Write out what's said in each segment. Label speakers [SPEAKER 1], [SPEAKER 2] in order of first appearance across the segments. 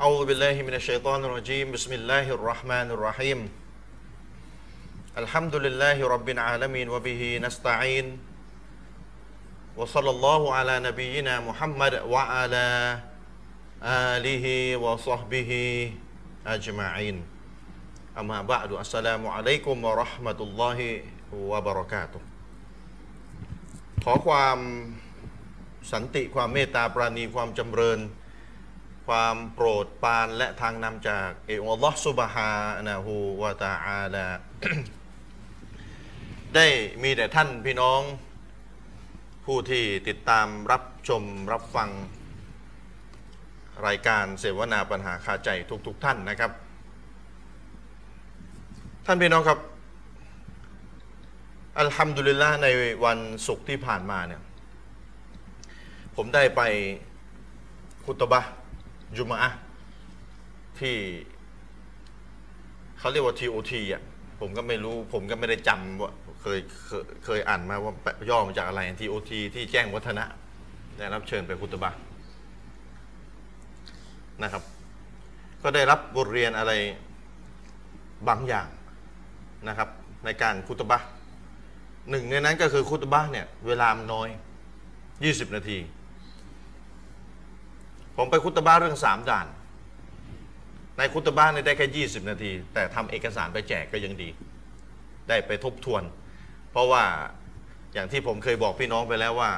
[SPEAKER 1] أعوذ بالله من الشيطان الرجيم بسم الله الرحمن الرحيم الحمد لله رب العالمين وبه نستعين وصلى الله على نبينا محمد وعلى آله وصحبه أجمعين أما بعد السلام عليكم ورحمة الله وبركاته ขอความสันติความเมตตาปราณีความจำเริญ ความโปรดปรานและทางนำจากเอองอัลลอฮ์ซุบฮานะฮูวะตาอาลา ได้มีแต่ท่านพี่น้อง ผู้ที่ติดตามรับชมรับฟัง รายการเสวนาปัญหาคาใจทุกๆทท่านนะครับ ท่านพี่น้องครับ อัลฮัมดุลิลละในวันศุกร์ที่ผ่านมาเนี่ย ผมได้ไป คุตบะห์จุมะอะห์ที่เขาเรียกว่า TOT อ่ะผมก็ไม่รู้ผมก็ไม่ได้จำว่าเคยเคยเคยอ่านมาว่าแปะย่อมาจากอะไร TOT ที่แจ้งวัฒนะได้รับเชิญไปคุตบะห์นะครับ ก็ได้รับบทเรียนอะไรบางอย่างนะครับ ในการคุตบะห์หนึ่งในนั้นก็คือคุตบะห์เนี่ย เวลามนน้อย 20 นาที ผมไปคุตบ้าเรื่องสามด่าน ในคุตบ้าเนี่ยได้แค่ยี่สิบนาที แต่ทำเอกสารไปแจกก็ยังดี ได้ไปทบทวน เพราะว่าอย่างที่ผมเคยบอกพี่น้องไปแล้วว่า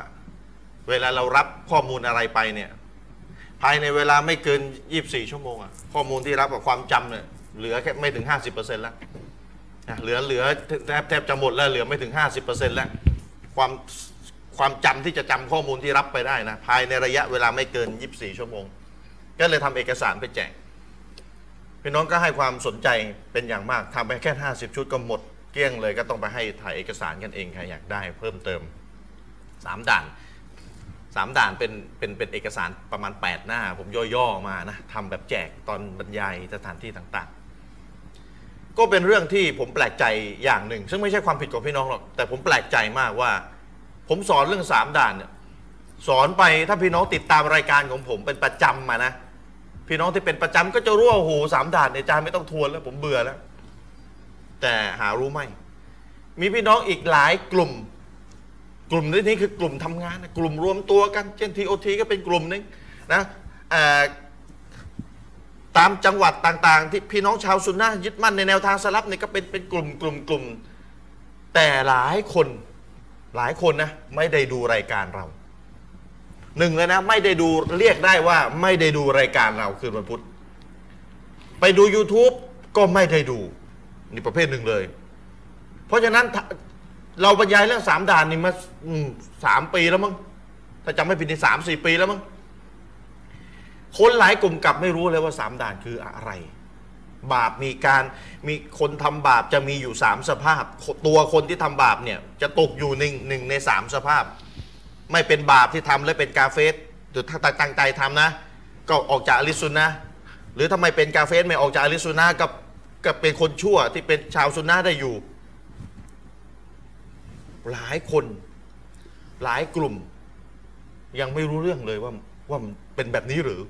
[SPEAKER 1] เวลาเรารับข้อมูลอะไรไปเนี่ย ภายในเวลาไม่เกิน 24 ชั่วโมงอะข้อมูลที่รับกับความจำเนี่ยเหลือแค่ไม่ถึง 50%แล้วนะเหลือเหลือแทบแทบจะหมดแล้วเหลือไม่ถึง 50%แล้วความความจำที่จะจำข้อมูลที่รับไปได้นะ ภายในระยะเวลาไม่เกิน 24 ชั่วโมง ก็เลยทำเอกสารไปแจกพี่น้องก็ให้ความสนใจเป็นอย่างมากทำไปแค่ 50 ชุดก็หมดเกลี้ยงเลยก็ต้องไปให้ถ่ายเอกสารกันเองใครอยากได้เพิ่มเติม 3 ด่าน สามด่านเป็นเป็นเป็นเอกสารประมาณ 8 หน้า ผมย่อๆมานะทำแบบแจกตอนบรรยายสถานที่ต่างๆ ก็เป็นเรื่องที่ผมแปลกใจอย่างหนึ่ง ซึ่งไม่ใช่ความผิดของพี่น้องหรอกแต่ผมแปลกใจมากว่า ผมสอนเรื่องสามด่านเนี่ยสอนไปถ้าพี่น้องติดตามรายการของผมเป็นประจำมานะ พี่น้องที่เป็นประจำก็จะรู้ว่าโอ้โหสามด่านเนี่ยอาจารย์ไม่ต้องทวนแล้วผมเบื่อแล้ว แต่หารู้ไหมมีพี่น้องอีกหลายกลุ่ม กลุ่มนี้นี่คือกลุ่มทำงานนะกลุ่มรวมตัวกันเช่นทีโอทีก็เป็นกลุ่มหนึงนะเอ่อตามจังหวัดต่างๆ ที่พี่น้องชาวซุนนะห์ยึดมั่นในแนวทางสลับเนี่ยก็เป็นเป็นกลุ่มกลุ่มกลุ่มแต่หลายคนหลายคนนะไม่ได้ดูรายการเราหนึ่งเลยนะไม่ได้ดูเรียกได้ว่าไม่ได้ดูรายการเราคืนวันพุธไปดู YouTube ก็ไม่ได้ดูนี่ประเภทหนึ่งเลย เพราะฉะนั้นถ้าเราบรรยายเรื่องสามด่านนี่มาอืมสามปีแล้วมั้งถ้าจำไม่ผิดนี่สามสี่ปีแล้วมั้งคนหลายกลุ่มกลับไม่รู้เลยว่าสามด่านคืออะไร บาปมีการมีคนทำบาปจะมีอยู่สามสภาพ ตัวคนที่ทำบาปเนี่ย จะตกอยู่หนึ่งหนึ่งในสามสภาพ ไม่เป็นบาปที่ทำและเป็นกาเฟสหรือถ้าตั้งใจทำนะ ก็ออกจากอลิสซุนนะห์หรือทำไมเป็นกาเฟสไม่ออกจากอลิสซุนนะห์กับกับเป็นคนชั่วที่เป็นชาวซุนนะห์ได้อยู่ หลายคนหลายกลุ่ม ยังไม่รู้เรื่องเลยว่าว่ามันเป็นแบบนี้หรือ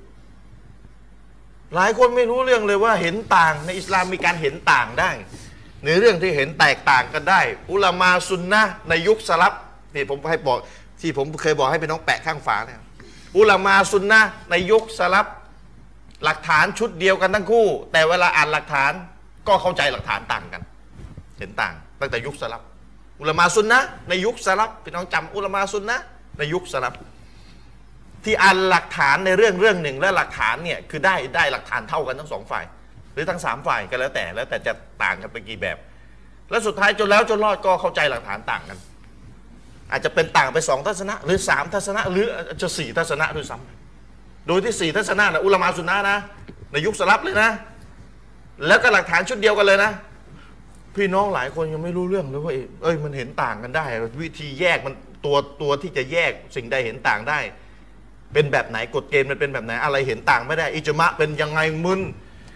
[SPEAKER 1] หลายคนไม่รู้เรื่องเลยว่าเห็นต่างในอิสลามมีการเห็นต่างได้ ในเรื่องที่เห็นแตกต่างกันได้ อุลามาซุนนะห์ในยุคสลับที่ผมให้บอกที่ผมเคยบอกให้เป็นน้องแปะข้างฝาเนี่ยอุลามาซุนนะห์ในยุคสลับหลักฐานชุดเดียวกันทั้งคู่ แต่เวลาอ่านหลักฐานก็เข้าใจหลักฐานต่างกัน เห็นต่าง ตั้งแต่ยุคสลับ อุลามาซุนนะห์ในยุคสลับพี่น้องจำอุลามาซุนนะห์ในยุคสลับ ที่อ่านหลักฐานในเรื่องเรื่องหนึ่งและหลักฐานเนี่ยคือได้ได้หลักฐานเท่ากันทั้งสองฝ่าย หรือทั้งสามฝ่ายก็แล้วแต่แล้วแต่จะต่างกันไปกี่แบบ และสุดท้ายจนแล้วจนรอดก็เข้าใจหลักฐานต่างกัน อาจจะเป็นต่างไปสองทัศนะ หรือสามทัศนะ หรืออาจจะสี่ทัศนะด้วยซ้ำโดยที่สี่ทัศนะนะอุลามาสุนนะห์นะ ในยุคสลับเลยนะ แล้วก็หลักฐานชุดเดียวกันเลยนะ พี่น้องหลายคนยังไม่รู้เรื่องเลยว่าเอ้ยเอ้ยมันเห็นต่างกันได้ วิธีแยกมันตัวตัวที่จะแยกสิ่งใดเห็นต่างได้ เป็นแบบไหนกฎเกณฑ์มันเป็นแบบไหนอะไรเห็นต่างไม่ได้ อิจมะเป็นยังไงมึน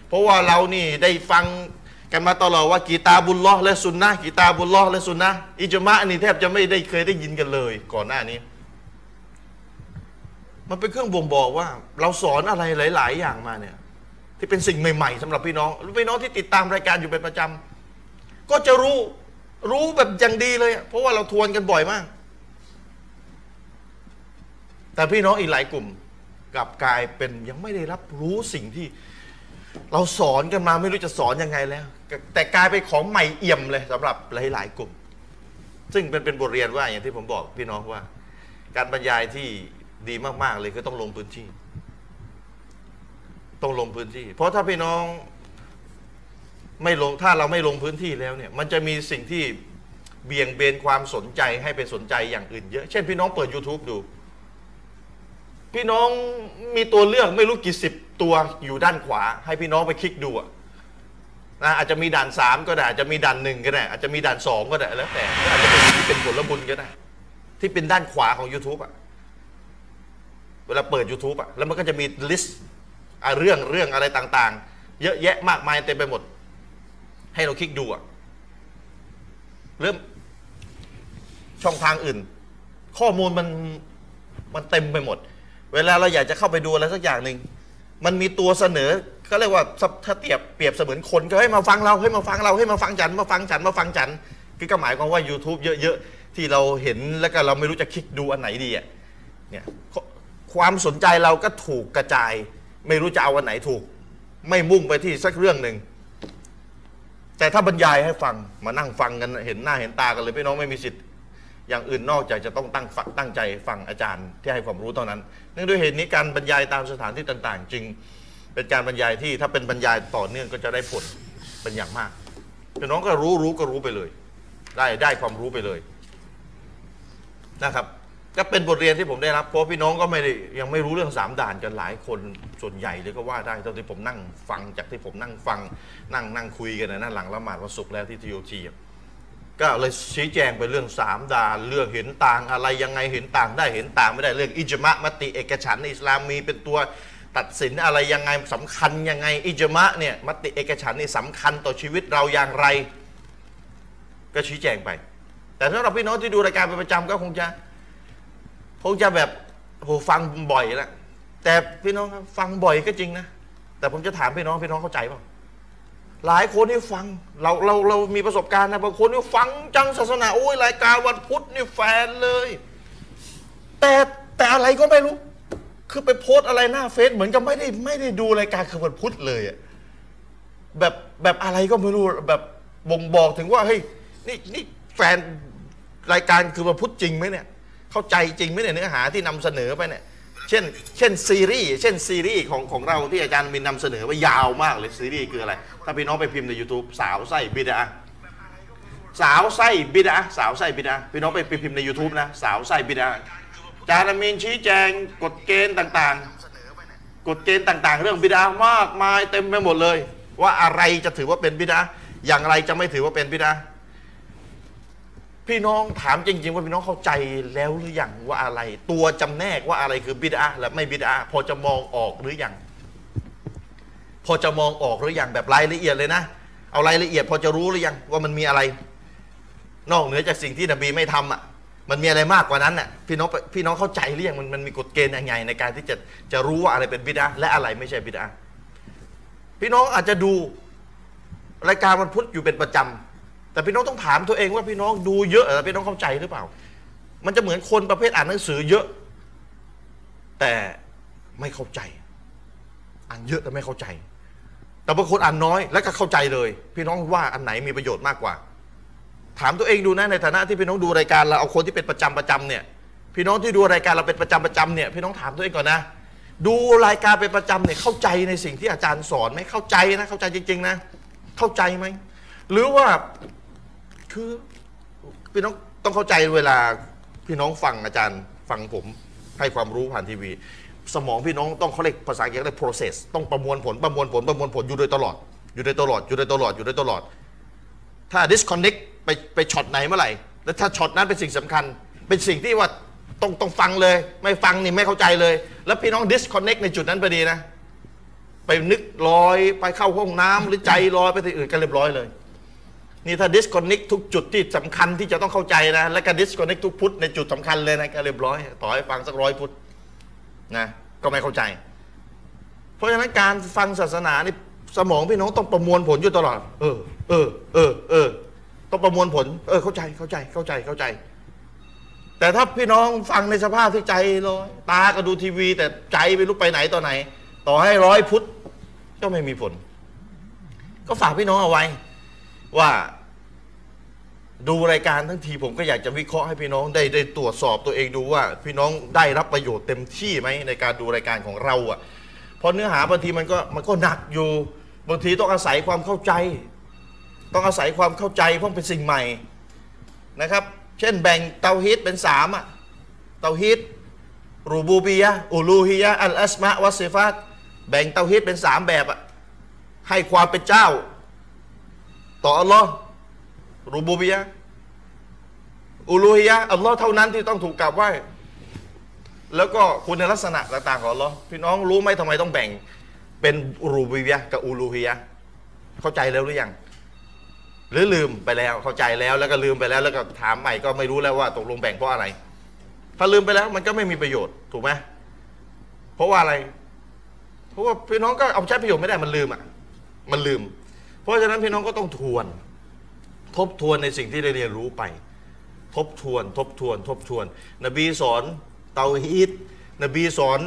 [SPEAKER 1] เพราะว่าเรานี่ได้ฟังกันมาตลอดว่ากีตาบุลลอฮ์และซุนนะห์กีตาบุลลอฮ์และซุนนะห์อิจมะนี่แทบจะไม่ได้เคยได้ยินกันเลย ก่อนหน้านี้ มันเป็นเครื่องบ่งบอกว่า เราสอนอะไรหลาย ๆ อย่างมาเนี่ย ที่เป็นสิ่งใหม่ๆสำหรับพี่น้องหรือพี่น้องที่ติดตามรายการอยู่เป็นประจำก็จะรู้รู้แบบอย่างดีเลยอะเพราะว่าเราทวนกันบ่อยมาก แต่พี่น้องอีกหลายกลุ่มกลับกลายเป็นยังไม่ได้รับรู้สิ่งที่ เราสอนกันมาไม่รู้จะสอนยังไงแล้ว แต่กลายเป็นของใหม่เอี่ยมเลยสำหรับหลาย ๆ กลุ่ม ซึ่งเป็นเป็นบทเรียนว่าอย่างที่ผมบอกพี่น้องว่า การบรรยายที่ดีมากๆเลยคือต้องลงพื้นที่ ต้องลงพื้นที่ เพราะถ้าพี่น้องไม่ลงถ้าเราไม่ลงพื้นที่แล้วเนี่ย มันจะมีสิ่งที่เบี่ยงเบนความสนใจให้ไปสนใจอย่างอื่นเยอะ เช่นพี่น้องเปิด YouTube ดู พี่น้องมีตัวเลือกไม่รู้กี่สิบตัวอยู่ด้านขวา ให้พี่น้องไปคลิกดูอะนะอาจจะมีด่านสามก็ได้อาจจะมีด่านหนึ่งก็ได้อาจจะมีด่านสองก็ได้แล้วแต่อาจจะเป็นที่เป็นผลบุญก็ได้ ที่เป็นด้านขวาของ YouTube อะเวลาเปิด YouTube อะแล้วมันก็จะมีลิสต์เรื่องเรื่องอะไรต่างๆ เยอะแยะมากมายเต็มไปหมด ให้เราคลิกดูอะเริ่มช่องทางอื่น ข้อมูลมัน มันเต็มไปหมด เวลาเราอยากจะเข้าไปดูอะไรสักอย่างหนึ่ง มันมีตัวเสนอเขาเรียกว่าสะถ้าเทียบเปรียบเสมือนคนก็ให้มาฟังเราให้มาฟังเราให้มาฟังฉันมาฟังฉันมาฟังฉันคือก็หมายความว่า YouTube เยอะๆ ที่เราเห็นแล้วก็เราไม่รู้จะคลิกดูอันไหนดีอ่ะเนี่ยขความสนใจเราก็ถูกกระจาย ไม่รู้จะเอาอันไหนถูก ไม่มุ่งไปที่สักเรื่องหนึ่ง แต่ถ้าบรรยายให้ฟังมานั่งฟังกันเห็นหน้าเห็นตากันเลยพี่น้องไม่มีสิทธิ์ อย่างอื่นนอกจากจะต้องตั้งฝักตั้งใจฟังอาจารย์ที่ให้ความรู้เท่านั้น เนื่องด้วยเหตุนี้การบรรยายตามสถานที่ต่าง ๆ จึงเป็นการบรรยายที่ถ้าเป็นบรรยายต่อเนื่องก็จะได้ผลเป็นอย่างมากพี่น้องก็รู้รู้ก็รู้ไปเลย ได้ได้ความรู้ไปเลยนะครับ ก็เป็นบทเรียนที่ผมได้รับเพราะพี่น้องก็ไม่ได้ยังไม่รู้เรื่องสามด่านกันหลายคนส่วนใหญ่เลยก็ว่าได้เท่าที่ผมนั่งฟังจากที่ผมนั่งฟังนั่งนั่งคุยกันนะนั่นหลังละหมาดวันศุกร์แล้วที่ทีโอที ก็เลยชี้แจงไปเรื่องสามดานเรื่องเห็นต่างอะไรยังไงเห็นต่างได้เห็นต่างไม่ได้เรื่องอิจมะมติเอกฉันท์อิสลามมีเป็นตัวตัดสินอะไรยังไงสำคัญยังไงอิจมะเนี่ยมติเอกฉันท์นี่สำคัญต่อชีวิตเราอย่างไร ก็ชี้แจงไป แต่สำหรับพี่น้องที่ดูรายการเป็นประจำก็คงจะ คงจะแบบโหฟังบ่อยแล้วแต่พี่น้องครับฟังบ่อยก็จริงนะแต่ผมจะถามพี่น้องพี่น้องเข้าใจเปล่า หลายคนที่ฟังเราเราเรามีประสบการณ์นะบางคนที่ฟังจังศาสนาโอ้ยรายการวันพุธนี่แฟนเลย แต่แต่อะไรก็ไม่รู้ คือไปโพสต์อะไรหน้าเฟซเหมือนกับไม่ได้ไม่ได้ดูรายการคือวันพุธเลยอะแบบแบบอะไรก็ไม่รู้แบบบ่งบอกถึงว่าเฮ้ยนี่นี่แฟนรายการคือวันพุธจริงไหมเนี่ย เข้าใจจริงไหมเนี่ยเนื้อหาที่นำเสนอไปเนี่ยเช่น เช่นซีรีส์เช่นซีรีส์ของของเราที่อาจารย์มินนำเสนอไว่ายาวมากเลยซีรีส์คืออะไร ถ้าพี่น้องไปพิมพ์ใน YouTube สาวไส้บิดา สาวไส้บิดาสาวไส้บิดาพี่น้องไปไปพิมพ์ใน YouTube นะ สาวไส้บิดาจารย์อามีนชี้แจงกฎเกณฑ์ต่างๆ กฎเกณฑ์ต่างๆ เรื่องบิดามากมายเต็มไปหมดเลย ว่าอะไรจะถือว่าเป็นบิดาอย่างไรจะไม่ถือว่าเป็นบิดาพี่น้องถามจริง ๆ ว่าพี่น้องเข้าใจแล้วหรือยังว่าอะไร ตัวจำแนกว่าอะไรคือบิดาและไม่บิดาพอจะมองออกหรือยัง พอจะมองออกหรือยังแบบรายละเอียดเลยนะ เอารายละเอียดพอจะรู้หรือยังว่ามันมีอะไร นอกเหนือจากสิ่งที่นบีไม่ทำอ่ะ มันมีอะไรมากกว่านั้นน่ะพี่น้องพี่น้องเข้าใจหรือยังมันมันมีกฎเกณฑ์ยังไงในการที่จะจะรู้ว่าอะไรเป็นบิดาและอะไรไม่ใช่บิดาพี่น้องอาจจะดูรายการวันพุธอยู่เป็นประจำแต่พี่น้องต้องถามตัวเองว่าพี่น้องดูเยอะเหรอพี่น้องเข้าใจหรือเปล่า มันจะเหมือนคนประเภทอ่านหนังสือเยอะ แต่ไม่เข้าใจ อ่านเยอะแต่ไม่เข้าใจ แต่บางคนอ่านน้อยแล้วก็เข้าใจเลย พี่น้องว่าอันไหนมีประโยชน์มากกว่า ถามตัวเองดูนะในฐานะที่พี่น้องดูรายการเราเอาคนที่เป็นประจำประจำเนี่ย พี่น้องที่ดูรายการเราเป็นประจำประจำเนี่ยพี่น้องถามตัวเองก่อนนะ ดูรายการเป็นประจำเนี่ยเข้าใจในสิ่งที่อาจารย์สอนไหมเข้าใจนะเข้าใจจริง ๆ นะ เข้าใจไหมหรือว่าคือพี่น้องต้องเข้าใจเวลาพี่น้องฟังอาจารย์ฟังผมให้ความรู้ผ่านทีวี สมองพี่น้องต้องเขาเรียกภาษาอังกฤษเรียก process ต้องประมวลผลประมวลผลประมวลผลอยู่โดยตลอดอยู่โดยตลอดอยู่โดยตลอดอยู่โดยตลอด ถ้า disconnect ไปไปช็อตไหนเมื่อไหร่ แล้วถ้าช็อตนั้นเป็นสิ่งสำคัญ เป็นสิ่งที่ว่าต้องต้องฟังเลย ไม่ฟังนี่ไม่เข้าใจเลย แล้วพี่น้อง disconnect ในจุดนั้นพอดีนะ ไปนึกลอยไปเข้าห้องน้ำหรือใจลอยไปที่อื่นกันเรียบร้อยเลย นี่ถ้า disconnect ทุกจุดที่สำคัญที่จะต้องเข้าใจนะ และก็ disconnect ทุกพุทในจุดสำคัญเลยนะก็เรียบร้อย ต่อให้ฟังสักร้อยพุทนะก็ไม่เข้าใจ เพราะฉะนั้นการฟังศาสนานี่สมองพี่น้องต้องประมวลผลอยู่ตลอด เออ เออ เออ เออ ต้องประมวลผล เออ เข้าใจ เข้าใจ เข้าใจ เข้าใจ แต่ถ้าพี่น้องฟังในสภาพที่ใจลอยตาก็ดูทีวี แต่ใจไม่รู้ไปไหนต่อไหน ต่อให้ร้อยพุทธก็ไม่มีผล ก็ฝากพี่น้องเอาไว้ ว่า ดูรายการทั้งทีผมก็อยากจะวิเคราะห์ให้พี่น้องได้ได้ตรวจสอบตัวเองดูว่า พี่น้องได้รับประโยชน์เต็มที่ไหมในการดูรายการของเราอ่ะ เพราะเนื้อหาบางทีมันก็มันก็หนักอยู่บางทีต้องอาศัยความเข้าใจ ต้องอาศัยความเข้าใจเพราะเป็นสิ่งใหม่นะครับ เช่นแบ่งเตาฮีตเป็นสามอ่ะเตาฮีตรูบูบียะห์อูลูฮียะห์อัลอัสมาวัสซิฟาตแบ่งเตาฮีตเป็นสามแบบอ่ะให้ความเป็นเจ้า ต่ออัลลอฮ์รูบูบียะห์อูลูฮียะห์อัลลอฮ์เท่านั้นที่ต้องถูกกราบไหว้ แล้วก็คุณลักษณะต่างๆของอัลเลอพี่น้องรู้ไหมทำไมต้องแบ่งเป็นรูบียะห์กับอูลูฮียะห์เข้าใจแล้วหรือยัง หรือลืมไปแล้วเข้าใจแล้วแล้วก็ลืมไปแล้วแล้วก็ถามใหม่ก็ไม่รู้แล้วว่าตกลงแบ่งเพราะอะไร ถ้าลืมไปแล้วมันก็ไม่มีประโยชน์ถูกไหมเพราะว่าอะไร เพราะว่าพี่น้องก็เอาใช้ประโยชน์ไม่ได้มันลืมอ่ะมันลืม เพราะฉะนั้นพี่น้องก็ต้องทวน ทบทวนในสิ่งที่ได้เรียนรู้ไป ทบทวน ทบทวน ทบทวน นบีสอนเตาฮีดนบีสอน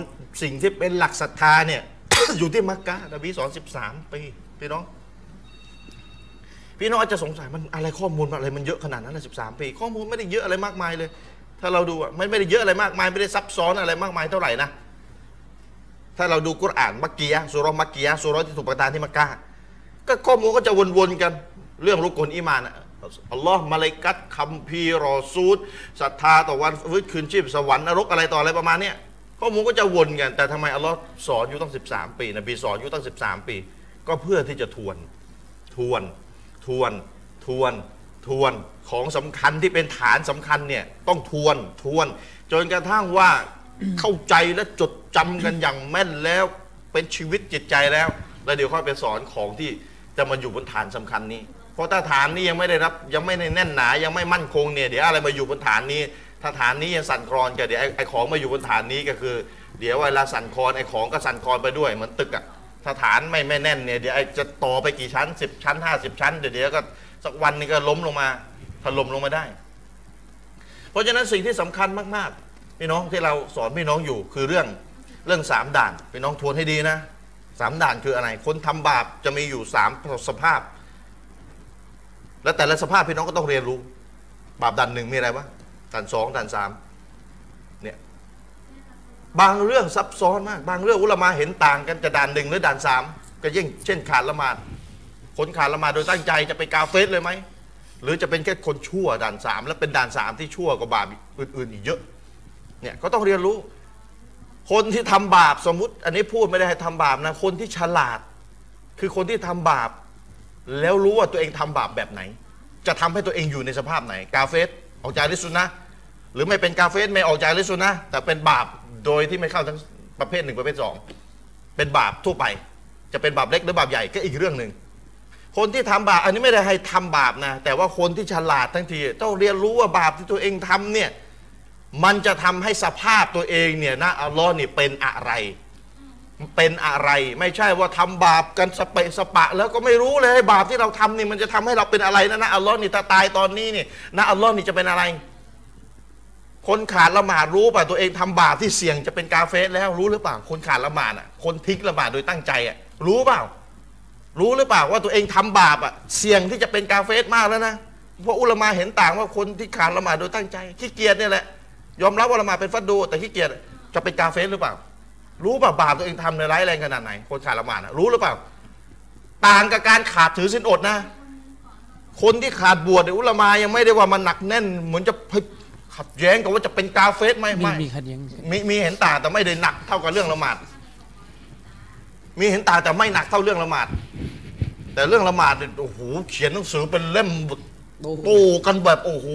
[SPEAKER 1] สิ่งที่เป็นหลักศรัทธาเนี่ย อยู่ที่มักกะนบีสอน 13 ปี พี่น้อง พี่น้องอาจจะสงสัยมันอะไรข้อมูลอะไรมันเยอะขนาดนั้นนะ13 ปี ข้อมูลไม่ได้เยอะอะไรมากมายเลย ถ้าเราดูอ่ะมันไม่ได้เยอะอะไรมากมายไม่ได้ซับซ้อนอะไรมากมายเท่าไหร่นะ ถ้าเราดูกุรอานมักกียะห์สุเราะห์มักกียะห์สุเราะห์ที่ถูกประทานที่มักกะ ก็ข้อมูลก็จะวนๆกัน เรื่องรุกลอิมานอะอัลลอฮ์มาเลาอิกัตคัมภีร์รอซูดศรัทธาต่อวันฟื้นคืนชีพสวรรค์นรกอะไรต่ออะไรประมาณเนี้ยข้อมูลก็จะวนกัน แต่ทำไมอัลลอฮ์สอนอยู่ตั้ง 13 ปีนบีสอนอยู่ตั้ง 13 ปี ก็เพื่อที่จะทวน ทวน ทวน ทวน ทวน ของสำคัญที่เป็นฐานสำคัญเนี่ยต้องทวน ทวน จนกระทั่งว่า เข้าใจและจดจำกันอย่างแม่นแล้ว เป็นชีวิตจิตใจแล้ว แล้วเดี๋ยวค่อยไปสอนของที่จะมาอยู่บนฐานสำคัญนี้ เพราะถ้าฐานนี้ยังไม่ได้รับยังไม่ได้แน่นหนา ยังไม่มั่นคงเนี่ยเดี๋ยวอะไรมาอยู่บนฐานนี้ ถ้าฐานนี้ยังสั่นคลอนกันเดี๋ยวไอ้ไอ้ของมาอยู่บนฐานนี้ก็คือ เดี๋ยวเวลาสั่นคลอนไอ้ของก็สั่นคลอนไปด้วยเหมือนตึกอะถ้าฐานไม่ไม่แน่นเนี่ยเดี๋ยวไอ้จะต่อไปกี่ชั้น10ชั้น50 ชั้นเดี๋ยวเดี๋ยวก็สักวันหนึงก็ล้มลงมาถล่มลงมาได้ เพราะฉะนั้นสิ่งที่สำคัญมากๆ พี่น้องที่เราสอนพี่น้องอยู่คือเรื่องเรื่องสามด่านพี่น้องทวนให้ดีนะสามด่านคืออะไร คนทำบาปจะมีอยู่สามสภาพ และแต่ละสภาพพี่น้องก็ต้องเรียนรู้ บาปด่านหนึ่งมีอะไรวะด่านสองด่านสามเนี่ยบางเรื่องซับซ้อนมาก บางเรื่องอุลามาเห็นต่างกันจะด่านหนึ่งหรือด่านสามก็ยิ่งเช่นขาดละหมาดคนขาดละหมาดโดยตั้งใจจะไปกาเฟสเลยไหม หรือจะเป็นแค่คนชั่วด่านสามแล้วเป็นด่านสามที่ชั่วกว่าบาปอื่นๆอีกเยอะเนี่ยก็ต้องเรียนรู้ คนที่ทำบาปสมมติ อันนี้พูดไม่ได้ให้ทำบาปนะ คนที่ฉลาด คือคนที่ทำบาป แล้วรู้ว่าตัวเองทำบาปแบบไหน จะทำให้ตัวเองอยู่ในสภาพไหน กาเฟสออกจากลิซุนนะห์หรือไม่เป็นกาเฟสไม่ออกจากลิซุนนะห์แต่เป็นบาปโดยที่ไม่เข้าทั้งประเภทหนึ่งประเภทสองเป็นบาปทั่วไป จะเป็นบาปเล็กหรือบาปใหญ่ก็อีกเรื่องหนึ่ง คนที่ทำบาปอันนี้ไม่ได้ให้ทำบาปนะ แต่ว่าคนที่ฉลาดทั้งทีต้องเรียนรู้ว่าบาปที่ตัวเองทำเนี่ย มันจะทำให้สภาพตัวเองเนี่ยนะอัลลอฮ์นี่เป็นอะไร เป็นอะไรไม่ใช่ว่าทำบาปกันสเปะสปะ แล้วก็ไม่รู้เลยบาปที่เราทำนี่มันจะทำให้เราเป็นอะไรนะนะอัลลอฮ์นี่ถ้าตายตอนนี้นี่นะอัลลอฮ์นี่จะเป็นอะไร คนขาดละหมาดรู้ป่ะตัวเองทำบาปที่เสี่ยงจะเป็นกาเฟสแล้วรู้หรือเปล่า คนขาดละหมาดอ่ะคนทิ้งละหมาดโดยตั้งใจอ่ะรู้เปล่า รู้หรือเปล่าว่าตัวเองทำบาปอ่ะเสี่ยงที่จะเป็นกาเฟสมากแล้วนะเพราะอุลามาเห็นต่างว่าคนที่ขาดละหมาดโดยตั้งใจขี้เกียจเนี่ยแหละ ยอมรับว่าละหมาดเป็นฟัดดู แต่ขี้เกียจจะเป็นกาเฟสหรือเปล่า รู้เปล่าบาปตัวเองทำในยร้ายแรงขนาดไหน คนขาดละหมาดอะรู้หรือเปล่า ต่างกับการขาดถือศีลอดนะ คนที่ขาดบวชเนี่ยอุลามายังไม่ได้ว่ามันหนักแน่น เหมือนจะขัดแย้งกับว่าจะเป็นกาเฟสไหม
[SPEAKER 2] มี
[SPEAKER 1] ไม่
[SPEAKER 2] มีขัดแย้ง
[SPEAKER 1] มีมีเห็นต่างแต่ไม่ได้หนักเท่ากับเรื่องละหมาด มีเห็นต่างแต่ไม่หนักเท่าเรื่องละหมาด แต่เรื่องละหมาดเนี่ยโอ้โหเขียนหนังสือเป็นเล่ม
[SPEAKER 2] โอ้โห
[SPEAKER 1] โต้กันแบบโอ้โห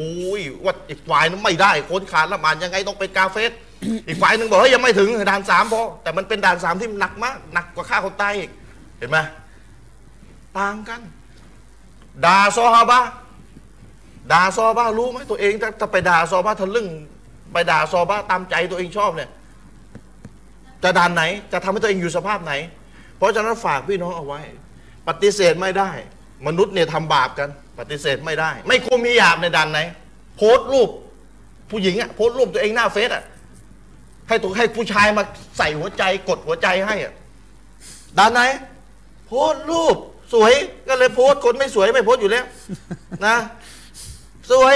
[SPEAKER 1] ว่าอีกฝ่ายนั้นไม่ได้คนขาดละหมาดยังไงต้องเป็นกาเฟส อีกฝ่ายหนึ่งบอกเฮ้ยยังไม่ถึงด่านสามพอแต่มันเป็นด่านสามที่หนักมากหนักกว่าฆ่าคนตายอีกเห็นไหมต่างกันด่าซอฮาบะด่าซอฮาบะรู้ไหมตัวเองถ้าถ้าไปด่าซอฮาบะทะลึ่งไปด่าซอฮาบะตามใจตัวเองชอบเนี่ย จะด่านไหนจะทำให้ตัวเองอยู่สภาพไหน เพราะฉะนั้นฝากพี่น้องเอาไว้ ปฏิเสธไม่ได้ มนุษย์เนี่ยทำบาปกัน ปฏิเสธไม่ได้ ไม่ควรมีหยาบในดันไหน โพสต์รูป ผู้หญิงอะโพสต์รูปตัวเองหน้าเฟซอะให้ตัวให้ผู้ชายมาใส่หัวใจกดหัวใจให้อะดันไหน โพสต์รูป สวยก็เลยโพสต์คนไม่สวยไม่โพสต์อยู่แล้ว นะ สวย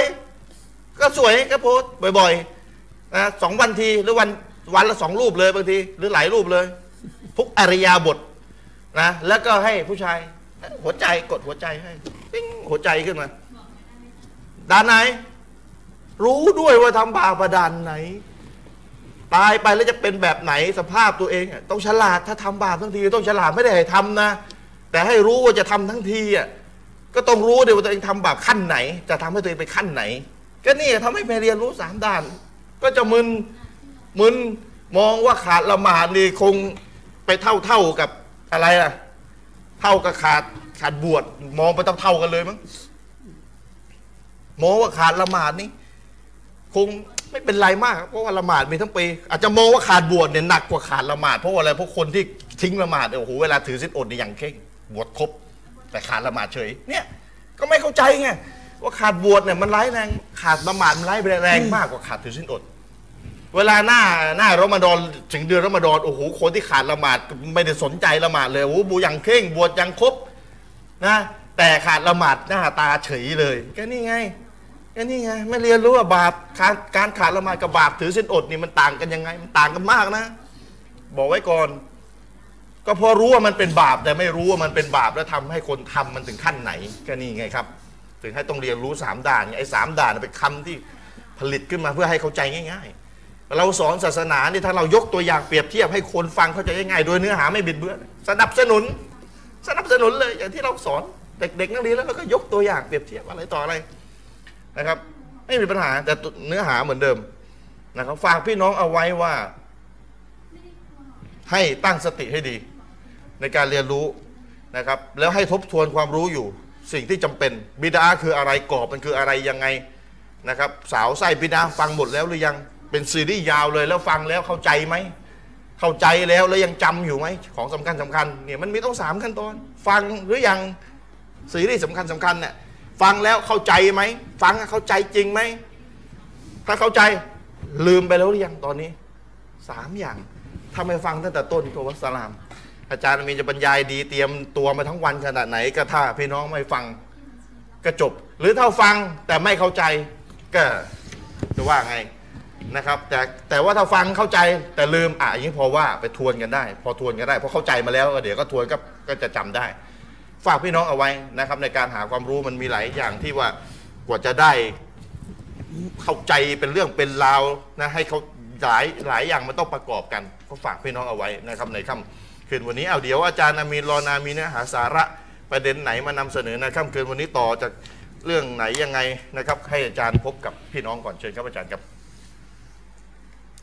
[SPEAKER 1] ก็สวยก็โพสต์บ่อยๆนะสองวันทีหรือวันวันละสองรูปเลยบางที หรือหลายรูปเลยทุกอริยาบทนะแล้วก็ให้ผู้ชาย หัวใจกดหัวใจให้ปิ้งหัวใจขึ้นมาด่านไหน รู้ด้วยว่าทำบาปด่านไหน ตายไปแล้วจะเป็นแบบไหนสภาพตัวเองอะต้องฉลาดถ้าทำบาปทั้งทีต้องฉลาดไม่ได้ให้ทำนะ แต่ให้รู้ว่าจะทำทั้งทีอ่ะ ก็ต้องรู้เดี๋ยวาตัวเองทำบาปขั้นไหน จะทำให้ตัวเองไปขั้นไหน ก็นี่ทำให้ไปเรียนรู้สามด้าน ก็จะมึนมึนมองว่าขาดละหมาดนี่คงไปเท่าเท่ากับอะไรอ่ะ เท่ากับขาดขาดบวชมองไปเท่าเท่ากันเลยมั้งมองว่าขาดละหมาดนี่คงไม่เป็นไรมาก เพราะว่าละหมาดมีทั้งปีอาจจะมองว่าขาดบวชเนี่ยหนักกว่าขาดละหมาดเพราะว่าอะไรเพราะคนที่ทิ้งละหมาดเนี่ยโอ้โหเวลาถือศีลอดเนี่ยอย่างเคร่งบวชครบ แต่ขาดละหมาดเฉยเนี่ย ก็ไม่เข้าใจไงว่าขาดบวชเนี่ยมันร้ายแรงขาดละหมาดมันร้ายแรงมากกว่าขาดถือศีลอด เวลาหน้าหน้ารอมฎอนถึงเดือนรอมฎอนโอ้โหคนที่ขาดละหมาดไม่ได้สนใจละหมาดเลยโอ้โหบูยังเคร่งบวชยังครบนะแต่ขาดละหมาดหน้าตาเฉยเลยก็นี่ไงก็นี่ไงไม่เรียนรู้ว่าบาปการการขาดละหมาดกับบาปถือศีลอดนี่มันต่างกันยังไง มันต่างกันมากนะ บอกไว้ก่อน ก็เพราะรู้ว่ามันเป็นบาปแต่ไม่รู้ว่ามันเป็นบาปแล้วทำให้คนทำมันถึงขั้นไหนก็นี่ไงครับ ถึงให้ต้องเรียนรู้สามด่านไงไอ้สามด่านน่ะเป็นคำที่ผลิตขึ้นมาเพื่อให้เข้าใจง่าย ๆ เราสอนศาสนาเนี่ยถ้าเรายกตัวอย่างเปรียบเทียบให้คนฟังเข้าใจง่ายๆโดยเนื้อหาไม่บิดเบือนสนับสนุน สนับสนุนเลยอย่างที่เราสอนเด็กๆนักเรียนแล้วเราก็ยกตัวอย่างเปรียบเทียบอะไรต่ออะไรนะครับ ไม่มีปัญหาแต่เนื้อหาเหมือนเดิมนะครับฝากพี่น้องเอาไว้ว่า ให้ตั้งสติให้ดี ในการเรียนรู้นะครับ แล้วให้ทบทวนความรู้อยู่ สิ่งที่จำเป็นบิดาคืออะไรกรอบมันคืออะไรยังไงนะครับ สาวไส้บิดาฟังหมดแล้วหรือยังเป็นซีรีส์ยาวเลยแล้วฟังแล้วเข้าใจไหมเข้าใจแล้วแล้วยังจำอยู่ไหมของสำคัญสำคัญเนี่ยมันมีต้องสามขั้นตอน ฟังหรือยังซีรีส์สำคัญสำคัญเนี่ยฟังแล้วเข้าใจไหมฟังแล้วเข้าใจจริงไหมถ้าเข้าใจลืมไปแล้วหรือยังตอนนี้ สามอย่างถ้าไม่ฟังตั้งแต่ต้นก็วัสสลาม อาจารย์มีจะบรรยายดีเตรียมตัวมาทั้งวันขนาดไหน ก็ถ้าพี่น้องไม่ฟังก็จบ หรือถ้าฟังแต่ไม่เข้าใจก็จะว่าไงนะครับ แต่แต่ว่าถ้าฟังเข้าใจแต่ลืมอ่ะอย่างนี้พอว่าไปทวนกันได้ พอทวนกันได้เพราะเข้าใจมาแล้วเดี๋ยวก็ทวนก็ก็จะจำได้ ฝากพี่น้องเอาไว้นะครับ ในการหาความรู้มันมีหลายอย่างที่ว่ากว่าจะได้ เข้าใจเป็นเรื่องเป็นราวนะให้เขาหลายหลายอย่างมันต้องประกอบกัน ก็ฝากพี่น้องเอาไว้นะครับในค่ำคืนวันนี้เอาเดี๋ยวอาจารย์อามีนรอนามีเนื้อหาสาระประเด็นไหนมานำเสนอในค่ำคืนวันนี้ต่อจากเรื่องไหนยังไงนะครับ ให้อาจารย์พบกับพี่น้องก่อนเชิญครับอาจารย์ครับ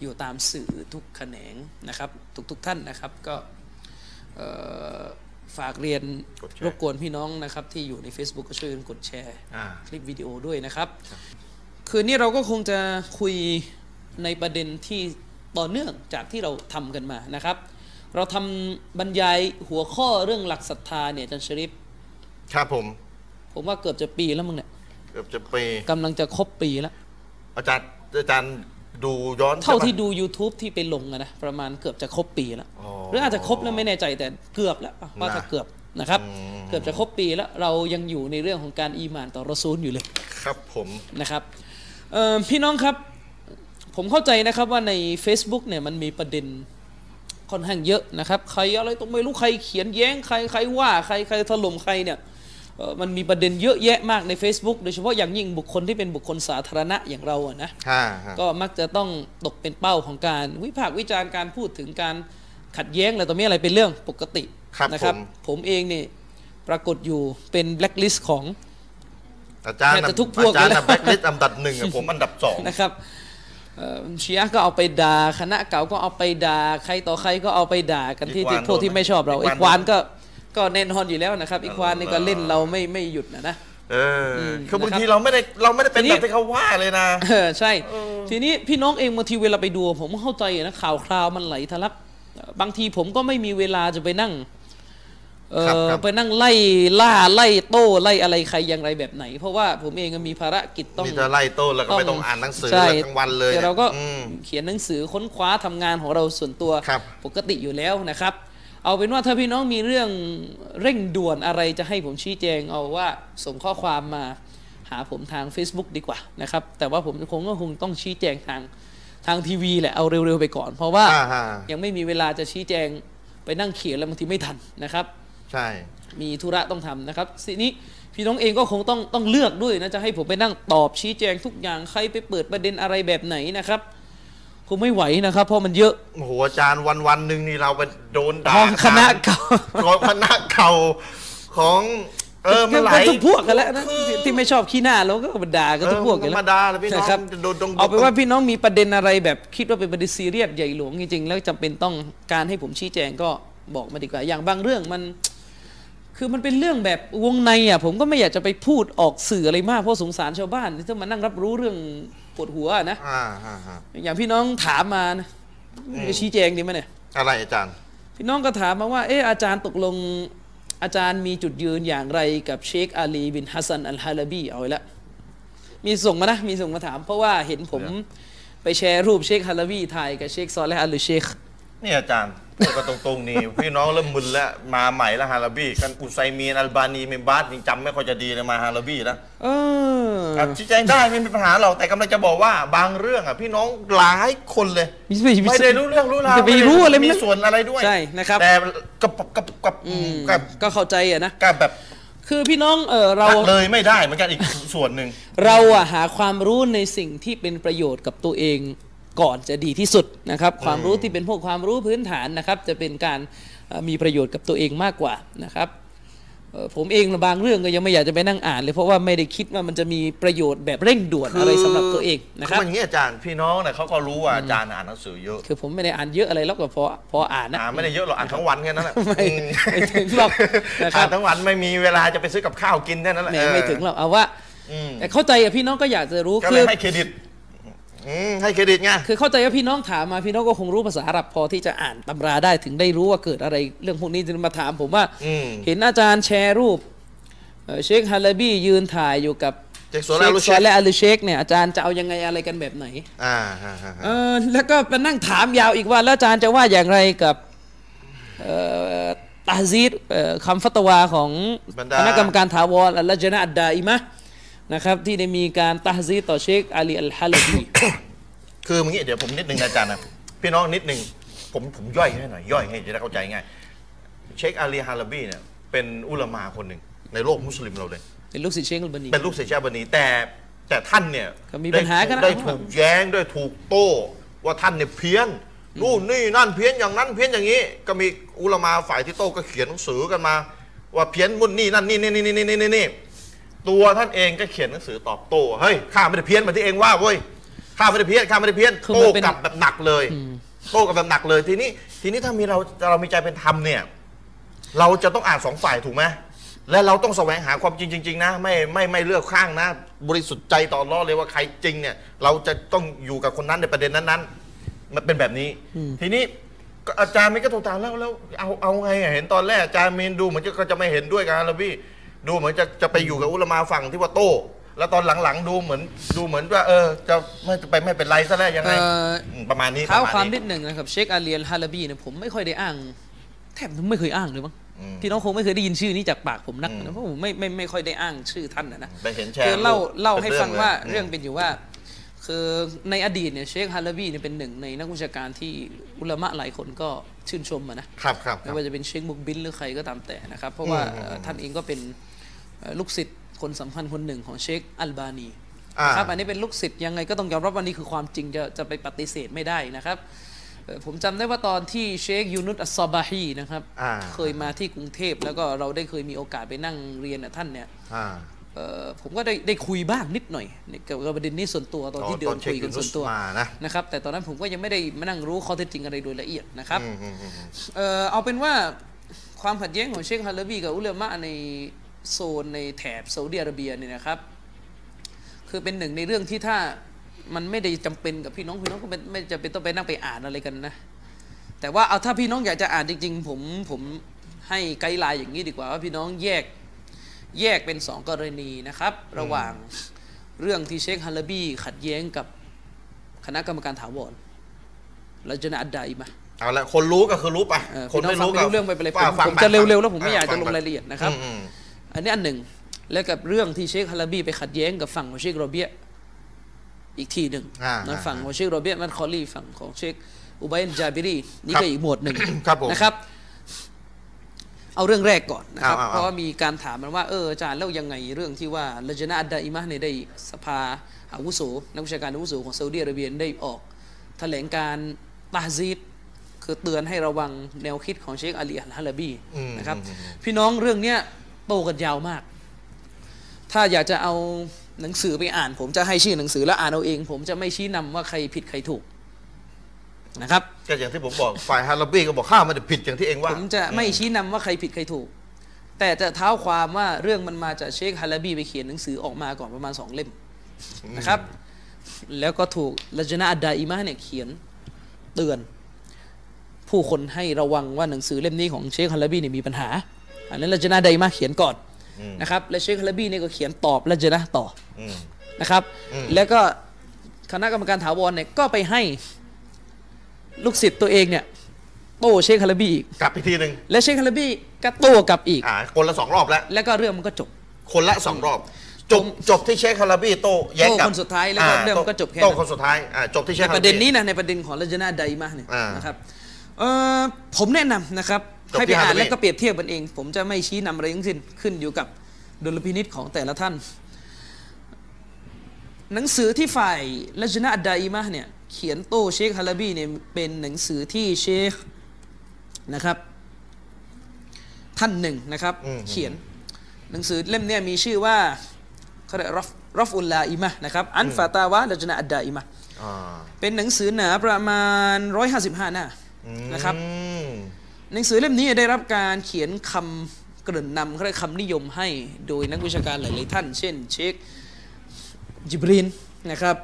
[SPEAKER 2] อยู่ตามสื่อทุกแขนงนะครับ ทุกๆทท่านนะครับก็เอ่อฝากเรียน
[SPEAKER 1] กดแชร์
[SPEAKER 2] รบกวนพี่น้องนะครับ ที่อยู่ใน Facebook ก็ช่วยกันกดแชร์
[SPEAKER 1] อ่า
[SPEAKER 2] คลิปวิดีโอด้วยนะครับ คืนนี้เราก็คงจะคุยในประเด็นที่ต่อเนื่องจากที่เราทำกันมานะครับ เราทำบรรยายหัวข้อเรื่องหลักศรัทธาเนี่ยอาจันชริป
[SPEAKER 1] ครับผม
[SPEAKER 2] ผมว่าเกือบจะปีแล้วมึงเนี่ย
[SPEAKER 1] เกือบจะไป
[SPEAKER 2] กำลังจะครบปีแล้ว
[SPEAKER 1] อาจารย์อาจารย์ดูย้อน
[SPEAKER 2] เท่า
[SPEAKER 1] ใช่ปะ
[SPEAKER 2] ที่ดู YouTube ที่ไปลงอะนะประมาณเกือบจะครบปีแล้ว
[SPEAKER 1] อ๋อ
[SPEAKER 2] หรืออาจจะครบแล้วไม่แน่ใจแต่เกือบแล้วอ่ะว่า
[SPEAKER 1] น่ะ
[SPEAKER 2] จะเกือบนะครับ
[SPEAKER 1] อืม
[SPEAKER 2] เกือบจะครบปีแล้ว เรายังอยู่ในเรื่องของการอีหมานต่อรอซูลอยู่เลย
[SPEAKER 1] ครับผม
[SPEAKER 2] นะครับเอ่อพี่น้องครับ ผมเข้าใจนะครับว่าใน Facebook เนี่ยมันมีประเด็นค่อนข้างเยอะนะครับ ใครอะไรต้องไม่รู้ใครเขียนแย้งใครใครว่าใครใครถล่มใครเนี่ยเอ่อมันมีประเด็นเยอะแยะมากใน Facebook โดยเฉพาะอย่างยิ่งบุคคลที่เป็นบุคคลสาธารณะอย่างเราอะนะ
[SPEAKER 1] ฮ่าฮะ
[SPEAKER 2] ก็มักจะต้องตกเป็นเป้าของการวิพากษ์วิจารณ์การพูดถึงการขัดแย้งอะไรต่อมีอะไรเป็นเรื่องปกติ
[SPEAKER 1] ครับ
[SPEAKER 2] นะ
[SPEAKER 1] ผม
[SPEAKER 2] ผมเองนี่ ปรากฏอยู่เป็นแบล็คลิสต์ของ
[SPEAKER 1] อาจารย์
[SPEAKER 2] แท
[SPEAKER 1] น่ะ
[SPEAKER 2] บจะทุกพวก
[SPEAKER 1] อาจารย์
[SPEAKER 2] เลยนะ
[SPEAKER 1] นะแบล็คลิสต์อันดับหนึ่งอะผมอันดับสอง
[SPEAKER 2] นะครับเอ่อชียะห์ก็เอาไปด่าคณะเก่าก็เอาไปด่าใครต่อใครก็เอาไปด่ากันที่ที่พวกที่ไม่ชอบเราไอ้ควานก็ก็แน่นอนอยู่แล้วนะครับไอ้ควานนี่ก็เล่นเราไม่ไม่หยุดนะนะ
[SPEAKER 1] เอออ
[SPEAKER 2] ม
[SPEAKER 1] คือบาง
[SPEAKER 2] นะครับ
[SPEAKER 1] ทีเราไม่ได้เราไม่ได้เป็น
[SPEAKER 2] ทีนี้
[SPEAKER 1] แบบที่เขาว่าเลยนะ
[SPEAKER 2] เออใช่ ทีนี้พี่น้องเองบางทีเวลาไปดู ผมเข้าใจนะข่าวคราวมันไหลทะลักเอ่อบางทีผมก็ไม่มีเวลาจะไปนั่งเอ
[SPEAKER 1] ครับ
[SPEAKER 2] อ
[SPEAKER 1] ครับ
[SPEAKER 2] ไปนั่งไล่ล่าไล่โต้ไล่อะไรใครอย่างไรแบบไหน เพราะว่าผมเองก็มีภารกิจต้อง
[SPEAKER 1] มีแต่ไล่โต้แล้วก็ไม่ต้องอ่านหนังสือ
[SPEAKER 2] ใช่
[SPEAKER 1] เลยทั้งวันเลย
[SPEAKER 2] แต่เราก็
[SPEAKER 1] อืม
[SPEAKER 2] เขียนหนังสือค้นคว้าทำงานของเราส่วนตัว
[SPEAKER 1] ครับ
[SPEAKER 2] ปกติอยู่แล้วนะครับ เอาเป็นว่าถ้าพี่น้องมีเรื่องเร่งด่วนอะไรจะให้ผมชี้แจงเอาว่าส่งข้อความมาหาผมทาง Facebook ดีกว่านะครับ แต่ว่าผมคงก็คงต้องชี้แจงทางทางทีวีแหละเอาเร็วๆไปก่อน เพราะว่า
[SPEAKER 1] อ่าฮะ
[SPEAKER 2] ยังไม่มีเวลาจะชี้แจงไปนั่งเขียนแล้วบางทีไม่ทันนะครับ
[SPEAKER 1] ใช่
[SPEAKER 2] มีธุระต้องทำนะครับสินี้พี่น้องเองก็คงต้องต้องเลือกด้วยนะจะให้ผมไปนั่งตอบชี้แจงทุกอย่างใครไปเปิดประเด็นอะไรแบบไหนนะครับคงไม่ไหวนะครับ เพราะมันเยอะ
[SPEAKER 1] โอ้โหอาจารย์วันวันๆหนึ่งนี่เราเป็นโดนด่า
[SPEAKER 2] ห้องคณะเก่า
[SPEAKER 1] ของคณะเก่าของเออมันหลาย
[SPEAKER 2] ก็ทุกพวกกันแล้วนะที่ที่ไม่ชอบขี้หน้าเราก็บรรดาก็ทุกพวกกัน
[SPEAKER 1] เออธรรมดาแหละพี่น้อง
[SPEAKER 2] ะครับ
[SPEAKER 1] โดนตรงๆ
[SPEAKER 2] เอาเป็นว่าพี่น้องมีประเด็นอะไรแบบคิดว่าเป็นประเด็นซีเรียสใหญ่หลวงจริงๆแล้วจำเป็นต้องการให้ผมชี้แจงก็บอกมาดีกว่าอย่างบางเรื่องมัน คือมันเป็นเรื่องแบบวงในอ่ะผมก็ไม่อยากจะไปพูดออกสื่ออะไรมากเพราะสงสารชาวบ้านที่ต้องมานั่งรับรู้เรื่องปวดหัวนะ
[SPEAKER 1] อ่าอ่าอ่า
[SPEAKER 2] อย่างพี่น้องถามมานะไปชี้แจงดีไหมเนี่ย
[SPEAKER 1] อะไรอาจารย์
[SPEAKER 2] พี่น้องก็ถามมาว่า เอออาจารย์ตกลงอาจารย์มีจุดยืนอย่างไรกับเชคอาลีบินฮัสซันอัลฮาลาบีเอาไว้ละมีส่งมานะมีส่งมาถาม เพราะว่าเห็นผมไปแชร์รูปเชคฮาลาบีถ่ายกับเชคซอเลห์อัลลเชค
[SPEAKER 1] เนี่ยอาจารย์พูดกันตรงๆ นี่ พี่น้องเริ่มมึนแล้วมาใหม่แล้วฮาราบี้กันอุไซมีนอัลบานีเมมบาสยังจำไม่ค่อยจะดีเลยมาฮาราบี้นะ
[SPEAKER 2] เออ
[SPEAKER 1] อ่ะชี้แจงได้ไม่มีปัญหาเราแต่กำลังจะบอกว่าบางเรื่องอ่ะพี่น้องหลายคนเลย ไม่ได้รู้เรื่องรู้ราว
[SPEAKER 2] จะไปรู้อะไร
[SPEAKER 1] มี
[SPEAKER 2] ด้
[SPEAKER 1] ส่วนอะไรด้วย
[SPEAKER 2] ใช่นะครับ
[SPEAKER 1] แต่กับกับกับกับ
[SPEAKER 2] ก็เข้าใจอะนะ
[SPEAKER 1] กับแบบ
[SPEAKER 2] คือพี่น้องเออเรา
[SPEAKER 1] ละเลยไม่ได้เหมือนกันอีกส่วนหนึ่ง
[SPEAKER 2] เราอะหาความรู้ในสิ่งที่เป็นประโยชน์กับตัวเองก่อนจะดีที่สุดนะครับ ความรู้ที่เป็นพวกความรู้พื้นฐานนะครับ จะเป็นการเอ่อมีประโยชน์กับตัวเองมากกว่านะครับเอ่อผมเองบางเรื่องก็ยังไม่อยากจะไปนั่งอ่านเลยเพราะว่าไม่ได้คิดว่ามันจะมีประโยชน์แบบเร่งด่วนอะไรสำหรับตัวเองนะครับ
[SPEAKER 1] อมันอย่างนี้อาจารย์พี่น้องเนี่ยเขาก็รู้ว่าอาจารย์อ่านหนังสือเยอะ
[SPEAKER 2] คือผมไม่ได้อ่านเยอะอะไรหรอกแต่พอพออ่านนะ
[SPEAKER 1] อ่านไม่ได้เยอะหรอกอ่านทั้งวันแค่นั้นแหละ
[SPEAKER 2] ไม่
[SPEAKER 1] อื
[SPEAKER 2] ไม่ถึงหรอกนะครับ
[SPEAKER 1] อ่านทั้งวันไม่มีเวลาจะไปซื้อกับข้าวกินแค่นั้นแหละ
[SPEAKER 2] แหมไม่ถึงหรอกเอาว่า
[SPEAKER 1] อืม
[SPEAKER 2] แต่เข้าใจอะพี่น้องก็อยากจะรู้
[SPEAKER 1] ก็
[SPEAKER 2] คื
[SPEAKER 1] เลย
[SPEAKER 2] อ
[SPEAKER 1] ให้เครดิตอืมให้เครดิตไง
[SPEAKER 2] คือเข้าใจว่าพี่น้องถามมาพี่น้องก็คงรู้ภาษาอาหรับพอที่จะอ่านตำราได้ถึงได้รู้ว่าเกิดอะไรเรื่องพวกนี้จึงมาถามผมว่า
[SPEAKER 1] อืม
[SPEAKER 2] เห็นอาจารย์แชร์รูปเอ่อเชคฮาลาบียืนถ่ายอยู่กับ
[SPEAKER 1] เจ็กโซล่าลู
[SPEAKER 2] เช
[SPEAKER 1] เช็
[SPEAKER 2] ค
[SPEAKER 1] ค
[SPEAKER 2] และอัลเชคเนี่ยอาจารย์จะเอายังไงอะไรกันแบบไหน
[SPEAKER 1] อ่าฮะฮะ
[SPEAKER 2] เอ
[SPEAKER 1] ฮะ
[SPEAKER 2] อแล้วก็มานั่งถามยาวอีกว่าแล้วอาจารย์จะว่าอย่างไรกับเอ่อตาซีดเอ่อคำฟัตวาของคณะกรรมการถาวรอัลลจนะอัดดาอิมะห์นะครับที่ได้มีการตาซีดต่อเชคอาลีอัลฮาลาบี
[SPEAKER 1] คืออย่างนี้เดี๋ยวผมนิดนึงนะอาจารย์นะพี่น้องนิดนึงผมผมย่อยให้หน่อยย่อยให้จะได้เข้าใจง่ายเชคอาลีฮาราบีเนี่ยเป็นอุลามาคนหนึ่งในโลกมุสลิมเราเลย
[SPEAKER 2] เป็นลูกศิษย์เชคอัลบานี
[SPEAKER 1] เป็นลูกศิษย์ชาบันีแต่แต่ท่านเนี่ย
[SPEAKER 2] ก็มีปัญหากันนะ
[SPEAKER 1] ได้ถูกแย้งได้ถูกโต้ ว่าท่านเนี่ยเพี้ยนนู่นนี่นั่นเพี้ยนอย่างนั้นเพี้ยนอย่างนี้ ก็มีอุลามาฝ่ายที่โต้ก็เขียนหนังสือกันมา ว่าเพี้ยนมุ่นนี่นั่นนี่นี่นี่นี่นี่นี่นี่ตัวท่านเองก็เขียนหนังสือตอบโต้เฮ้ยข้าไม่ได้เพี้ยนเหมาที่เองว่าเว้ยข้าไม่ได้เพี้ยนข้าไม่ได้เพี้ยน
[SPEAKER 2] คือ
[SPEAKER 1] โต้
[SPEAKER 2] มันเป็น
[SPEAKER 1] กลับแบบหนักเลย โต้กลับแบบหนักเลยทีนี้ทีนี้ถ้ามีเราเรามีใจเป็นธรรมเนี่ย เราจะต้องอ่านสองฝ่ายถูกไหม และเราต้องแสวงหาความจริงจริง ๆ นะ ไม่ไม่ไม่เลือกข้างนะ บริสุทธิ์ใจต่ออัลล้อฮ์เลยว่าใครจริงเนี่ย เราจะต้องอยู่กับคนนั้นในประเด็นนั้นๆ มันเป็นแบบนี้ ทีนี้ก็อาจารย์มีก็ถูกตามแล้วแล้วเอาเอาไงอะเห็นตอนแรกอาจารย์มีนดูเหมือนจะก็จะไม่เห็นด้วยกับอาราบีดูเหมือนจะจะไปอยู่กับอุลามาฝั่งที่ว่าโต้ แล้วตอนหลังๆดูเหมือนดูเหมือนว่า เออ จะไม่ไปไม่เป็นไรซะแล้วยังไง
[SPEAKER 2] เอ่อ
[SPEAKER 1] มประมาณนี้ป
[SPEAKER 2] เท้า
[SPEAKER 1] ระ
[SPEAKER 2] ความ
[SPEAKER 1] มาณ
[SPEAKER 2] นิ
[SPEAKER 1] นี้
[SPEAKER 2] ดหนึ่งนะครับเชคอาเลียนฮาลาบีเนี่ยผมไม่ค่อยได้อ้าง แทบไม่เคยอ้างเลยมั้ง
[SPEAKER 1] อืม
[SPEAKER 2] พี่น้องคงไม่เคยได้ยินชื่อนี้จากปากผมนักนะเพราะผมไม่ไม่ไม่ค่อยได้อ้างชื่อท่านนะนะ
[SPEAKER 1] ไปเห็นแช
[SPEAKER 2] คื
[SPEAKER 1] ร์
[SPEAKER 2] อเล่าเล่า
[SPEAKER 1] ป็น
[SPEAKER 2] ให้
[SPEAKER 1] รื่อง
[SPEAKER 2] ฟังว่า
[SPEAKER 1] ลย
[SPEAKER 2] เรื่องเป็นอยู่ว่า คือในอดีตเนี่ยเชคฮาลาบีเนี่ยเป็นหนึ่งในนักวิชาการที่อุลามะหลายคนก็ชื่นชมอะนะ
[SPEAKER 1] ครับครับค
[SPEAKER 2] ไม่
[SPEAKER 1] รับ
[SPEAKER 2] ว่าจะเป็นเชคบุกบินหรือใครก็ตามแต่นะครับ เพราะว่า
[SPEAKER 1] อืม
[SPEAKER 2] เอ่อท่านเองก็เป็นเอ่อลูกศิษย์คนสำคัญคนหนึ่งของเชคอัลบานี
[SPEAKER 1] อ่า
[SPEAKER 2] ครับอันนี้เป็นลูกศิษย์ยังไงก็ต้องยอมรับว่านี่คือความจริงจะจะไปปฏิเสธไม่ได้นะครับ เอ่อผมจำได้ว่าตอนที่เชคยูนุสอัสซาบาฮีนะครับ
[SPEAKER 1] อ่า
[SPEAKER 2] เคยมาที่กรุงเทพแล้วก็เราได้เคยมีโอกาสไปนั่งเรียนกับท่านเนี่ย
[SPEAKER 1] อ่า
[SPEAKER 2] เอ่อผมก็ได้ได้คุยบ้างนิดหน่อยเนี่ยเกี่ยวกับประเด็นนี้ส่วนตัวตอนที่เดินคุยกันส่วนตัว
[SPEAKER 1] ตอนเช็คยูนุสมานะ
[SPEAKER 2] นะครับแต่ตอนนั้นผมก็ยังไม่ได้มานั่งรู้ข้อเท็จจริงอะไรโดยละเอียดนะครับ
[SPEAKER 1] อืมอืมอืม
[SPEAKER 2] เอ่อเอาเป็นว่าความขัดแย้งของเชคฮาเลวีกับอุลามะในโซนในแถบซาอุดิอาระเบียเนี่ยนะครับ คือเป็นหนึ่งในเรื่องที่ถ้ามันไม่ได้จำเป็นกับพี่น้องพี่น้องก็ไม่ไม่จะเป็นต้องไปนั่งไปอ่านอะไรกันนะ แต่ว่าเอาถ้าพี่น้องอยากจะอ่านจริง ๆ ผมผมให้ไกด์ไลน์อย่างนี้ดีกว่าว่าพี่น้องแยกแยกเป็นสองกรณีนะครับ ระหว่างเรื่องที่เชคฮาเลบีขัดแย้งกับคณะกรรมการถาวรและจนะอัดดาอิมา
[SPEAKER 1] เอาละคนรู้ก็คือรู้ไป
[SPEAKER 2] เออ
[SPEAKER 1] คนไม่รู้ก็
[SPEAKER 2] พี่น้องฟังไม่รู้เรื่องไปเป็นไรผม
[SPEAKER 1] ว่าฟัง
[SPEAKER 2] ผม
[SPEAKER 1] ไป
[SPEAKER 2] จะเร็วๆแล้วผมไม่อยาก
[SPEAKER 1] ฟั
[SPEAKER 2] จะ
[SPEAKER 1] ง
[SPEAKER 2] ลง
[SPEAKER 1] ไป
[SPEAKER 2] รายละเอียดนะครับ
[SPEAKER 1] อืม
[SPEAKER 2] อันนี้อันหนึ่งแล้วกับเรื่องที่เชคฮาลาบีไปขัดแย้งกับฝั่งของเชคโรเบียอีกทีหนึ่ง
[SPEAKER 1] อ่า
[SPEAKER 2] นะ
[SPEAKER 1] อ่า
[SPEAKER 2] ฝั่งของเชคโรเบียมันคอลลี่ฝั่งของเชคอุบัยน์จาบิรีนี่ก็อีกหมวดหนึ่ง
[SPEAKER 1] ครับผม
[SPEAKER 2] นะครับ เอาเรื่องแรกก่อนนะครับ
[SPEAKER 1] เอาเอาเอา
[SPEAKER 2] เพราะว่ามีการถามมันว่าเอออาจารย์แล้วยังไงเรื่องที่ว่าลจนะอัดดาอิมะห์เนี่ยได้สภาอาวุโสนักวิชาการอาวุโสของซาอุดิอาระเบียได้ออก แถลงการณ์ตาซีดคือเตือนให้ระวังแนวคิดของเชคอาลีอัลฮาลาบี
[SPEAKER 1] อืม
[SPEAKER 2] นะครับ
[SPEAKER 1] อืม
[SPEAKER 2] พี่น้องเรื่องเนี้ยโตกันยาวมาก ถ้าอยากจะเอาหนังสือไปอ่าน ผมจะให้ชื่อหนังสือแล้วอ่านเอาเอง ผมจะไม่ชี้นำว่าใครผิดใครถูกนะครับ
[SPEAKER 1] ก็อย่างที่ผมบอกฝ่ายฮาราบีก็บอกข้ามันผิดอย่างที่เองว่า
[SPEAKER 2] ผมจะไม่ชี้นำว่าใครผิดใครถูก แต่จะเท้าความว่าเรื่องมันมาจากเชคฮาลาบีไปเขียนหนังสือออกมาก่อนประมาณสองเล่มนะครับ แล้วก็ถูกลจนะอัดดาอิมะห์เนี่ยเขียนเตือน ผู้คนให้ระวังว่าหนังสือเล่มนี้ของเชคฮาลาบีเนี่ยมีปัญหา อันนั้นลจนะอัดดาอิมะห์เขียนก่อน
[SPEAKER 1] อืม
[SPEAKER 2] นะครับและเชคฮาลาบีเนี่ยก็เขียนตอบลจนะต่อ
[SPEAKER 1] อืม
[SPEAKER 2] นะครับ
[SPEAKER 1] อืม
[SPEAKER 2] แล้วก็คณะกรรมการถาวรเนี่ยก็ไปให้ลูกศิษย์ตัวเองเนี่ยโต้เชคฮาลาบีอีก
[SPEAKER 1] กลับอีกทีหนึ่ง
[SPEAKER 2] และเชคฮาลาบีก็โต้กลับอีก
[SPEAKER 1] อ่า คนละสองรอบแล้ว
[SPEAKER 2] แล้วก็เรื่องมันก็จบ
[SPEAKER 1] คนละสองรอบ จบจบที่เชคฮาราบีโตแย้งกับ
[SPEAKER 2] โต้คนสุดท้ายแล้วก็
[SPEAKER 1] า
[SPEAKER 2] เรื่องก็จบแค่นั้น
[SPEAKER 1] โตคนสุดท้ายอ่าจบที่เชค
[SPEAKER 2] ใน
[SPEAKER 1] ฮาราบี
[SPEAKER 2] ประเด็นนี้นะในประเด็นของลาจนาไดมาเนี่ย
[SPEAKER 1] อ่าน
[SPEAKER 2] นะครับเอ่อผมแนะนำนะครับ ให้ไปอ่านแล้วก็เปรียบเทียบกันเอง ผมจะไม่ชี้นำอะไรทั้งสิ้นขึ้นอยู่กับดุลพินิษของแต่ละท่าน หนังสือที่ฝ่ายลาจนาไดมาเนี่ยเขียนโต้เชคฮาลาบีเนี่ยเป็นหนังสือที่เชคนะครับ ท่านหนึ่งนะครับ เขียนหนังสือเล่มเนี้มีชื่อว่าเขาเรียกรอฟรอฟอุลลาอิมะห์นะครับอันฟาตาวะลาจนาอัดดาอิมะห์
[SPEAKER 1] อ่า
[SPEAKER 2] เป็นหนังสือหนาประมาณ 155 หน้านะครับ
[SPEAKER 1] อืม
[SPEAKER 2] หนังสือเล่มนี้ได้รับการเขียนคำเกริ่นนำเขาเรียกคำนิยมให้โดยนักวิชาการหลาย ๆ ท่าน เช่น เชคจิบรินนะครับ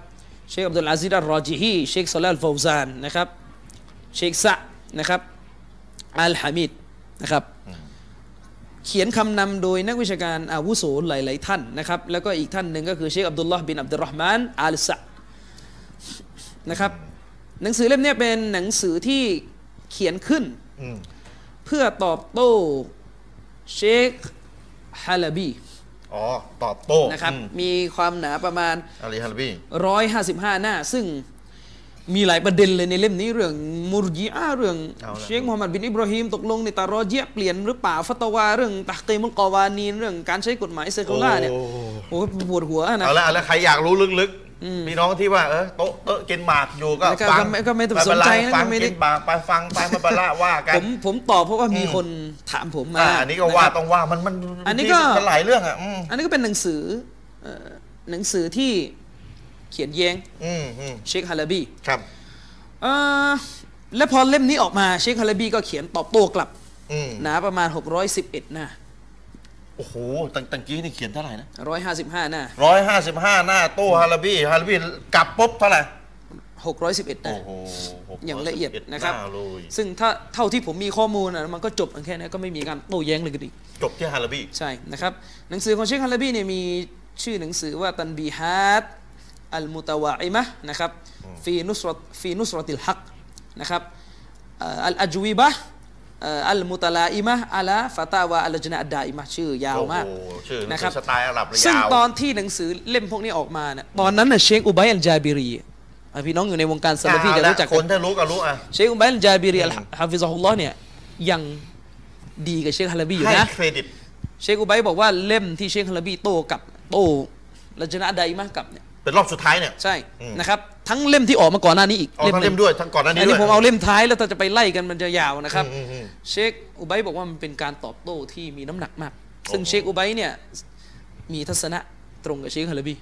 [SPEAKER 2] เชคอับดุลอาซิดอัลรอจิฮีเชคซอลาลฟาวซานนะครับ เชคซะนะครับอัลฮามิดนะครับ เขียนคำนำโดยนักวิชาการอาวุโสหลาย ๆ ท่านนะครับ แล้วก็อีกท่านหนึ่งก็คือเชคอับดุลลอฮ์บินอับดุลรอฮ์มานอัลซะ นะครับหนังสือเล่มเนี้ยเป็นหนังสือที่เขียนขึ้น
[SPEAKER 1] อืม
[SPEAKER 2] เพื่อตอบโต้เชคฮาลาบี
[SPEAKER 1] อ๋อ ตอบโต้
[SPEAKER 2] นะครับ
[SPEAKER 1] อืม
[SPEAKER 2] มีความหนาประมาณ
[SPEAKER 1] อาลีฮาราบี
[SPEAKER 2] 155 หน้า ซึ่งมีหลายประเด็นเลยในเล่มนี้เรื่องมุรจิอาเรื่อง
[SPEAKER 1] เอาละ
[SPEAKER 2] เชคมูฮัมหมัดบินอิบราฮิมตกลงในตารอเจียะเปลี่ยนหรือเปล่าฟัตวาเรื่องตักเตมุลกอวานีนเรื่องการใช้กฎหมายเซคูล่าเนี่ย
[SPEAKER 1] โอ้
[SPEAKER 2] โอ้โหปวดหัวนะ
[SPEAKER 1] เอาละเอาละใครอยากรู้ลึกๆพี่น้องที่ว่าเออโต๊ะโต๊ะกินหมากอยู่ก็
[SPEAKER 2] แล้วก็
[SPEAKER 1] ฟัง
[SPEAKER 2] ก็ไม่ก็ไม่ต้องสนใจนะ
[SPEAKER 1] ฟัง
[SPEAKER 2] ก็ไม่ได้
[SPEAKER 1] กินหมากไปฟังไปมาบละว่ากัน
[SPEAKER 2] ผมผมตอบเพราะว่ามี
[SPEAKER 1] อืม
[SPEAKER 2] คนถามผมมา
[SPEAKER 1] อ่าอันนี้ก็ว่า
[SPEAKER 2] ะครับ
[SPEAKER 1] ต้องว่ามันมัน
[SPEAKER 2] อันนี้ก็
[SPEAKER 1] มันหลายเรื่องอ่ะอืม
[SPEAKER 2] อันนี้ก็เป็นหนังสือเอ่อหนังสือที่เขียนแย้ง
[SPEAKER 1] อืมอืม
[SPEAKER 2] เชคฮาลาบี
[SPEAKER 1] ครับ
[SPEAKER 2] เอ่อและพอเล่มนี้ออกมาเชคฮาลาบีก็เขียนตอบโต้กลับ
[SPEAKER 1] อืม
[SPEAKER 2] หนาประมาณ 611 หน้า
[SPEAKER 1] โอ้โหตั้งตั้งกี้นี่เขียนเท่าไหร่นะ
[SPEAKER 2] 155 หน้า
[SPEAKER 1] ร้อยห้าสิบห้าหน้าตู้ฮาราบี้ฮาราบี้กลับปุ๊บเท่าไหร่
[SPEAKER 2] 611 ห
[SPEAKER 1] ห
[SPEAKER 2] น้า
[SPEAKER 1] กร้
[SPEAKER 2] อย่างละเอียด
[SPEAKER 1] สิบ
[SPEAKER 2] นะครับ
[SPEAKER 1] หาเลย
[SPEAKER 2] ซึ่งถ้าเท่าที่ผมมีข้อมูลนะมันก็จบกันแค่นี้ก็ไม่มีการโต้แย้งเลยกันอีก
[SPEAKER 1] จบที่ฮาราบี้
[SPEAKER 2] ใช่นะครับหนังสือของเชคฮัลลาบีเนี่ยมีชื่อหนังสือว่าตันบีฮัดอัลมุตาวาอิมะห์นะครับฟีนุสรตฟีนุสรติลฮักนะครับเอ่ออัลอัจวิบะห์เอ่ออัลมุตาลาอิมะห์อัลาฟาตาวาอัลจนะอัดดาอิมะห์ชื่อยาวมาก
[SPEAKER 1] โอ้โหชื่อ
[SPEAKER 2] นะครับ
[SPEAKER 1] สไตล์อาหรับเลย
[SPEAKER 2] ซึ่ง
[SPEAKER 1] ยาว
[SPEAKER 2] ตอนที่หนังสือเล่มพวกนี้ออกมาเนี่ยตอนนั้นน่ะเชคอุบัยอัลจาบิรีอ่ะพี่น้องอยู่ในวงการซาลาฟี
[SPEAKER 1] อ่
[SPEAKER 2] จะ
[SPEAKER 1] เอล
[SPEAKER 2] รู้จัก
[SPEAKER 1] ค
[SPEAKER 2] กัน น
[SPEAKER 1] ถ้ารู้ก็รู้อ่ะ
[SPEAKER 2] เชคอุบัยอัลจาบิรีอัลฮะฟิซะฮุลลอฮ์เนี่ยยังดีกับเชคฮัลลาบีอยู่
[SPEAKER 1] ให้
[SPEAKER 2] นะ
[SPEAKER 1] เครดิต
[SPEAKER 2] เชคอุไบบอกว่าเล่มที่เชคฮาลาบีโต้กับโต้ลจนะใดมากกับเนี่ย
[SPEAKER 1] เป็นรอบสุดท้ายเนี่ย
[SPEAKER 2] ใช่
[SPEAKER 1] อืม
[SPEAKER 2] นะครับ ทั้งเล่มที่ออกมาก่อนหน้านี้อีก
[SPEAKER 1] เอาทั้ง
[SPEAKER 2] หนึ่
[SPEAKER 1] เล่มด้วยทั้งก่อนหน้านี้
[SPEAKER 2] อัน
[SPEAKER 1] ด้
[SPEAKER 2] นี้
[SPEAKER 1] วย
[SPEAKER 2] ผมเอาเล่มท้ายแล้วถ้าจะไปไล่กันมันจะยาวนะครับ
[SPEAKER 1] อืมอืม
[SPEAKER 2] เชคอุไบบอกว่ามันเป็นการตอบโต้ที่มีน้ำหนักมาก ซึ่ง
[SPEAKER 1] โอ้โห
[SPEAKER 2] เชคอุไบเนี่ยมีทัศนะตรงกับเชคฮาลาบี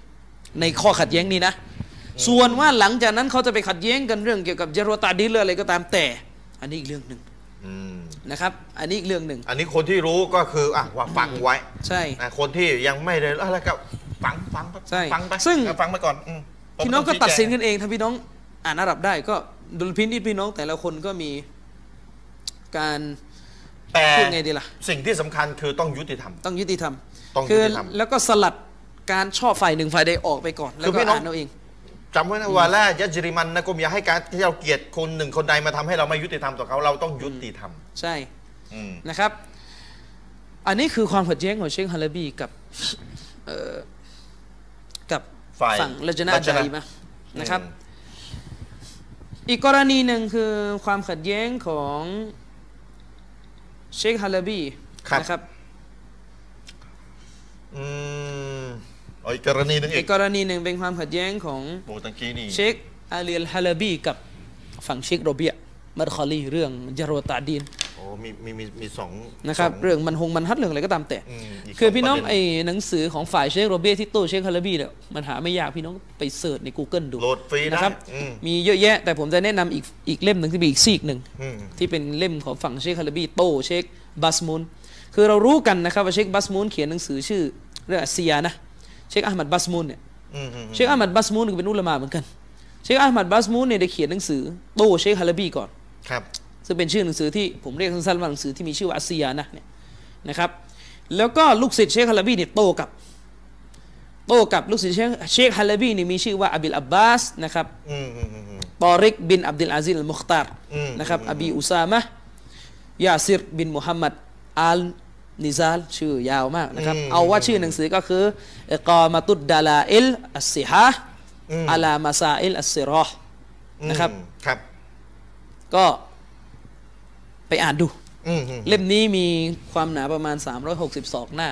[SPEAKER 2] ในข้อขัดแย้งนี้นะ ส่วนว่าหลังจากนั้นเขาจะไปขัดแย้งกันเรื่องเกี่ยวกับเจรวตาดีหรืออะไรก็ตามแต่ อันนี้อีกเรื่องหนึ่ง
[SPEAKER 1] อืม
[SPEAKER 2] นะครับ อันนี้อีกเรื่องหนึ่ง
[SPEAKER 1] อันนี้คนที่รู้ก็คืออ่ะว่าฟังไว้
[SPEAKER 2] ใช่
[SPEAKER 1] นะคนที่ยังไม่ได้อะไรก็ฟังฟังไป
[SPEAKER 2] ใช่
[SPEAKER 1] ฟังไป
[SPEAKER 2] ซึ่ง
[SPEAKER 1] เออฟังไปก่อนอืมผม
[SPEAKER 2] พี่น้องก็
[SPEAKER 1] ชี้
[SPEAKER 2] ตัดสิน
[SPEAKER 1] แจ
[SPEAKER 2] กันเอง ถ้าพี่น้องอ่านอาหรับได้ก็ดุลพินิจพี่น้องแต่ละคนก็มีการ
[SPEAKER 1] แต่
[SPEAKER 2] พูดไงดีล่ะ
[SPEAKER 1] สิ่งที่สำคัญคือต้องยุติธรรม
[SPEAKER 2] ต้องยุติธรรม
[SPEAKER 1] ต้องยุ
[SPEAKER 2] คือ
[SPEAKER 1] ติธรรม
[SPEAKER 2] แล้วก็สลัดการชอบฝ่ายหนึ่งฝ่ายใดออกไปก่อน
[SPEAKER 1] คือ
[SPEAKER 2] แล้วก็
[SPEAKER 1] พี่น้อง
[SPEAKER 2] อ่านเอาเอง
[SPEAKER 1] จำไว้นะวาล่ายะจริมันนะกุมอย่าให้การที่เราเกลียดคนหนึ่งคนใดมาทำให้เราไม่ยุติธรรมต่อเขาเราต้องยุติธรรม
[SPEAKER 2] ใช่
[SPEAKER 1] อืม
[SPEAKER 2] นะครับ อันนี้คือความขัดแย้งของเชคฮาลาบีกับเอ่อกับ
[SPEAKER 1] ฝ่าย
[SPEAKER 2] ฝั่งรัจนะ
[SPEAKER 1] รั
[SPEAKER 2] ใดมานะครับ
[SPEAKER 1] อืม
[SPEAKER 2] อีกกรณีหนึ่งคือความขัดแย้งของเชคฮาลาบี
[SPEAKER 1] ครับ
[SPEAKER 2] นะครับ
[SPEAKER 1] อืมเอาอีกกรณีหนึ่ง
[SPEAKER 2] อี
[SPEAKER 1] อี
[SPEAKER 2] ก
[SPEAKER 1] ก
[SPEAKER 2] กรณีหนึ่งเป็นความขัดแย้งของ
[SPEAKER 1] โบตังกี้นี่
[SPEAKER 2] เชคอาลีอัลฮาลาบีกับฝั่งเชคโรเบียมัดคอลีเรื่องจารวตาดีน
[SPEAKER 1] โอ้มีมีมีมีสอง
[SPEAKER 2] นะครับ
[SPEAKER 1] สอง
[SPEAKER 2] เรื่องมันหงมันฮัดเรื่องอะไรก็ตามแต่
[SPEAKER 1] อืมก
[SPEAKER 2] คือ
[SPEAKER 1] ส
[SPEAKER 2] พี่น้อง
[SPEAKER 1] ประ
[SPEAKER 2] ไอ
[SPEAKER 1] เด็
[SPEAKER 2] หนังสือของฝ่ายเชคโรเบียที่ตู้เชคฮาลาบีเนี่ยมันหาไม่ยากพี่น้องไปเสิร์ชใน Google ดู
[SPEAKER 1] โหลดฟรีนะ
[SPEAKER 2] นะครับ
[SPEAKER 1] อืม
[SPEAKER 2] มีเยอะแยะ แต่ผมจะแนะนำอีกอีกเล่มหนึ่งที่เป็นอีกซีกหนึ่ง
[SPEAKER 1] อืม
[SPEAKER 2] ที่เป็นเล่มของฝั่งเชคฮาลาบีโตเชคบัสมูนคือเรารู้กันนะครับว่าเชคบัสมูนเขียนหนังสือชื่อเรื่องอาเซียนะเชคอาห์มัดบัสมูนเนี่ย
[SPEAKER 1] อืมอืม
[SPEAKER 2] เชคอาห์มัดบัสมูนก็เป็นอุลามะเหมือนกันเชคอาห์มัดบัสมูนเนี่ยได้เขียนหนังสือโตเชคฮาลาบีก่อน
[SPEAKER 1] ครับ
[SPEAKER 2] ซึ่งเป็นชื่อหนังสือที่ผมเรียกสั้นๆว่าหนังสือที่มีชื่อว่าอาเซียนะเนี่ยนะครับแล้วก็ลูกศิษย์เชคฮาลาบีเนี่ยโตกับ โตกับลูกศิษย์เชคเชคฮาลาบีเนี่ยมีชื่อว่าอบิลอับบาสนะครับ
[SPEAKER 1] อืมอืมอืมอืม
[SPEAKER 2] ตอริกบินอับดุลอาซิลอัลมุคตาร
[SPEAKER 1] อืม
[SPEAKER 2] นะครับอบีอุซามะห์ยาซิรบินมุฮัมมัดอัลนิซาลชื่อยาวมากนะครับเอาว่าชื่อหนังสือก็คืออิกามาตุดดาลาอิลอัสซิฮะห์อาลามาซาอิลอัสซิรอห์
[SPEAKER 1] อืม
[SPEAKER 2] นะครับ
[SPEAKER 1] ครับ
[SPEAKER 2] ก็ไปอ่านดู
[SPEAKER 1] อืมอืม
[SPEAKER 2] เล่มนี้มีความหนาประมาณ 362 หน้า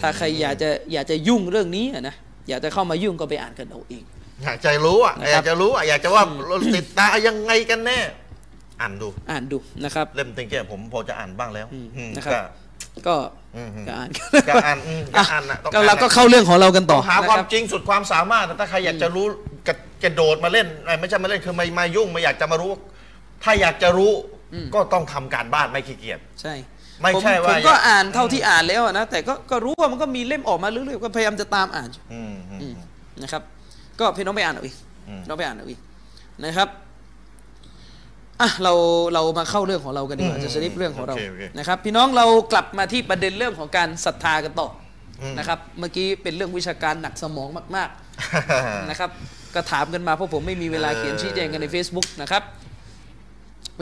[SPEAKER 2] ถ้าใครอยากจะอยากจะยุ่งเรื่องนี้อะนะ อยากจะเข้ามายุ่งก็ไปอ่านกันเอาเอง
[SPEAKER 1] อยากจะรู้อ่ะ
[SPEAKER 2] นะค
[SPEAKER 1] อยา
[SPEAKER 2] รับ
[SPEAKER 1] กจะรู้อ่ะอยากจะว่าติดตายังไงกันแน่ อ่านดู
[SPEAKER 2] อ่านดูนะครับ
[SPEAKER 1] เล่มตังเกียผมพอจะอ่านบ้างแล้วอืม
[SPEAKER 2] นะครับ
[SPEAKER 1] ก็
[SPEAKER 2] ก็
[SPEAKER 1] อืม
[SPEAKER 2] ก็อ่านกัน
[SPEAKER 1] ก็อ่านอืมก็อ่านน่ะต้อง
[SPEAKER 2] ก็
[SPEAKER 1] อ่าน
[SPEAKER 2] เรา
[SPEAKER 1] น่ะ
[SPEAKER 2] ก็เข้าเรื่องของเรากันต่อ
[SPEAKER 1] หา
[SPEAKER 2] นะ
[SPEAKER 1] ความ
[SPEAKER 2] รับ
[SPEAKER 1] จริงสุดความสามารถนะถ้าใครอยากจะรู้กระกระโดดมาเล่นเอ้ยไม่ใช่มาเล่นคือไม่มายุ่งไม่อยากจะมารู้ ถ้าอยากจะรู้ก็ต้องทำการบ้านไม่ขี้เกียจ
[SPEAKER 2] ใช่
[SPEAKER 1] ไม่ใช่
[SPEAKER 2] ผ
[SPEAKER 1] ว่า
[SPEAKER 2] ผมก็
[SPEAKER 1] อย่าง
[SPEAKER 2] อ่านเท่าที่อ่านแล้วอะนะ แต่ก็ก็รู้ว่ามันก็มีเล่มออกมาเรื่อยๆก็พยายามจะตามอ่านอยู่
[SPEAKER 1] อืมอืม
[SPEAKER 2] นะครับ ก็พี่น้องไปอ่านเอาเอง
[SPEAKER 1] อืม
[SPEAKER 2] น้องไปอ่านเอาเองนะครับอ่ะเราเรามาเข้าเรื่องของเรากันดีกว่าจะชนิดเรื่องของเรา
[SPEAKER 1] โอเคโอเค
[SPEAKER 2] นะครับ พี่น้องเรากลับมาที่ประเด็นเรื่องของการศรัทธากันต่ออ
[SPEAKER 1] ม
[SPEAKER 2] นะครับ เมื่อกี้เป็นเรื่องวิชาการหนักสมองมาก ๆ นะครับ ก็ถามกันมาเพราะผมไม่มีเวลาเขียนชี้แจงกันใน Facebook นะครับ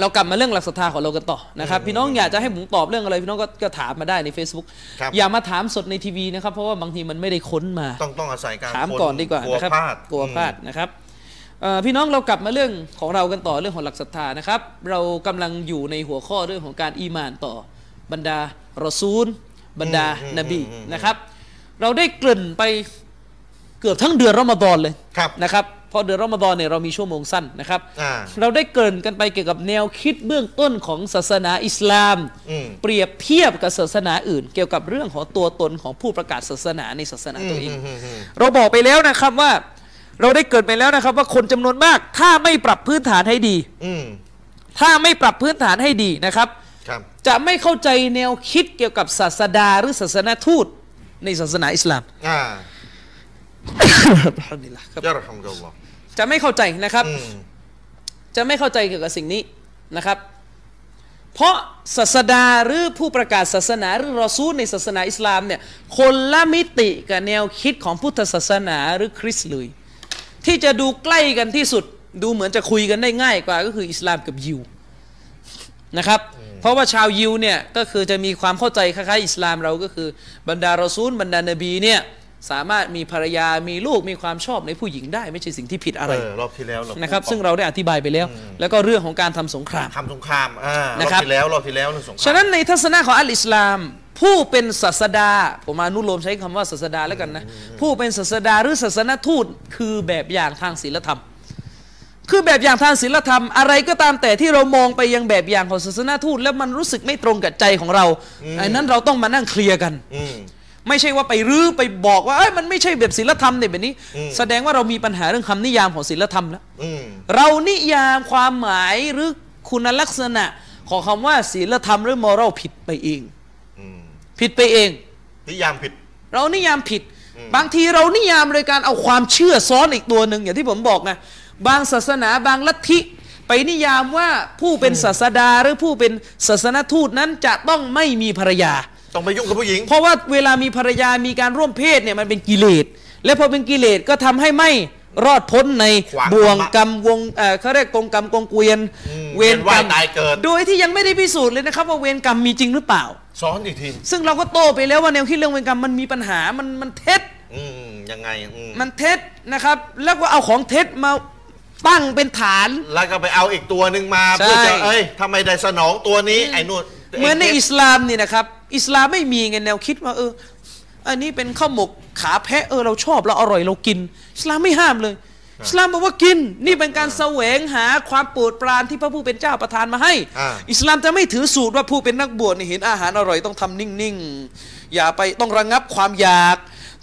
[SPEAKER 2] เรากลับมาเรื่องหลักศรัทธาของเรากันต่อนะครับ พี่น้องอยากจะให้ผมตอบเรื่องอะไร พี่น้องก็ก็ถามมาได้ใน Facebook
[SPEAKER 1] ครับ
[SPEAKER 2] อย่ามาถามสดในทีวีนะครับเพราะว่าบางทีมันไม่ได้ค้นมา
[SPEAKER 1] ต้องต้องอาศัยการ
[SPEAKER 2] ถาม
[SPEAKER 1] ค้
[SPEAKER 2] ก่อนดีกว่า
[SPEAKER 1] ลัว
[SPEAKER 2] นะครับ
[SPEAKER 1] พลาด
[SPEAKER 2] กลัวพลาดนะครับเอ่อพี่น้องเรากลับมาเรื่องของเรากันต่อเรื่องของหลักศรัทธานะครับ เรากำลังอยู่ในหัวข้อเรื่องของการอีหมานต่อบรรดารอซูล บรรดานบีนะครับ เราได้เกริ่นไปเกือบทั้งเดือนรอมฎอนเลย
[SPEAKER 1] ครับ
[SPEAKER 2] นะครับเพราะเดือนรอมฎอนเนี่ยเรามีชั่วโมงสั้นนะครับ
[SPEAKER 1] อ่า
[SPEAKER 2] เราได้เกริ่นกันไปเกี่ยวกับแนวคิดเบื้องต้นของศาสนาอิสลาม
[SPEAKER 1] อืม
[SPEAKER 2] เปรียบเทียบกับศาสนาอื่น เกี่ยวกับเรื่องของตัวตนของผู้ประกาศศาสนาในศาสนาตัวเอง
[SPEAKER 1] อืมอืมอืม
[SPEAKER 2] เราบอกไปแล้วนะครับว่า เราได้เกริดไปแล้วนะครับว่าคนจำนวนมาก ถ้าไม่ปรับพื้นฐานให้ดี
[SPEAKER 1] อืม
[SPEAKER 2] ถ้าไม่ปรับพื้นฐานให้ดีนะครับ
[SPEAKER 1] ครับ
[SPEAKER 2] จะไม่เข้าใจแนวคิดเกี่ยวกับศาสดาหรือศาสนาทูตในศาสนาอิส ลาม
[SPEAKER 1] อ่า
[SPEAKER 2] อัลฮัมดุลิลลาห์ครับ
[SPEAKER 1] ยะเราะฮัมดุลลอฮ์
[SPEAKER 2] จะไม่เข้าใจนะครับ
[SPEAKER 1] อืม
[SPEAKER 2] จะไม่เข้าใจเกี่ยวกับสิ่งนี้นะครับ เพราะศาสดาหรือผู้ประกาศศาสนาหรือรอซูลในศาสนาอิสลามเนี่ยคนละมิติกับแนวคิดของพุทธศาสนาหรือคริสต์เลย ที่จะดูใกล้กันที่สุด ดูเหมือนจะคุยกันได้ง่ายกว่าก็คืออิสลามกับยิวนะครับ เพราะว่าชาวยิวเนี่ยก็คือจะมีความเข้าใจคล้ายๆอิสลามเราก็คือบรรดารอซูลบรรดานบีเนี่ยสามารถมีภรรยามีลูกมีความชอบในผู้หญิงได้ ไม่ใช่สิ่งที่ผิดอะไร
[SPEAKER 1] เออรอบที่แล้วเรา
[SPEAKER 2] นะครับ
[SPEAKER 1] พูด
[SPEAKER 2] ซึ่งเราได้อธิบายไปแล้ว แล้วก็เรื่องของการทำสงคราม
[SPEAKER 1] ทำสงครามอ่า
[SPEAKER 2] นะ
[SPEAKER 1] รอ
[SPEAKER 2] ครับ
[SPEAKER 1] บที่แล้วรอบที่แล้วเรื่องสงคราม
[SPEAKER 2] ฉะนั้นในทัศนะของอัลอิสลาม ผู้เป็นศาสดา ผมอนุโลมใช้คำว่าศาสดาแล้วกันนะ ผู้เป็นศาสดาหรือศาสนทูตคือแบบอย่างทางศีลธรรม คือแบบอย่างทางศีลธรรมอะไรก็ตามแต่ที่เรามองไปยังแบบอย่างของศาสนาทูต แล้วมันรู้สึกไม่ตรงกับใจของเราอันนั้นเราต้องมานั่งเคลียร์กัน
[SPEAKER 1] อืม
[SPEAKER 2] ไม่ใช่ว่าไปรื้อไปบอกว่าเอ้ยมันไม่ใช่แบบศีลธรรมเนี่ยแบบนี้
[SPEAKER 1] อืม
[SPEAKER 2] แสดงว่าเรามีปัญหาเรื่องคำนิยามของศีลธรรมแล้ว
[SPEAKER 1] อืม
[SPEAKER 2] เรานิยามความหมายหรือคุณลักษณะของคำว่าศีลธรรมหรือมอรัลผิดไปเอง
[SPEAKER 1] อืม
[SPEAKER 2] ผิดไปเอง
[SPEAKER 1] นิยามผิด
[SPEAKER 2] เรานิยามผิด บางทีเรานิยามโดยการเอาความเชื่อซ้อนอีกตัวหนึ่งอย่างที่ผมบอกไงบางศาสนาบางลัทธิ ไปนิยามว่าผู้เป็นศาสดาหรือผู้เป็นศาสนทูตนั้นจะต้องไม่มีภรรยา
[SPEAKER 1] ต้องไปยุ่งกับผู้หญิง
[SPEAKER 2] เพราะว่าเวลามีภรรยามีการร่วมเพศเนี่ยมันเป็นกิเลส และพอเป็นกิเลสก็ทำให้ไม่รอดพ้นใน
[SPEAKER 1] ขวาง
[SPEAKER 2] บ่วง
[SPEAKER 1] ธรรมะ
[SPEAKER 2] กรรมวงเอ่อเขาเรียกกงกรรมกงเกวียน
[SPEAKER 1] อืม
[SPEAKER 2] เวรกรรม
[SPEAKER 1] เวียนว่ายตายเกิด
[SPEAKER 2] โดยที่ยังไม่ได้พิสูจน์เลยนะครับว่าเวรกรรมมีจริงหรือเปล่า
[SPEAKER 1] ซ้อนอีกที
[SPEAKER 2] ซึ่งเราก็โต้ไปแล้วว่าแนวคิดเรื่องเวรกรรมมันมีปัญหามันมันเท็จ
[SPEAKER 1] อืม ยังไง อืม
[SPEAKER 2] มันเท็จนะครับ แล้วก็เอาของเท็จมาตั้งเป็นฐาน
[SPEAKER 1] แล้วก็ไปเอาอีกตัวหนึ่งมา
[SPEAKER 2] ใช่
[SPEAKER 1] เพื่อจะเอ้ยทำไมได้สนองตัวนี้ ไอ้นู่น
[SPEAKER 2] เหมือนใน
[SPEAKER 1] ไ
[SPEAKER 2] อิสลามนี่นะครับ อิสลามไม่มีไงแนวคิดว่าเออ อันนี้เป็นข้าวหมกขาแพะเออเราชอบเราอร่อยเรากิน อิสลามไม่ห้ามเลย อิสลามบอกว่ากิน นี่เป็นการแสวงหาความโปรดปรานที่พระผู้เป็นเจ้าประทานมาให้
[SPEAKER 1] อ่า
[SPEAKER 2] อิสลามจะไม่ถือสูตรว่าผู้เป็นนักบวชเนี่ยเห็นอาหารอร่อยต้องทำนิ่งๆ อย่าไปต้องระงับความอยาก